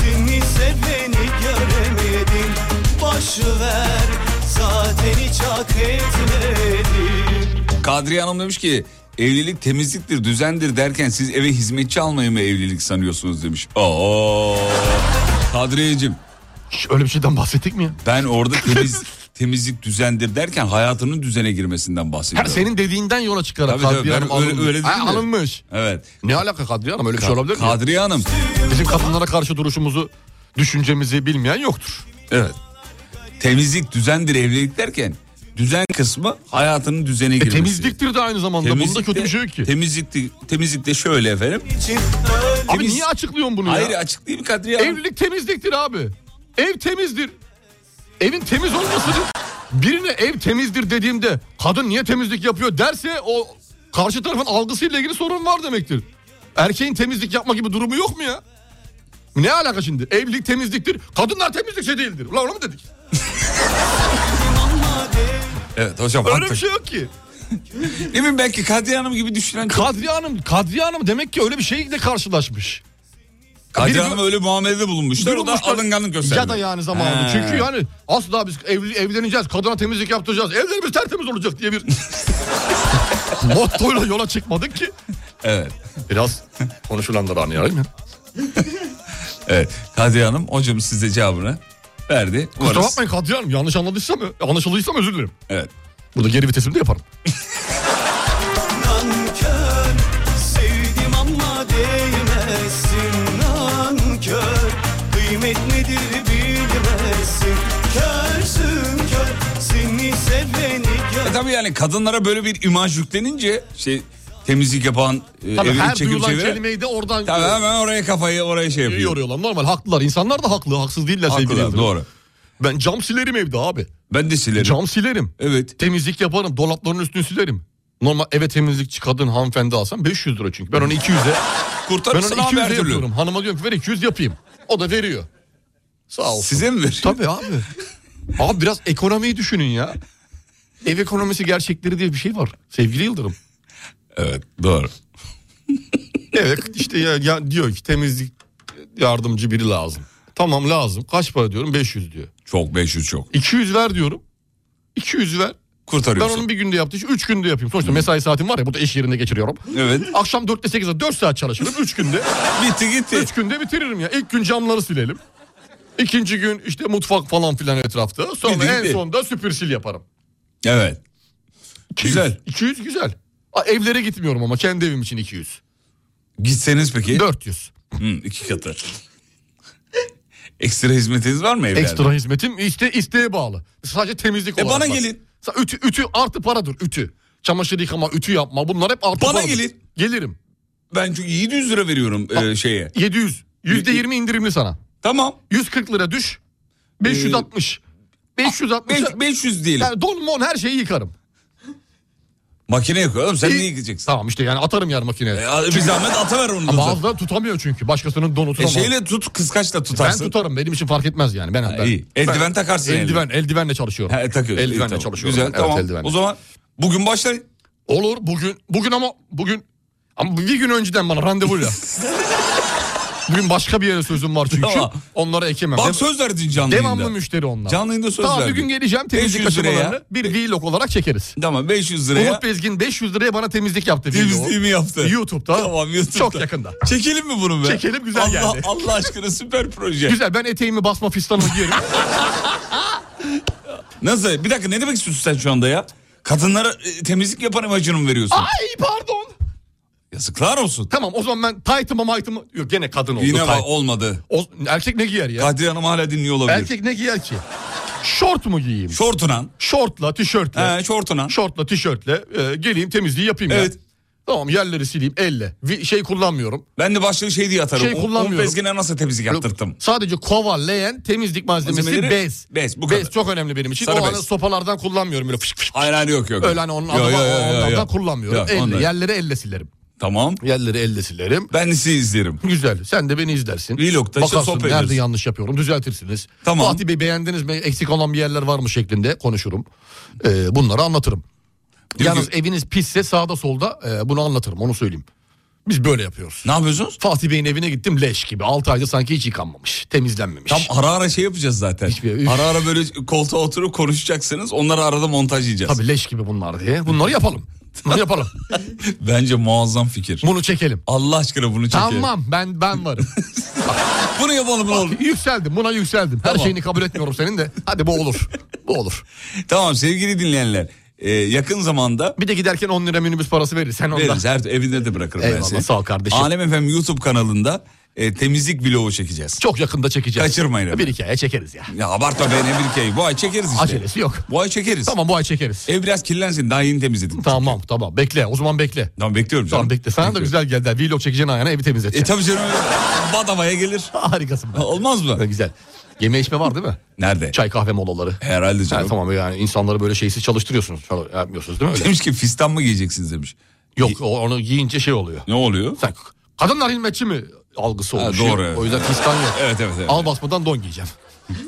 S2: Seni seveni göremedim Boşver zaten hiç hak etmedim
S3: Kadriye Hanım demiş ki evlilik temizliktir, düzendir derken siz eve hizmetçi almayı mı evlilik sanıyorsunuz demiş. Oo. Kadriyeciğim
S4: Şş, öyle bir şeyden bahsettik mi ya?
S3: ben orada temiz, temizlik düzendir derken hayatının düzene girmesinden
S4: Her
S3: bahsediyorum.
S4: senin dediğinden yola çıkarak
S3: Tabii, tabii,
S4: Kadriye
S3: ben
S4: Hanım
S3: öyle-
S4: alınmış.
S3: öyle dedim
S4: Ha,
S3: de.
S4: alınmış.
S3: Evet.
S4: Ne alaka Kadriye Hanım öyle bir şey olabilir mi?
S3: Kadriye Hanım.
S4: Bizim kadınlara karşı duruşumuzu, düşüncemizi bilmeyen yoktur. E,
S3: Evet. Temizlik, düzendir evlilik derken düzen kısmı hayatının düzene
S4: E,
S3: girmesi.
S4: temizliktir de aynı zamanda. Bunda
S3: Temizlik
S4: kötü
S3: de-
S4: bir şey yok ki.
S3: Temizlik, de- temizlik de şöyle efendim.
S4: abi
S3: temiz-
S4: niye açıklıyorsun bunu
S3: Hayır
S4: ya?
S3: açık değil mi Kadriye Hanım?
S4: Evlilik temizliktir abi. Ev temizdir. Evin temiz olmasını birine ev temizdir dediğimde kadın niye temizlik yapıyor derse o karşı tarafın algısıyla ilgili sorun var demektir. Erkeğin temizlik yapma gibi durumu yok mu ya? Ne alaka şimdi? Evlilik temizliktir. Kadınlar temizlikçi değildir. Ulan onu mu dedik?
S3: Evet hocam.
S4: Öyle bir
S3: haklı.
S4: şey yok ki.
S3: Ne bileyim belki Kadriye Hanım gibi düşünen çok-
S4: Kadriye Hanım, Kadriye Hanım demek ki öyle bir şeyle karşılaşmış.
S3: Kadriye
S4: biri-
S3: Hanım öyle muamelede bulunmuşlar. O da
S4: Durulmuşlar.
S3: alınganlık gösterdi.
S4: Ya da yani zamanında.
S3: He.
S4: Çünkü yani asla biz evli, evleneceğiz, kadına temizlik yaptıracağız, evlerimiz tertemiz olacak diye bir mottoyla yola çıkmadık ki.
S3: Evet.
S4: Biraz konuşulanları anlayalım ya.
S3: Evet. Kadriye Hanım hocam size cevabını verdi. Umarız-
S4: Kusura bakmayın Kadriye Hanım yanlış anladıysam, anlaşıldıysam özür dilerim.
S3: Evet.
S4: Burada geri vitesimi de yaparım.
S2: Nankör sevdim ama değmezsin Nankör kıymet nedir bilmezsin Körsün kör seni seveni gör
S3: E tabii yani kadınlara böyle bir imaj yüklenince şey temizlik yapan, e,
S4: Tabii
S3: evini
S4: her
S3: çekip
S4: duyulan
S3: çeviren.
S4: kelimeyi de oradan
S3: Tabii hemen oraya kafayı oraya şey yapıyor.
S4: yoruyorlar. Normal haklılar. İnsanlar da haklı. Haksız değiller sevgili
S3: Haklılar
S4: Yıldırım.
S3: şey doğru.
S4: Ben cam silerim evde abi.
S3: Ben de silerim.
S4: Cam silerim.
S3: Evet.
S4: Temizlik yaparım. Dolapların üstünü silerim. Normal eve temizlikçi kadın hanımefendi alsam 500 lira çünkü. Ben onu 200'e ben
S3: Kurtarırsın
S4: onu
S3: abi
S4: 200
S3: her türlü.
S4: yapıyorum. Hanıma diyorum ki ver 200 yapayım. O da veriyor. Sağ olsun.
S3: Size mi veriyor?
S4: Tabii abi. abi biraz ekonomiyi düşünün ya. Ev ekonomisi gerçekleri diye bir şey var. Sevgili Yıldırım.
S3: Evet doğru.
S4: Evet işte ya, ya diyor ki temizlik yardımcı biri lazım. Tamam lazım. Kaç para diyorum? 500 diyor.
S3: Çok 500 çok.
S4: 200 ver diyorum. 200 ver. Ben
S3: Kurtarıyorsun.
S4: onun bir günde yaptığı işi 3 günde yapayım. Sonuçta mesai saatim var ya bu da iş yerinde geçiriyorum.
S3: Evet.
S4: Akşam 4'te 8'de 4 saat çalışırım. 3 günde
S3: Ah, Bitti gitti.
S4: 3 günde bitiririm ya. İlk gün camları silelim. İkinci gün işte mutfak falan filan etrafta. Sonra
S3: Bildiğin
S4: en
S3: bir-
S4: sonda süpür sil yaparım.
S3: Evet.
S4: 200, güzel. 200 güzel. A, evlere gitmiyorum ama kendi evim için 200.
S3: Gitseniz peki?
S4: 400.
S3: Hı, iki katı. Ekstra hizmetiniz var mı evlerde?
S4: Ekstra hizmetim işte isteğe bağlı. Sadece temizlik
S3: E,
S4: olarak.
S3: bana
S4: bak.
S3: gelin.
S4: Sa- Ütü, ütü artı paradır ütü. Çamaşır yıkama, ütü yapma bunlar hep artı
S3: Bana
S4: paradır.
S3: gelin.
S4: Gelirim.
S3: Ben çünkü 700 lira veriyorum
S4: Ah.
S3: e, şeye.
S4: 700. %20 indirimli sana.
S3: Tamam.
S4: 140 lira düş. 560. 560.
S3: Ee, Beş- 500 diyelim.
S4: Yani don mon her şeyi yıkarım.
S3: Makine yok oğlum sen
S4: İyi.
S3: niye gideceksin?
S4: Tamam işte yani atarım yer makineye.
S3: E, bir zahmet atıver onu da.
S4: Ha, Bazıları tutamıyor çünkü. Başkasının donu
S3: E,
S4: tutamaz.
S3: şeyle tut kıskaçla
S4: ben
S3: tutarsın.
S4: tutarım. Benim için fark etmez yani. Ben, ben-
S3: iyi. Eldiven
S4: ben-
S3: takarsın
S4: Eldiven, eldivenle çalışıyorum.
S3: He, takıyorsun.
S4: Eldivenle
S3: İyi, tamam.
S4: çalışıyorum.
S3: Güzel
S4: Evet,
S3: tamam.
S4: eldivenle.
S3: O zaman bugün başlayın.
S4: Olur bugün. Bugün ama bugün ama bir gün önceden bana randevuyla. bugün başka bir yere sözüm var çünkü.
S3: Tamam.
S4: Onlara ekemem.
S3: Bak
S4: Dev-
S3: söz verdin canlı
S4: devamlı
S3: yayında.
S4: müşteri onlar.
S3: Canlı yayında söz
S4: Daha bir
S3: verdim.
S4: gün geleceğim temizlik
S3: 500 liraya.
S4: aşamalarını bir vlog olarak çekeriz.
S3: Tamam 500 liraya.
S4: Umut Bezgin 500 liraya bana temizlik yaptı. vlog.
S3: Temizliğimi yaptı.
S4: YouTube'da.
S3: Tamam YouTube'da.
S4: Çok yakında.
S3: Çekelim mi bunu be?
S4: Çekelim, güzel
S3: Allah,
S4: geldi.
S3: Allah aşkına süper proje.
S4: Güzel ben eteğimi basma fistanımı giyerim.
S3: Nasıl? Bir dakika ne demek istiyorsun sen şu anda ya? Kadınlara e, temizlik yapan imajını mı veriyorsun?
S4: Ay pardon.
S3: Yazıklar olsun.
S4: Tamam o zaman ben tight'ımı might'ımı... Yok gene kadın oldu.
S3: Yine
S4: tight.
S3: bak olmadı.
S4: O- erkek ne giyer ya?
S3: Kadir Hanım hala dinliyor olabilir.
S4: Erkek ne giyer ki? Şort mu giyeyim?
S3: Şortunan.
S4: Şortla, tişörtle.
S3: He, şortunan.
S4: Şortla tişörtle e, geleyim temizliği yapayım
S3: Evet.
S4: ya. Tamam yerleri sileyim elle. Vi- şey kullanmıyorum.
S3: Ben de başlığı şey diye atarım.
S4: Şey
S3: Um-
S4: kullanmıyorum.
S3: Um Bezgin'e nasıl temizlik yaptırttım?
S4: Sadece kova, leğen, temizlik malzemesi,
S3: Malzemeleri-
S4: bez.
S3: bez, bu kadar.
S4: çok önemli benim için.
S3: Sarı
S4: o
S3: bez.
S4: hani sopalardan kullanmıyorum böyle fış fış.
S3: Hayır hayır yok yok.
S4: Öyle hani onun
S3: Yok,
S4: adı var,
S3: yok, yok, yok,
S4: onlardan
S3: yok.
S4: kullanmıyorum.
S3: Yok,
S4: elle,
S3: ondan.
S4: yerleri elle silerim.
S3: Tamam.
S4: Yerleri elle silerim.
S3: Ben de sizi izlerim.
S4: Güzel. Sen de beni izlersin.
S3: Vlog'da işte
S4: Bakarsın
S3: sohbet ederiz.
S4: nerede yanlış yapıyorum düzeltirsiniz.
S3: Tamam.
S4: Fatih Bey beğendiniz mi? Eksik olan bir yerler var mı şeklinde konuşurum. Ee, bunları anlatırım.
S3: Diyor
S4: Yalnız
S3: ki-
S4: eviniz pisse sağda solda e, bunu anlatırım onu söyleyeyim. Biz böyle yapıyoruz.
S3: Ne yapıyorsunuz?
S4: Fatih Bey'in evine gittim leş gibi. 6 ayda sanki hiç yıkanmamış. Temizlenmemiş.
S3: Tam ara ara şey yapacağız zaten.
S4: Hiçbir-
S3: Ara ara böyle koltuğa oturup konuşacaksınız. Onları arada montajlayacağız.
S4: Tabii leş gibi bunlar diye. Bunları yapalım. Bunları yapalım.
S3: Bence muazzam fikir.
S4: Bunu çekelim.
S3: Allah aşkına bunu çekelim.
S4: Tamam ben ben varım.
S3: Bunu yapalım ne olur.
S4: yükseldim buna yükseldim. Her
S3: Tamam.
S4: şeyini kabul etmiyorum senin de. Hadi bu olur. Bu olur.
S3: Tamam sevgili dinleyenler. e, yakın zamanda
S4: Bir de giderken 10 lira minibüs parası verir. Sen ondan.
S3: veririz. Her evinde de bırakırım ben
S4: Eyvallah,
S3: seni.
S4: sağ ol kardeşim.
S3: Alem Efem YouTube kanalında e, temizlik vlogu çekeceğiz.
S4: Çok yakında çekeceğiz.
S3: Kaçırmayın hemen.
S4: Bir iki aya çekeriz ya.
S3: Ya abartma be ne bir key. Bu ay çekeriz işte.
S4: Acelesi yok.
S3: Bu ay çekeriz.
S4: Tamam bu ay çekeriz.
S3: Ev biraz kirlensin daha yeni temizledim.
S4: Tamam tamam bekle o zaman bekle.
S3: Tamam bekliyorum canım.
S4: Tamam bekle sana da
S3: Bekliyorum.
S4: güzel geldi. Vlog çekeceğin ayağına evi
S3: E
S4: temizleteceksin.
S3: tabii canım badavaya gelir.
S4: Harikasın. be.
S3: Olmaz mı?
S4: Ha, Güzel. Yeme içme var değil mi?
S3: Nerede?
S4: Çay kahve molaları.
S3: Herhalde
S4: Ha,
S3: canım.
S4: tamam yani insanları böyle şeysiz çalıştırıyorsunuz. Falan Yapmıyorsunuz değil mi öyle?
S3: Demiş ki fistan mı giyeceksiniz demiş.
S4: Yok o- onu giyince şey oluyor.
S3: Ne oluyor?
S4: Sen kadınlar hizmetçi mi algısı
S3: Ha,
S4: oluşuyor.
S3: doğru, evet.
S4: O yüzden fistan yok.
S3: Evet, evet, evet.
S4: Al basmadan don giyeceğim.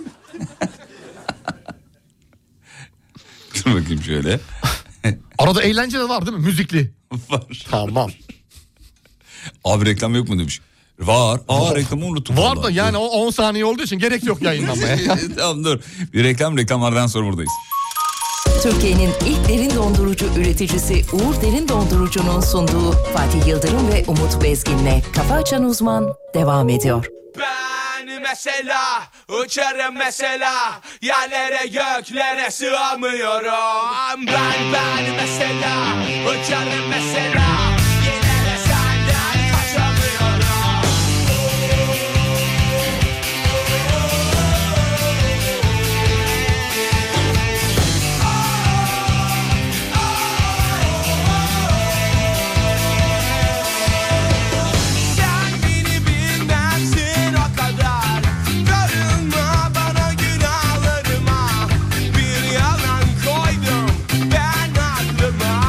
S3: Dur bakayım şöyle.
S4: Arada eğlence de var değil mi? Müzikli.
S3: Var.
S4: Tamam.
S3: Abi reklam yok mu demiş. Var. Aa reklamı unuttum.
S4: Var da
S3: vallahi.
S4: yani o 10 saniye olduğu için gerek yok yayınlamaya.
S3: tamam dur. Bir reklam reklamlardan sonra buradayız.
S1: Türkiye'nin ilk derin dondurucu üreticisi Uğur Derin Dondurucu'nun sunduğu Fatih Yıldırım ve Umut Bezgin'le Kafa Açan Uzman devam ediyor.
S8: Ben mesela uçarım mesela Yerlere göklere sığamıyorum Ben ben mesela uçarım mesela Yine de senden kaçamıyorum Sen beni bilmezsin o kadar Görünme bana günahlarıma Bir yalan koydum ben aklıma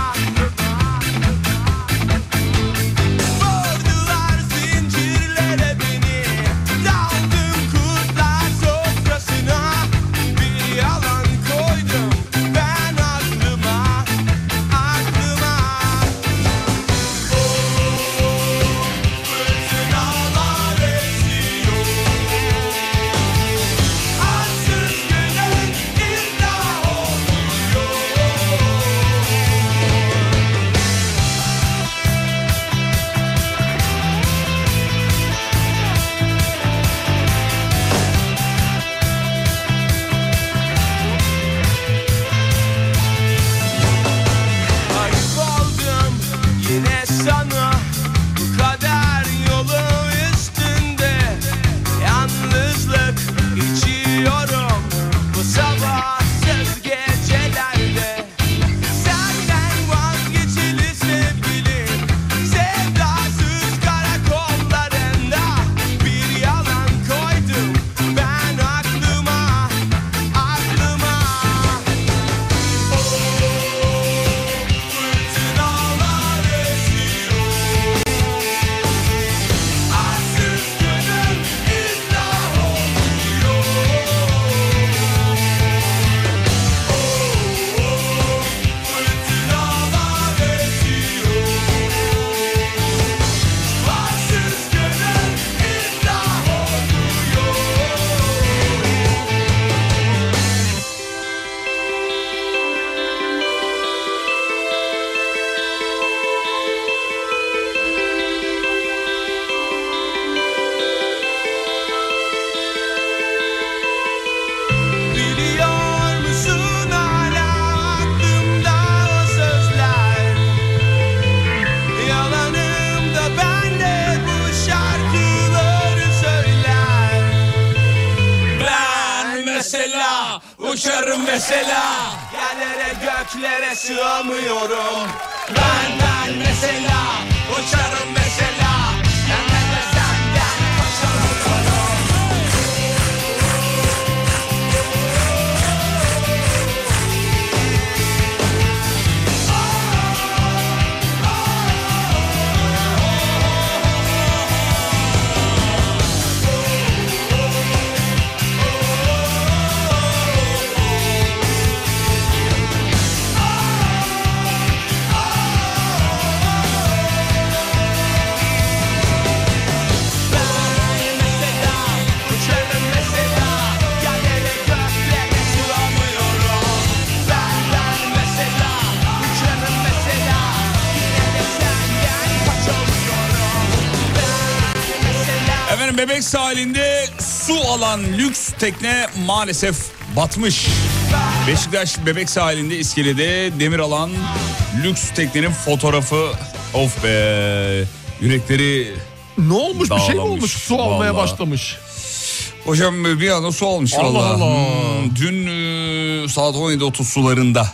S2: uçarım mesela Yerlere göklere sığamıyorum Ben ben mesela uçarım mesela Ben ben ben sen gel kaçamıyorum Uçarım mesela Yerlere göklere sığamıyorum Ben ben mesela uçarım mesela Yine de sen gel kaçamıyorum
S3: Efendim bebek sahilinde su alan lüks tekne maalesef batmış. Beşiktaş bebek sahilinde iskelede demir alan lüks teknenin fotoğrafı of be yürekleri
S4: Ne olmuş bir şey mi
S3: Dağlamış,
S4: olmuş? Su almaya
S3: vallahi.
S4: başlamış.
S3: Hocam e, bir anda su olmuş
S4: Allah
S3: vallahi.
S4: Allah.
S3: Hmm, dün e, saat 17.30 sularında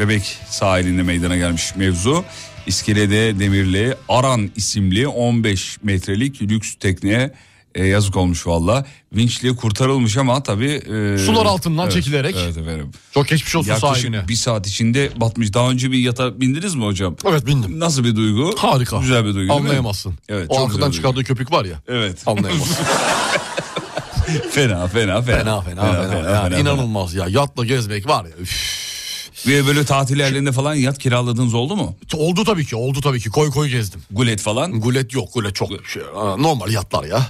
S3: Bebek sahilinde meydana gelmiş mevzu. İskelede Demirli Aran isimli 15 metrelik lüks tekneye e, yazık olmuş valla. Vinçle kurtarılmış ama tabii... e,
S4: Sular altından çekilerek.
S3: Evet efendim.
S4: Çok geçmiş olsun
S3: Yaklaşık
S4: sahibine.
S3: bir saat içinde batmış. Daha önce bir yata bindiniz mi hocam?
S4: Evet bindim.
S3: Nasıl bir duygu?
S4: Harika.
S3: Güzel bir duygu değil mi?
S4: Anlayamazsın.
S3: Evet,
S4: o
S3: çok
S4: arkadan
S3: güzel
S4: çıkardığı köpük var ya.
S3: Evet.
S4: Anlayamazsın.
S3: Fena fena fena.
S4: fena fena fena. ya. İnanılmaz ya. Yatla gezmek var ya. Üf.
S3: Ve böyle tatillerinde falan yat kiraladığınız oldu mu?
S4: Oldu tabii ki. Oldu tabii ki. Koy koy gezdim.
S3: Gulet falan.
S4: Gulet yok. Gulet çok şey. Aa, Normal yatlar ya.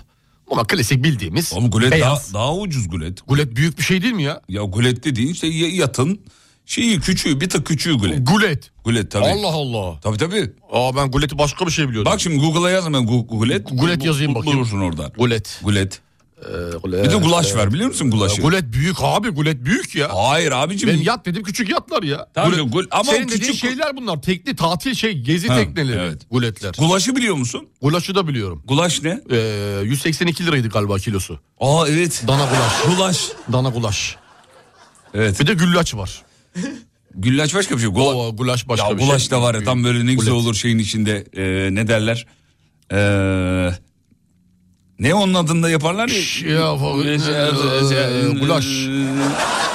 S4: Ama klasik bildiğimiz
S3: Ama gulet daha,
S4: beyaz.
S3: daha ucuz gulet.
S4: Gulet büyük bir şey değil mi ya?
S3: Ya gulet dediğin işte y- yatın şeyi küçüğü bir tık küçüğü gulet.
S4: Gulet.
S3: Gulet tabii.
S4: Allah Allah.
S3: Tabii tabii.
S4: Aa ben guleti başka bir şey biliyordum.
S3: Bak şimdi Google'a yazma gu- gulet.
S4: Gulet
S3: Bu-
S4: yazayım
S3: bu-
S4: bakayım.
S3: Bulursun orada.
S4: Gulet. E,
S3: Gulet.
S4: gulet.
S3: Bir de gulaş var biliyor musun gulaşı?
S4: Gulet büyük abi. Gulet büyük ya.
S3: Hayır abicim.
S4: Benim yat dedim küçük yatlar ya.
S3: Tabii gul- ama
S4: senin
S3: küçük-
S4: dediğin şeyler bunlar. Tekli, tatil şey, gezi
S3: Ha,
S4: tekneleri.
S3: evet.
S4: Guletler.
S3: Gulaşı biliyor musun?
S4: Gulaşı da biliyorum.
S3: Gulaş ne?
S4: Ee, 182 liraydı galiba kilosu.
S3: Aa evet.
S4: Dana gulaş.
S3: Gulaş.
S4: Dana gulaş.
S3: Evet.
S4: Bir de güllaç var.
S3: Güllaç başka bir şey. Gula-
S4: O gulaş başka
S3: ya
S4: bir
S3: gulaş
S4: şey.
S3: da var ya tam böyle ne güzel
S4: Gulet.
S3: olur şeyin içinde. Ee, ne derler? Ee, ne onun adında yaparlar ya?
S4: Şş, ya, fa- ee, gulaş.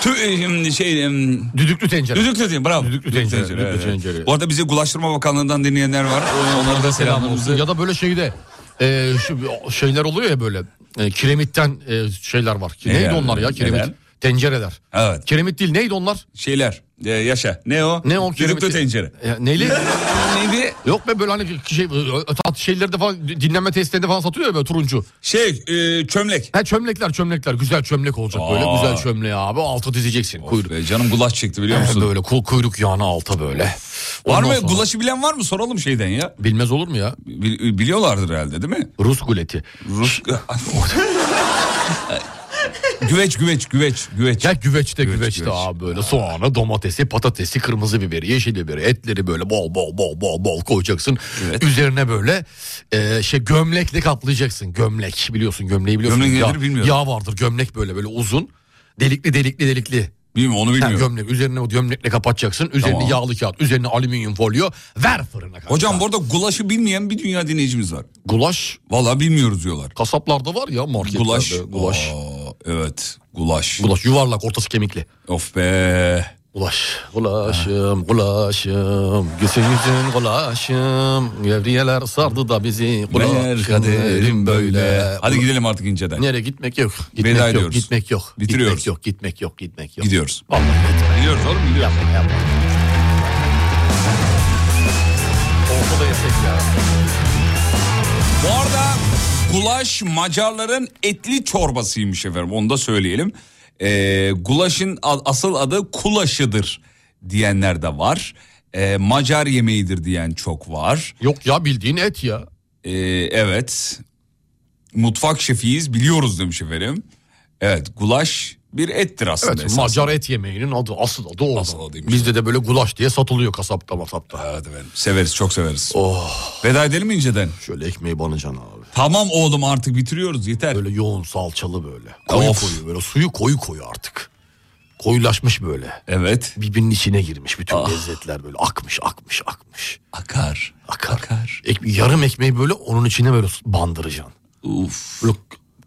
S3: Tü, şimdi şey em,
S4: Düdüklü tencere.
S3: Düdüklü tencere bravo.
S4: Düdüklü tencere, düdüklü tencere.
S3: Bu arada bize Ulaştırma Bakanlığı'ndan dinleyenler var. Onlara da selamlarımızı.
S4: Ya da böyle şeyde e, şu- şeyler oluyor ya böyle e, kiremitten e, şeyler var. Ki-
S3: Ne
S4: Neydi
S3: yani?
S4: onlar ya kiremit?
S3: Neler?
S4: Tencereler.
S3: Evet.
S4: Kiremit değil neydi onlar?
S3: Şeyler. e, yaşa. Ne o?
S4: Ne o kiremit?
S3: Düdüklü tencere.
S4: E, neyli?
S3: Neydi?
S4: Yok be böyle hani şey, tat şeylerde falan dinlenme testlerinde falan satılıyor ya böyle turuncu.
S3: Şey e, çömlek.
S4: Ha çömlekler çömlekler güzel çömlek olacak böyle
S3: Aa.
S4: güzel çömleği abi alta dizeceksin kuyruk.
S3: Be, canım gulaş çekti biliyor
S4: Ha,
S3: musun?
S4: Böyle kul kuyruk yağını alta böyle.
S3: var
S4: Ondan
S3: mı?
S4: sonra-
S3: Gulaşı bilen var mı? Soralım şeyden ya.
S4: Bilmez olur mu ya?
S3: Bil- biliyorlardır herhalde değil mi?
S4: Rus guleti.
S3: Rus... güveç güveç güveç güveç.
S4: Ya güveçte
S3: Güveç,
S4: güveçte
S3: güveç.
S4: abi böyle soğanı, domatesi, patatesi, kırmızı biberi, yeşil biberi, etleri böyle bol bol bol bol bol koyacaksın.
S3: Evet.
S4: Üzerine böyle e, şey gömlekle kaplayacaksın. Gömlek biliyorsun gömleği biliyorsun.
S3: Gömlek
S4: yağ,
S3: nedir bilmiyorum.
S4: Yağ vardır gömlek böyle böyle uzun. Delikli delikli delikli.
S3: Bilmiyorum onu
S4: Ha,
S3: bilmiyorum.
S4: gömlek üzerine o gömlekle kapatacaksın. Üzerine
S3: Tamam.
S4: yağlı kağıt, üzerine alüminyum folyo. Ver fırına kanka.
S3: Hocam bu arada gulaşı bilmeyen bir dünya dinleyicimiz var.
S4: gulaş
S3: Vallahi bilmiyoruz diyorlar.
S4: kasaplarda var ya marketlerde.
S3: Gulaş.
S4: Gulaş.
S3: Aa, evet. Gulaş.
S4: Gulaş yuvarlak ortası kemikli.
S3: Of be.
S4: Ulaş, ulaşım, ulaşım, gülsün yüzün ulaşım, gevriyeler sardı da bizi,
S3: Meğer
S4: ulaş, kaderim böyle.
S3: Hadi gidelim artık inceden.
S4: Nereye gitmek yok, gitmek
S3: Veda
S4: yok,
S3: ediyoruz.
S4: gitmek yok,
S3: Bitiriyoruz.
S4: gitmek yok, gitmek yok, gitmek yok.
S3: Gidiyoruz.
S4: Vallahi gitme.
S3: Gidiyoruz oğlum gidiyoruz.
S4: Ortada yesek ya.
S3: Bu arada gulaş Macarların etli çorbasıymış efendim. Onu da söyleyelim. Ee, gulaşın a- asıl adı kulaşıdır diyenler de var. Ee, Macar yemeğidir diyen çok var.
S4: Yok ya bildiğin et ya.
S3: Ee, evet. Mutfak şefiyiz biliyoruz demiş efendim. Evet gulaş bir ettir aslında.
S4: Evet
S3: esasında.
S4: Macar et yemeğinin adı asıl adı o.
S3: Asıl adıymış.
S4: Bizde de böyle gulaş diye satılıyor kasapta masapta.
S3: Evet efendim. Severiz çok severiz. Veda edelim mi inceden.
S4: Şöyle ekmeği banacaksın abi.
S3: Tamam oğlum artık bitiriyoruz yeter.
S4: Böyle yoğun salçalı böyle. Koyu
S3: Of.
S4: koyu böyle suyu koyu koyu artık. Koyulaşmış böyle.
S3: Evet.
S4: Birbirinin içine girmiş bütün lezzetler böyle akmış akmış akmış.
S3: Akar.
S4: Akar. Ek- yarım ekmeği böyle onun içine böyle bandıracaksın.
S3: Uf.
S4: Böyle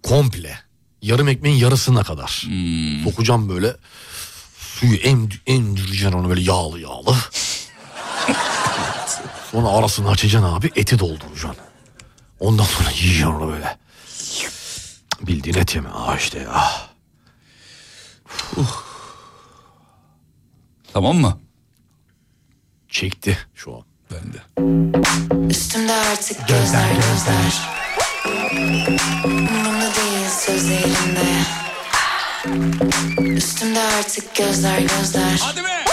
S4: komple. Yarım ekmeğin yarısına kadar. Sokacağım böyle suyu em, emdireceksin onu böyle yağlı yağlı. sonra arasını açacaksın abi eti dolduracaksın. Ondan sonra yiyeceksin onu böyle. Bildiğin et yeme. Ah işte ah.
S3: Tamam mı?
S4: Çekti şu an.
S3: Ben de.
S7: Üstümde artık gözler gözler Umurumda değil sözlerinde Üstümde artık gözler gözler Hadi be!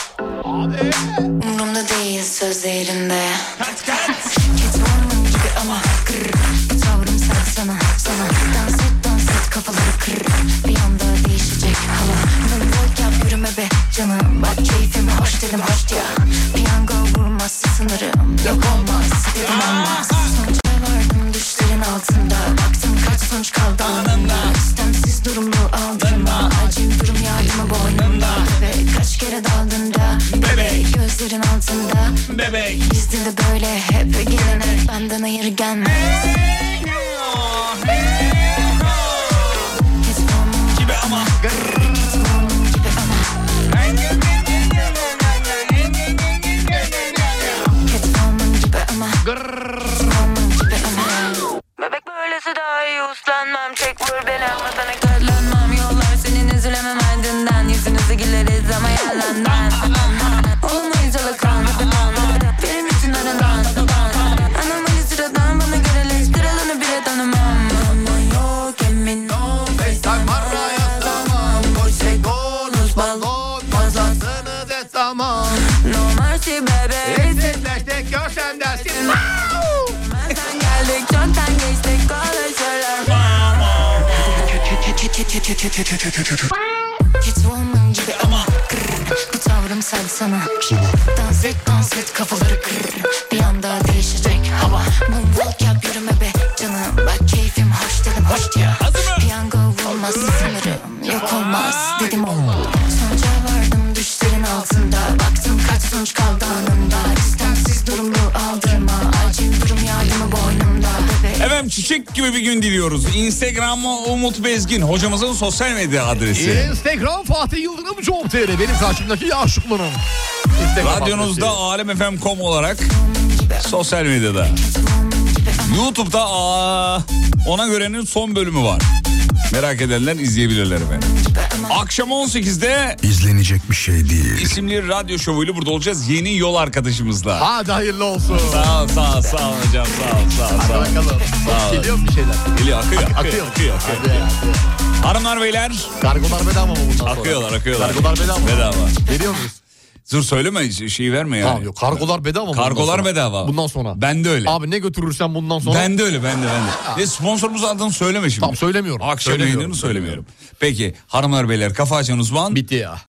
S7: Umurumda değil sözlerinde Ket varmın gibi ama kır Tavrım sert sana sana Dans et dans et kafaları kır Bir anda değişecek hava Moonwalk yap yürüme be canım Bak keyfim hoş dedim hoş ya Piyango vurmaz sınırım Yok olmaz dedim olmaz Sonuca vardım düşlerin altında Baktım kaç sonuç kaldı anında İstemsiz durumlu aldırma Acil durum yardımı boynumda Bebek kaç kere daldın da Bebek gözlerin altında
S3: Bebek.
S7: Bizde de böyle hep gelenek Benden hayır gelmez Git onun gibi ama Git onun gibi ama Git onun gibi ama Git onun gibi ama
S12: Bebek böylesi daha iyi uslanmam Çek vur beni ama sana katlanmam Yollar senin üzülemem ardından Yüzünüzü güleriz ama yalandan Olamayız alakan Benim için aradan Anomali sıradan bana göre leş Kralını bile tanımam Ama yok emin ol FaceTime araya tamam Koşekonuz balon Fazlasınız et tamam No mercy baby
S4: görsem dersin.
S12: Sen geldik çoktan geçtik konuşurlar
S7: Git onun gibi ama Kırr. Bu tavrım sen sana Dans et dans et kafaları kır Bir anda değişecek hava Moonwalk yap yürüme be canım Bak keyfim hoş dedim hoş ya Piyango vurmaz sınırım Yok olmaz dedim olmaz Sonuca vardım düşlerin altında Baktım kaç sonuç kaldı anında İstemsiz durumu aldırma Acil durum yardımı boynumda Bebek
S3: Efendim çiçek gibi bir gün diliyoruz. Instagram Umut Bezgin hocamızın sosyal medya adresi.
S4: Instagram Fatih Yıldırım Job.tr benim karşımdaki yaşlıklığım. Instagram
S3: Radyonuzda
S4: adresi.
S3: alemfm.com olarak sosyal medyada. YouTube'da aa, ona görenin son bölümü var. Merak edenler izleyebilirler efendim. Akşam 18'de
S13: İzlenecek bir şey değil.
S3: isimli radyo şovuyla burada olacağız yeni yol arkadaşımızla.
S4: Hadi hayırlı olsun.
S3: Sağ ol, sağ ol, sağ ol hocam, sağ ol, sağ ol,
S4: Hadi
S3: sağ ol.
S4: bakalım.
S3: Sağ ol.
S4: Geliyor mu bir şeyler?
S3: Geliyor, akıyor, akıyor,
S4: Akıyor.
S3: akıyor, akıyor.
S4: Hadi, hadi.
S3: Hanımlar, beyler,
S4: Kargolar bedava mı bundan sonra?
S3: akıyorlar, akıyorlar.
S4: Kargolar bedava mı?
S3: Bedava.
S4: Veriyor muyuz?
S3: Dur söyleme şeyi verme yani.
S4: Tamam yok kargolar bedava mı? bundan
S3: Kargolar
S4: sonra?
S3: bedava.
S4: Bundan sonra.
S3: Ben de öyle.
S4: Abi ne götürürsen bundan sonra.
S3: Ben de öyle ben de ben de. Ve sponsorumuz adını söyleme şimdi.
S4: Tamam, söylemiyorum.
S3: Akşam
S4: Söylemiyorum,
S3: yayınını söylemiyorum. Peki hanımlar beyler kafa açan uzman.
S4: Bitti ya.